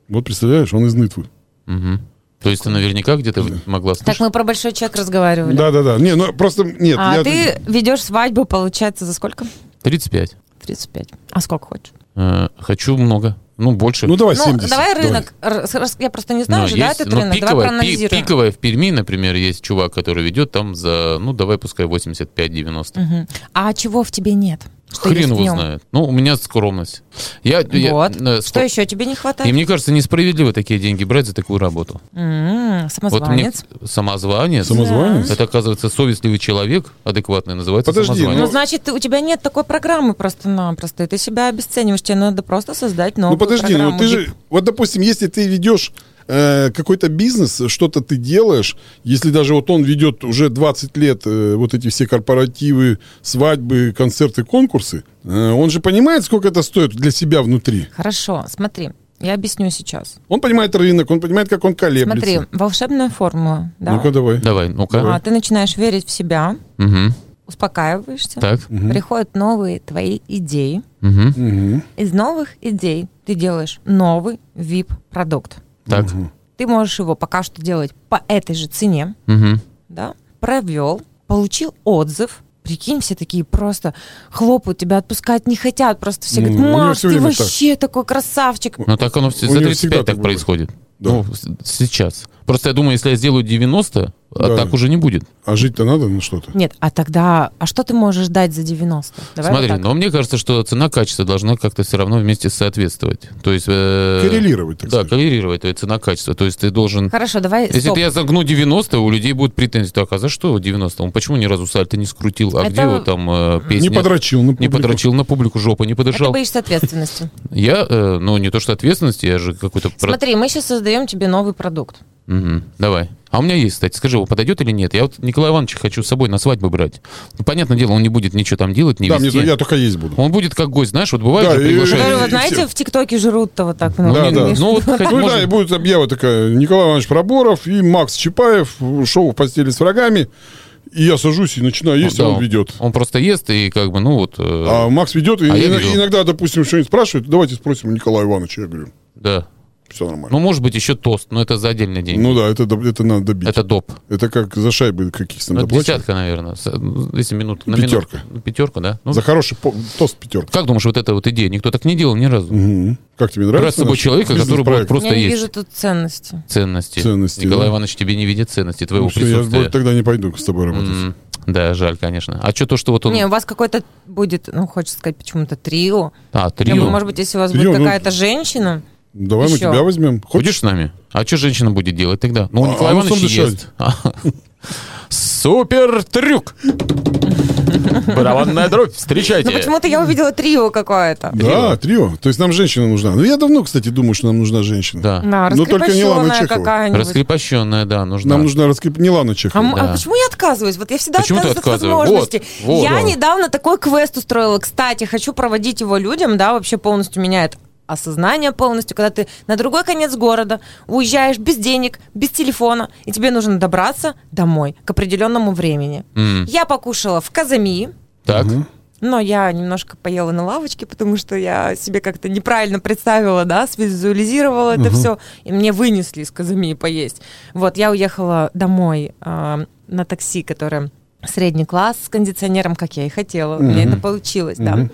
[SPEAKER 3] Вот представляешь, он из Нытвы.
[SPEAKER 2] Мгм. То есть ты наверняка где-то могла
[SPEAKER 4] Так
[SPEAKER 2] слышать.
[SPEAKER 4] мы про большой чек разговаривали.
[SPEAKER 3] Да-да-да. Не, ну просто нет.
[SPEAKER 4] А
[SPEAKER 3] я-
[SPEAKER 4] ты ведешь свадьбу, получается, за сколько?
[SPEAKER 2] 35.
[SPEAKER 4] 35. А сколько хочешь?
[SPEAKER 2] Э, хочу много. Ну, больше.
[SPEAKER 3] Ну давай
[SPEAKER 4] ну,
[SPEAKER 3] 70.
[SPEAKER 4] давай рынок. Рас- рас- Я просто не
[SPEAKER 2] Но
[SPEAKER 4] знаю же, да,
[SPEAKER 2] есть-
[SPEAKER 4] этот
[SPEAKER 2] ну,
[SPEAKER 4] рынок. Давай
[SPEAKER 2] пиковая, пи-
[SPEAKER 4] проанализируем.
[SPEAKER 2] пиковая в Перми, например, есть чувак, который ведет там за, ну, давай пускай 85-90.
[SPEAKER 4] Мгм. А чего в тебе нет? Что есть
[SPEAKER 2] Хрен
[SPEAKER 4] в
[SPEAKER 2] его
[SPEAKER 4] нем?
[SPEAKER 2] знает. Ну, у меня скромность. Я, я-
[SPEAKER 4] Вот.
[SPEAKER 2] э,
[SPEAKER 4] Что
[SPEAKER 2] скор-
[SPEAKER 4] еще тебе не
[SPEAKER 2] И
[SPEAKER 4] хватает?
[SPEAKER 2] мне кажется, несправедливо такие деньги брать за такую работу.
[SPEAKER 4] М, Самозванец.
[SPEAKER 2] Вот мне самозванец.
[SPEAKER 3] Самозванец?
[SPEAKER 2] Это, оказывается, совестливый человек, адекватный, называется
[SPEAKER 3] Подожди,
[SPEAKER 2] самозванец.
[SPEAKER 4] Ну, значит, ты- у тебя нет такой программы просто-напросто, и ты себя обесцениваешь. Тебе надо просто создать
[SPEAKER 3] Ну
[SPEAKER 4] новую
[SPEAKER 3] подожди,
[SPEAKER 4] программу.
[SPEAKER 3] ну ты же, вот допустим, если ты ведешь э, какой-то бизнес, что-то ты делаешь, если даже вот он ведет уже 20 лет э, вот эти все корпоративы, свадьбы, концерты, конкурсы, э, он же понимает, сколько это стоит для себя внутри.
[SPEAKER 4] Хорошо, смотри, я объясню сейчас.
[SPEAKER 3] Он понимает рынок, он понимает, как он колеблется.
[SPEAKER 4] Смотри, волшебная формула. Да.
[SPEAKER 3] Ну-ка давай.
[SPEAKER 2] Давай, ну-ка.
[SPEAKER 4] А, ты начинаешь верить в себя,
[SPEAKER 2] Мгм.
[SPEAKER 4] успокаиваешься,
[SPEAKER 2] Так.
[SPEAKER 4] приходят новые твои идеи.
[SPEAKER 2] Мгм.
[SPEAKER 3] Мгм.
[SPEAKER 4] Из новых идей ты делаешь новый VIP-продукт.
[SPEAKER 2] Так.
[SPEAKER 4] Ты можешь его пока что делать по этой же цене,
[SPEAKER 2] Мгм.
[SPEAKER 4] да, провел, получил отзыв. Прикинь, все такие просто хлопают, тебя отпускать не хотят. Просто все
[SPEAKER 3] Ну, у
[SPEAKER 4] говорят,
[SPEAKER 3] него
[SPEAKER 4] Макс,
[SPEAKER 3] все
[SPEAKER 4] ты
[SPEAKER 3] время так».
[SPEAKER 4] вообще такой красавчик.
[SPEAKER 2] Ну так оно все,
[SPEAKER 3] У
[SPEAKER 2] за
[SPEAKER 3] него
[SPEAKER 2] 35
[SPEAKER 3] всегда
[SPEAKER 2] так
[SPEAKER 3] так бывает.
[SPEAKER 2] происходит.
[SPEAKER 3] Да.
[SPEAKER 2] Ну, с- сейчас. Просто я думаю, если я сделаю 90, а
[SPEAKER 3] Да.
[SPEAKER 2] так уже не будет.
[SPEAKER 3] А жить-то надо на что-то?
[SPEAKER 4] Нет, а тогда, а что ты можешь дать за 90? Давай вот
[SPEAKER 2] Смотри, ну,
[SPEAKER 4] так.
[SPEAKER 2] но мне кажется, что цена-качество должна как-то все равно вместе соответствовать. То есть... э,
[SPEAKER 3] Коррелировать, так
[SPEAKER 2] Да,
[SPEAKER 3] сказать.
[SPEAKER 2] коррелировать, то есть цена-качество. То есть ты должен...
[SPEAKER 4] Хорошо, давай,
[SPEAKER 2] Если
[SPEAKER 4] стоп.
[SPEAKER 2] ты я загну 90, у людей будут претензии. Так, а за что вы 90? Он почему ни разу сальто не скрутил? А
[SPEAKER 4] Это-
[SPEAKER 2] где его там э,
[SPEAKER 3] Не
[SPEAKER 2] песня?
[SPEAKER 3] подрочил ну, на
[SPEAKER 2] Не
[SPEAKER 3] публику.
[SPEAKER 2] подрочил на публику, жопу не
[SPEAKER 4] Это
[SPEAKER 2] подержал.
[SPEAKER 4] боишься ответственности.
[SPEAKER 2] Я, э, ну, не то что ответственности, я же какой-то... про-
[SPEAKER 4] Смотри, мы сейчас создаем тебе новый продукт.
[SPEAKER 2] Мгм. Давай. А у меня есть, кстати, скажи, его подойдет или нет? Я вот Николая Ивановича хочу с собой на свадьбу брать. Ну, понятное дело, он не будет ничего там делать, не
[SPEAKER 3] Да, мне,
[SPEAKER 2] вести.
[SPEAKER 3] я только есть буду.
[SPEAKER 2] Он будет как гость, знаешь, вот бывает
[SPEAKER 3] Да,
[SPEAKER 2] же
[SPEAKER 3] и-
[SPEAKER 2] приглашают.
[SPEAKER 4] Который,
[SPEAKER 3] и
[SPEAKER 4] вот знаете,
[SPEAKER 3] всё.
[SPEAKER 4] в ТикТоке жрут-то вот так. ну,
[SPEAKER 3] Да,
[SPEAKER 4] не-
[SPEAKER 3] да.
[SPEAKER 4] не-
[SPEAKER 2] Ну, вот хоть
[SPEAKER 3] Ну
[SPEAKER 2] можно-
[SPEAKER 3] да, и будет объява такая, Николай Иванович Проборов и Макс Чапаев, шоу «В постели с врагами», и я сажусь и начинаю есть,
[SPEAKER 2] Ну Да,
[SPEAKER 3] а он ведет.
[SPEAKER 2] Он просто ест и как бы, ну вот, э,
[SPEAKER 3] А Макс ведет, и
[SPEAKER 2] А я
[SPEAKER 3] ин-
[SPEAKER 2] веду.
[SPEAKER 3] иногда, допустим, что-нибудь спрашивают, давайте спросим у Николая Ивановича. Я говорю,
[SPEAKER 2] да.
[SPEAKER 3] все нормально.
[SPEAKER 2] Ну, может быть, еще тост, но это за отдельный день.
[SPEAKER 3] Ну да, это, доб- это надо добить. Это,
[SPEAKER 2] это доп.
[SPEAKER 3] как за шайбы каких-то
[SPEAKER 2] Ну,
[SPEAKER 3] надо
[SPEAKER 2] это
[SPEAKER 3] платить.
[SPEAKER 2] десятка, наверное. С- ну, Если минут на
[SPEAKER 3] Пятерка.
[SPEAKER 2] минутку. Ну, Пятерка, да? Ну,
[SPEAKER 3] За хороший по- тост пятерка.
[SPEAKER 2] Как думаешь, вот эта вот идея? Никто так не делал ни разу.
[SPEAKER 3] Мгм. Как тебе нравится?
[SPEAKER 2] Брать с собой
[SPEAKER 3] наш
[SPEAKER 2] человека, который будет
[SPEAKER 3] бизнес-проект?
[SPEAKER 2] просто
[SPEAKER 4] Я не
[SPEAKER 2] есть
[SPEAKER 4] вижу тут ценности.
[SPEAKER 2] ценности.
[SPEAKER 3] Ценности,
[SPEAKER 2] Николай
[SPEAKER 3] да.
[SPEAKER 2] Иванович тебе не видит ценности твоего
[SPEAKER 3] Ну всё, я
[SPEAKER 2] присутствия.
[SPEAKER 3] больше тогда не пойду с тобой работать.
[SPEAKER 2] М, Да, жаль, конечно. А что то, что вот он...
[SPEAKER 4] Не, у вас какой-то будет, ну, хочется сказать, почему-то трио.
[SPEAKER 2] А,
[SPEAKER 4] Я бы,
[SPEAKER 2] трио.
[SPEAKER 4] может быть, если у вас
[SPEAKER 3] Трио,
[SPEAKER 4] будет
[SPEAKER 3] ну-
[SPEAKER 4] какая-то женщина,
[SPEAKER 3] Давай
[SPEAKER 4] Ещё.
[SPEAKER 3] мы тебя возьмем. Хочешь?
[SPEAKER 2] Будешь с нами? А что женщина будет делать тогда? Ну, у
[SPEAKER 3] А,
[SPEAKER 2] Николая
[SPEAKER 3] а он сам
[SPEAKER 2] Ивановича ест. Супер трюк! Барабанная дробь,
[SPEAKER 4] ну
[SPEAKER 2] встречайте!
[SPEAKER 4] почему-то я увидела трио какое-то.
[SPEAKER 3] Э, Да, трио. То есть нам женщина нужна. Ну я давно, кстати, думаю, что нам нужна женщина.
[SPEAKER 2] Да,
[SPEAKER 4] Да,
[SPEAKER 3] Ну, только не Лана
[SPEAKER 4] раскрепощенная
[SPEAKER 3] Чехова.
[SPEAKER 4] какая-нибудь.
[SPEAKER 2] раскрепощенная, да, нужна.
[SPEAKER 3] Нам нужна раскреп... Не Лана Чехова.
[SPEAKER 4] А, м- а
[SPEAKER 2] Типа, Да.
[SPEAKER 4] почему я отказываюсь? Вот я всегда
[SPEAKER 2] Почему ты
[SPEAKER 4] отказываюсь от
[SPEAKER 2] отказываешь?
[SPEAKER 4] возможности.
[SPEAKER 2] Вот, вот.
[SPEAKER 4] я
[SPEAKER 2] Да.
[SPEAKER 4] недавно такой квест устроила. Кстати, хочу проводить его людям, да, вообще полностью меняет осознание полностью, когда ты на другой конец города уезжаешь без денег, без телефона, и тебе нужно добраться домой к определенному времени.
[SPEAKER 2] М,
[SPEAKER 4] Я покушала в Казами,
[SPEAKER 2] Так,
[SPEAKER 4] но я немножко поела на лавочке, потому что я себе как-то неправильно представила, да, свизуализировала это все, и мне вынесли из Казами поесть. Вот, я уехала домой а, на такси, которое средний класс с кондиционером, как я и хотела. У меня это получилось, да.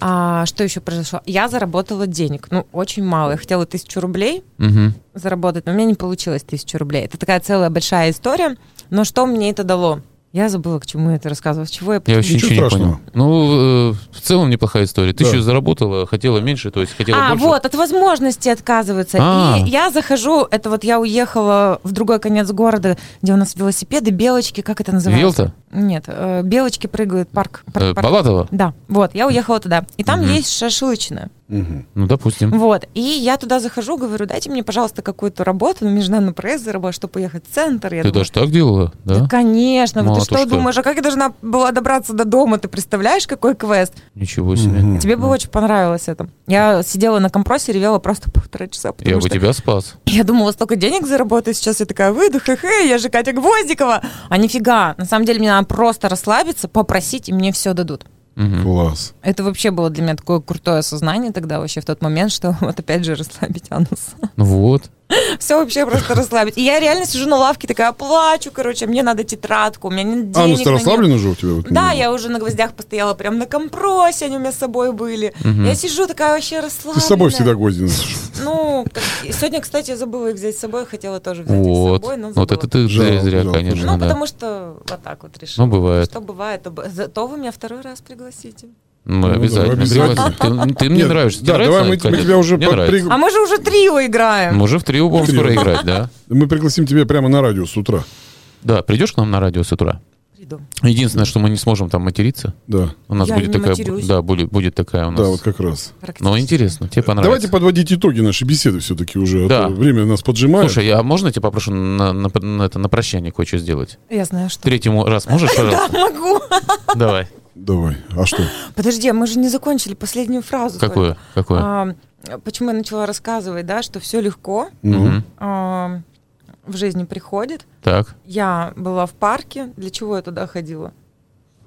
[SPEAKER 4] А, что еще произошло? Я заработала денег, ну, очень мало. Я хотела тысячу рублей,
[SPEAKER 2] мгм.
[SPEAKER 4] заработать, но у меня не получилось тысячу рублей. Это такая целая большая история. Но что мне это дало? Я забыла, к чему я это рассказывала. С чего я...
[SPEAKER 2] Я вообще
[SPEAKER 3] Ничего
[SPEAKER 2] ничего, не
[SPEAKER 3] страшного.
[SPEAKER 2] понял. Ну, э, в целом неплохая история. Ты
[SPEAKER 3] Да.
[SPEAKER 2] еще заработала, хотела меньше, то есть хотела
[SPEAKER 4] А,
[SPEAKER 2] больше.
[SPEAKER 4] вот, от возможности отказываются.
[SPEAKER 2] А.
[SPEAKER 4] И я захожу, это вот я уехала в другой конец города, где у нас велосипеды, белочки, как это называется?
[SPEAKER 2] Велта?
[SPEAKER 4] Нет, э, белочки прыгают, парк. парк,
[SPEAKER 2] Э,
[SPEAKER 4] парк.
[SPEAKER 2] Балатова?
[SPEAKER 4] Да, вот, я уехала туда. И там есть шашлычная.
[SPEAKER 3] Мгм.
[SPEAKER 2] Ну, допустим.
[SPEAKER 4] Вот, и я туда захожу, говорю, дайте мне, пожалуйста, какую-то работу, ну, международный проезд заработать, чтобы поехать в центр. Я
[SPEAKER 2] Ты
[SPEAKER 4] думаю,
[SPEAKER 2] даже так делала, да?
[SPEAKER 4] Да, конечно.
[SPEAKER 2] Ну,
[SPEAKER 4] вот
[SPEAKER 2] а
[SPEAKER 4] ты
[SPEAKER 2] то
[SPEAKER 4] что,
[SPEAKER 2] что?
[SPEAKER 4] думаешь, а как я должна была добраться до дома? Ты представляешь, какой квест?
[SPEAKER 2] Ничего себе.
[SPEAKER 3] Мгм.
[SPEAKER 4] Тебе бы очень понравилось это. Я сидела на компросе, ревела просто полтора часа. потому
[SPEAKER 2] Я бы
[SPEAKER 4] что
[SPEAKER 2] тебя спас.
[SPEAKER 4] Я думала, столько денег заработаю, сейчас я такая выйду, хе-хе, я же Катя Гвоздикова. А нифига, на самом деле мне надо просто расслабиться, попросить, и мне все дадут.
[SPEAKER 2] Мгм.
[SPEAKER 3] Класс.
[SPEAKER 4] Это вообще было для меня такое крутое осознание тогда вообще в тот момент, что вот опять же расслабить анус.
[SPEAKER 2] Ну Вот.
[SPEAKER 4] Все вообще просто расслабить. И я реально сижу на лавке, такая плачу, короче, мне надо тетрадку, у меня нет денег.
[SPEAKER 3] А, ну ты
[SPEAKER 4] на неё.
[SPEAKER 3] расслаблен уже у тебя? в этот
[SPEAKER 4] Да,
[SPEAKER 3] момент?
[SPEAKER 4] я уже на гвоздях постояла прям на компросе, они у меня с собой были. Я сижу такая вообще расслабленная.
[SPEAKER 3] Ты с собой всегда гвозди носишь.
[SPEAKER 4] Ну, как- и сегодня, кстати, я забыла их взять с собой, хотела тоже взять их с
[SPEAKER 2] Вот.
[SPEAKER 4] собой, но
[SPEAKER 2] Вот
[SPEAKER 4] забыла.
[SPEAKER 2] это ты
[SPEAKER 3] Жалко,
[SPEAKER 2] зря, зря,
[SPEAKER 3] жалко,
[SPEAKER 2] конечно,
[SPEAKER 4] Ну,
[SPEAKER 2] да.
[SPEAKER 4] потому что вот так вот решила.
[SPEAKER 2] Ну, бывает.
[SPEAKER 4] Что бывает, то б- зато вы меня второй раз пригласите.
[SPEAKER 2] Ну,
[SPEAKER 3] Ну,
[SPEAKER 2] обязательно.
[SPEAKER 3] да, обязательно.
[SPEAKER 2] Ты- Ты, мне
[SPEAKER 3] Нет,
[SPEAKER 2] нравишься. Тебе
[SPEAKER 3] Да,
[SPEAKER 2] нравится,
[SPEAKER 3] давай мы, мы
[SPEAKER 2] Катя?
[SPEAKER 3] тебя уже
[SPEAKER 2] Мне
[SPEAKER 3] под-
[SPEAKER 2] нравится.
[SPEAKER 3] при-
[SPEAKER 4] А мы же уже трио играем.
[SPEAKER 2] Мы же в трио будем
[SPEAKER 3] Трио.
[SPEAKER 2] скоро играть, да?
[SPEAKER 3] мы пригласим тебя прямо на радио с утра.
[SPEAKER 2] Да, придешь к нам на радио с утра?
[SPEAKER 4] Приду.
[SPEAKER 2] Ну, Единственное, что мы не сможем там материться.
[SPEAKER 3] Да,
[SPEAKER 2] У нас
[SPEAKER 4] Я
[SPEAKER 2] будет
[SPEAKER 4] не
[SPEAKER 2] такая...
[SPEAKER 4] матерюсь.
[SPEAKER 2] Да, будет, будет такая у нас...
[SPEAKER 3] да, вот как раз.
[SPEAKER 2] Ну, интересно, тебе понравится.
[SPEAKER 3] Давайте подводить итоги нашей беседы все-таки уже. а
[SPEAKER 2] Да.
[SPEAKER 3] то время нас поджимает.
[SPEAKER 2] Слушай, а можно я тебя попрошу на, на- на это, на прощание кое-что сделать?
[SPEAKER 4] Я знаю, что...
[SPEAKER 2] Третьему раз можешь,
[SPEAKER 4] Да,
[SPEAKER 2] пожалуйста?
[SPEAKER 4] могу.
[SPEAKER 2] Давай.
[SPEAKER 3] Давай. А что?
[SPEAKER 4] Подожди, а мы же не закончили последнюю фразу.
[SPEAKER 2] Какое?
[SPEAKER 4] только.
[SPEAKER 2] Какое?
[SPEAKER 4] А, почему я начала рассказывать, да, что все легко
[SPEAKER 3] Ну,
[SPEAKER 2] Мгм.
[SPEAKER 4] а, в жизни приходит.
[SPEAKER 2] Так.
[SPEAKER 4] Я была в парке. Для чего я туда ходила?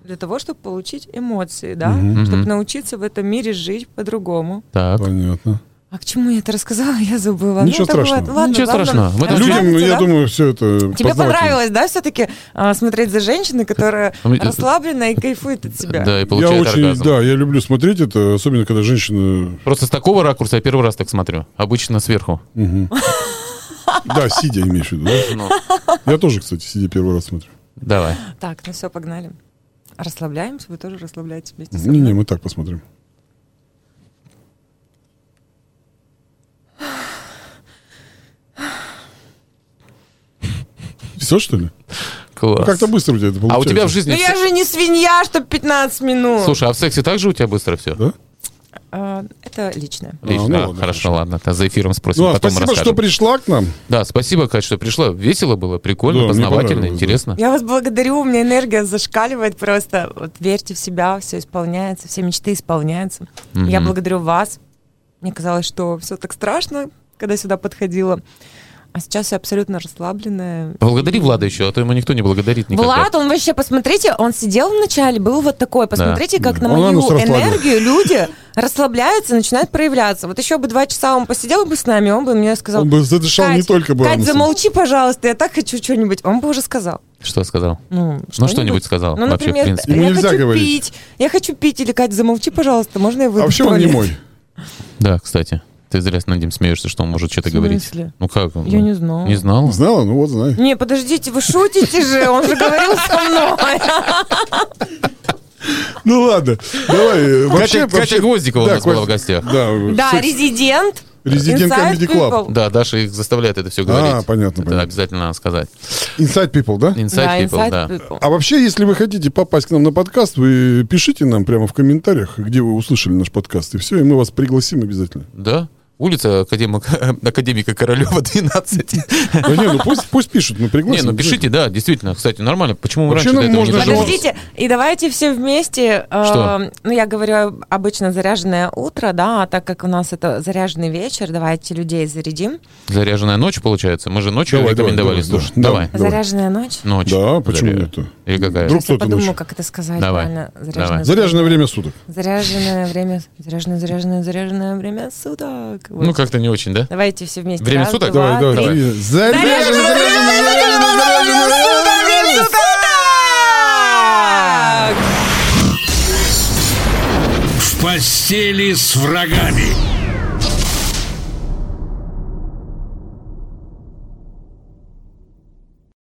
[SPEAKER 4] Для того, чтобы получить эмоции, да?
[SPEAKER 3] Мгм.
[SPEAKER 4] Чтобы
[SPEAKER 2] Мгм.
[SPEAKER 4] научиться в этом мире жить по-другому.
[SPEAKER 2] Так.
[SPEAKER 3] понятно.
[SPEAKER 4] А к чему я это рассказала, я забыла.
[SPEAKER 3] Ничего
[SPEAKER 4] так бывает.
[SPEAKER 3] страшного.
[SPEAKER 4] Ладно,
[SPEAKER 2] Ничего
[SPEAKER 4] главное,
[SPEAKER 2] страшного. Мы это
[SPEAKER 4] расслабиться,
[SPEAKER 3] Людям, я
[SPEAKER 4] да?
[SPEAKER 3] думаю, все это
[SPEAKER 4] Тебе
[SPEAKER 3] познавательно.
[SPEAKER 4] понравилось, да, все-таки смотреть за женщиной, которая
[SPEAKER 2] А мне-
[SPEAKER 4] расслаблена и кайфует от себя?
[SPEAKER 2] Да, и
[SPEAKER 3] Я
[SPEAKER 2] получает
[SPEAKER 3] очень,
[SPEAKER 2] оргазм.
[SPEAKER 3] да, я люблю смотреть это, особенно когда женщина...
[SPEAKER 2] Просто с такого ракурса я первый раз так смотрю. Обычно сверху.
[SPEAKER 3] Мгм. Да, сидя имеешь в виду, да?
[SPEAKER 2] Ну,
[SPEAKER 3] Я тоже, кстати, сидя первый раз смотрю.
[SPEAKER 2] давай.
[SPEAKER 4] Так, ну все, погнали. А Расслабляемся, вы тоже расслабляетесь вместе со
[SPEAKER 3] Не,
[SPEAKER 4] мной.
[SPEAKER 3] не, мы так посмотрим. Все, что ли? Ну,
[SPEAKER 2] Класс.
[SPEAKER 3] Как-то быстро у тебя это
[SPEAKER 2] А у
[SPEAKER 3] получается.
[SPEAKER 2] тебя в жизни...
[SPEAKER 4] Ну я же не свинья, чтобы 15 минут.
[SPEAKER 2] Слушай, а в сексе также у тебя быстро все?
[SPEAKER 3] Да?
[SPEAKER 4] А, это личное.
[SPEAKER 3] А,
[SPEAKER 2] Отлично.
[SPEAKER 3] ну
[SPEAKER 2] А,
[SPEAKER 3] ладно,
[SPEAKER 2] хорошо,
[SPEAKER 3] хорошо.
[SPEAKER 2] ладно. Да, за эфиром спросим,
[SPEAKER 3] Ну, а
[SPEAKER 2] потом
[SPEAKER 3] спасибо, что
[SPEAKER 2] расскажем.
[SPEAKER 3] пришла к нам.
[SPEAKER 2] Да, спасибо, Катя, что пришла. Весело было, прикольно,
[SPEAKER 3] Да, мне
[SPEAKER 2] познавательно,
[SPEAKER 3] понравилось, да.
[SPEAKER 2] интересно.
[SPEAKER 4] Я вас благодарю, у меня энергия зашкаливает просто. Вот верьте в себя, все исполняется, все мечты исполняются. Я благодарю вас. Мне казалось, что все так страшно, когда сюда подходила. А сейчас я абсолютно расслабленная.
[SPEAKER 2] Благодари Влада еще, а то ему никто не благодарит никогда.
[SPEAKER 4] Влад, он вообще, посмотрите, он сидел вначале, был вот такой. Посмотрите, как на
[SPEAKER 3] Он
[SPEAKER 4] мою
[SPEAKER 3] анус расслабил.
[SPEAKER 4] энергию люди расслабляются, начинают проявляться. Вот еще бы два часа он посидел бы с нами, он бы мне сказал...
[SPEAKER 3] Он бы задышал не
[SPEAKER 4] «Кать,
[SPEAKER 3] только бы а
[SPEAKER 4] Кать,
[SPEAKER 3] анусом».
[SPEAKER 4] замолчи, пожалуйста, я так хочу что-нибудь. Он бы уже сказал.
[SPEAKER 2] Что сказал?
[SPEAKER 4] Ну,
[SPEAKER 2] Ну, что-нибудь сказал
[SPEAKER 4] Ну,
[SPEAKER 2] вообще, в
[SPEAKER 4] например,
[SPEAKER 2] принципе.
[SPEAKER 3] Ему
[SPEAKER 4] я
[SPEAKER 3] нельзя
[SPEAKER 4] хочу
[SPEAKER 3] говорить.
[SPEAKER 4] пить, я хочу пить, или, Кать, замолчи, пожалуйста, можно я
[SPEAKER 3] А
[SPEAKER 4] выйду
[SPEAKER 3] вообще он не мой.
[SPEAKER 2] Да, кстати. Ты зря с над ним смеешься, что он может что-то
[SPEAKER 4] В
[SPEAKER 2] говорить.
[SPEAKER 4] смысле?
[SPEAKER 2] Ну как? он?
[SPEAKER 4] Я не знала.
[SPEAKER 2] Не знала?
[SPEAKER 3] Знала? Ну вот, знай.
[SPEAKER 4] Не, подождите, вы шутите же, он же говорил со мной.
[SPEAKER 3] Ну ладно. Давай. э, Вообще,
[SPEAKER 2] Катя
[SPEAKER 3] вообще-
[SPEAKER 2] Гвоздикова у
[SPEAKER 3] Да,
[SPEAKER 2] нас была
[SPEAKER 3] Катя-
[SPEAKER 2] в гостях.
[SPEAKER 3] Да, э,
[SPEAKER 4] Да,
[SPEAKER 3] секс-
[SPEAKER 4] резидент.
[SPEAKER 3] Резидент
[SPEAKER 4] Inside
[SPEAKER 3] Comedy Club.
[SPEAKER 4] People.
[SPEAKER 2] Да, Даша их заставляет это все говорить.
[SPEAKER 3] А, понятно,
[SPEAKER 2] Это
[SPEAKER 3] понятно.
[SPEAKER 2] обязательно надо сказать.
[SPEAKER 3] Inside People, да?
[SPEAKER 2] Inside
[SPEAKER 4] Да,
[SPEAKER 2] People,
[SPEAKER 4] Inside
[SPEAKER 2] да.
[SPEAKER 4] People.
[SPEAKER 3] А вообще, если вы хотите попасть к нам на подкаст, вы пишите нам прямо в комментариях, где вы услышали наш подкаст, и все, и мы вас пригласим обязательно.
[SPEAKER 2] Да. Улица Академика, Академика Королева 12.
[SPEAKER 3] Да не, ну пусть, пусть пишут, мы
[SPEAKER 2] Не,
[SPEAKER 3] пригласим.
[SPEAKER 2] ну пишите, да, действительно. Кстати, нормально. Почему мы
[SPEAKER 3] Вообще
[SPEAKER 2] раньше до
[SPEAKER 3] нам
[SPEAKER 2] этого не
[SPEAKER 3] можно же-
[SPEAKER 2] додумались?
[SPEAKER 4] Подождите, и давайте все вместе. э,
[SPEAKER 2] Что?
[SPEAKER 4] ну, я говорю обычно заряженное утро, да, а так как у нас это заряженный вечер, давайте людей зарядим.
[SPEAKER 2] Заряженная ночь, получается. Мы же ночью
[SPEAKER 3] Давай, давай,
[SPEAKER 2] рекомендовали
[SPEAKER 3] давай,
[SPEAKER 2] слушать.
[SPEAKER 3] да.
[SPEAKER 2] Давай.
[SPEAKER 3] Давай.
[SPEAKER 4] Заряженная ночь.
[SPEAKER 2] Ночь.
[SPEAKER 3] Да, почему
[SPEAKER 2] Заря-
[SPEAKER 3] нет-то?
[SPEAKER 2] Или какая?
[SPEAKER 3] Вдруг
[SPEAKER 4] Я
[SPEAKER 3] кто-то
[SPEAKER 4] подумаю,
[SPEAKER 3] ночью.
[SPEAKER 4] как это сказать
[SPEAKER 2] Давай.
[SPEAKER 4] правильно.
[SPEAKER 2] Давай.
[SPEAKER 4] Заряженная
[SPEAKER 3] Заряженное время суток.
[SPEAKER 4] Заряженное время, заряженное, заряженное, заряженное время суток. Вот.
[SPEAKER 2] Ну, как-то не очень, да?
[SPEAKER 4] Давайте все вместе.
[SPEAKER 2] Время
[SPEAKER 4] Раз,
[SPEAKER 2] суток?
[SPEAKER 4] два,
[SPEAKER 3] давай,
[SPEAKER 4] три.
[SPEAKER 3] давай.
[SPEAKER 4] Заряженное,
[SPEAKER 3] Заряженное, заряженное, заряженное, заряженное, заряженное.
[SPEAKER 4] Время суток!
[SPEAKER 1] В постели с врагами.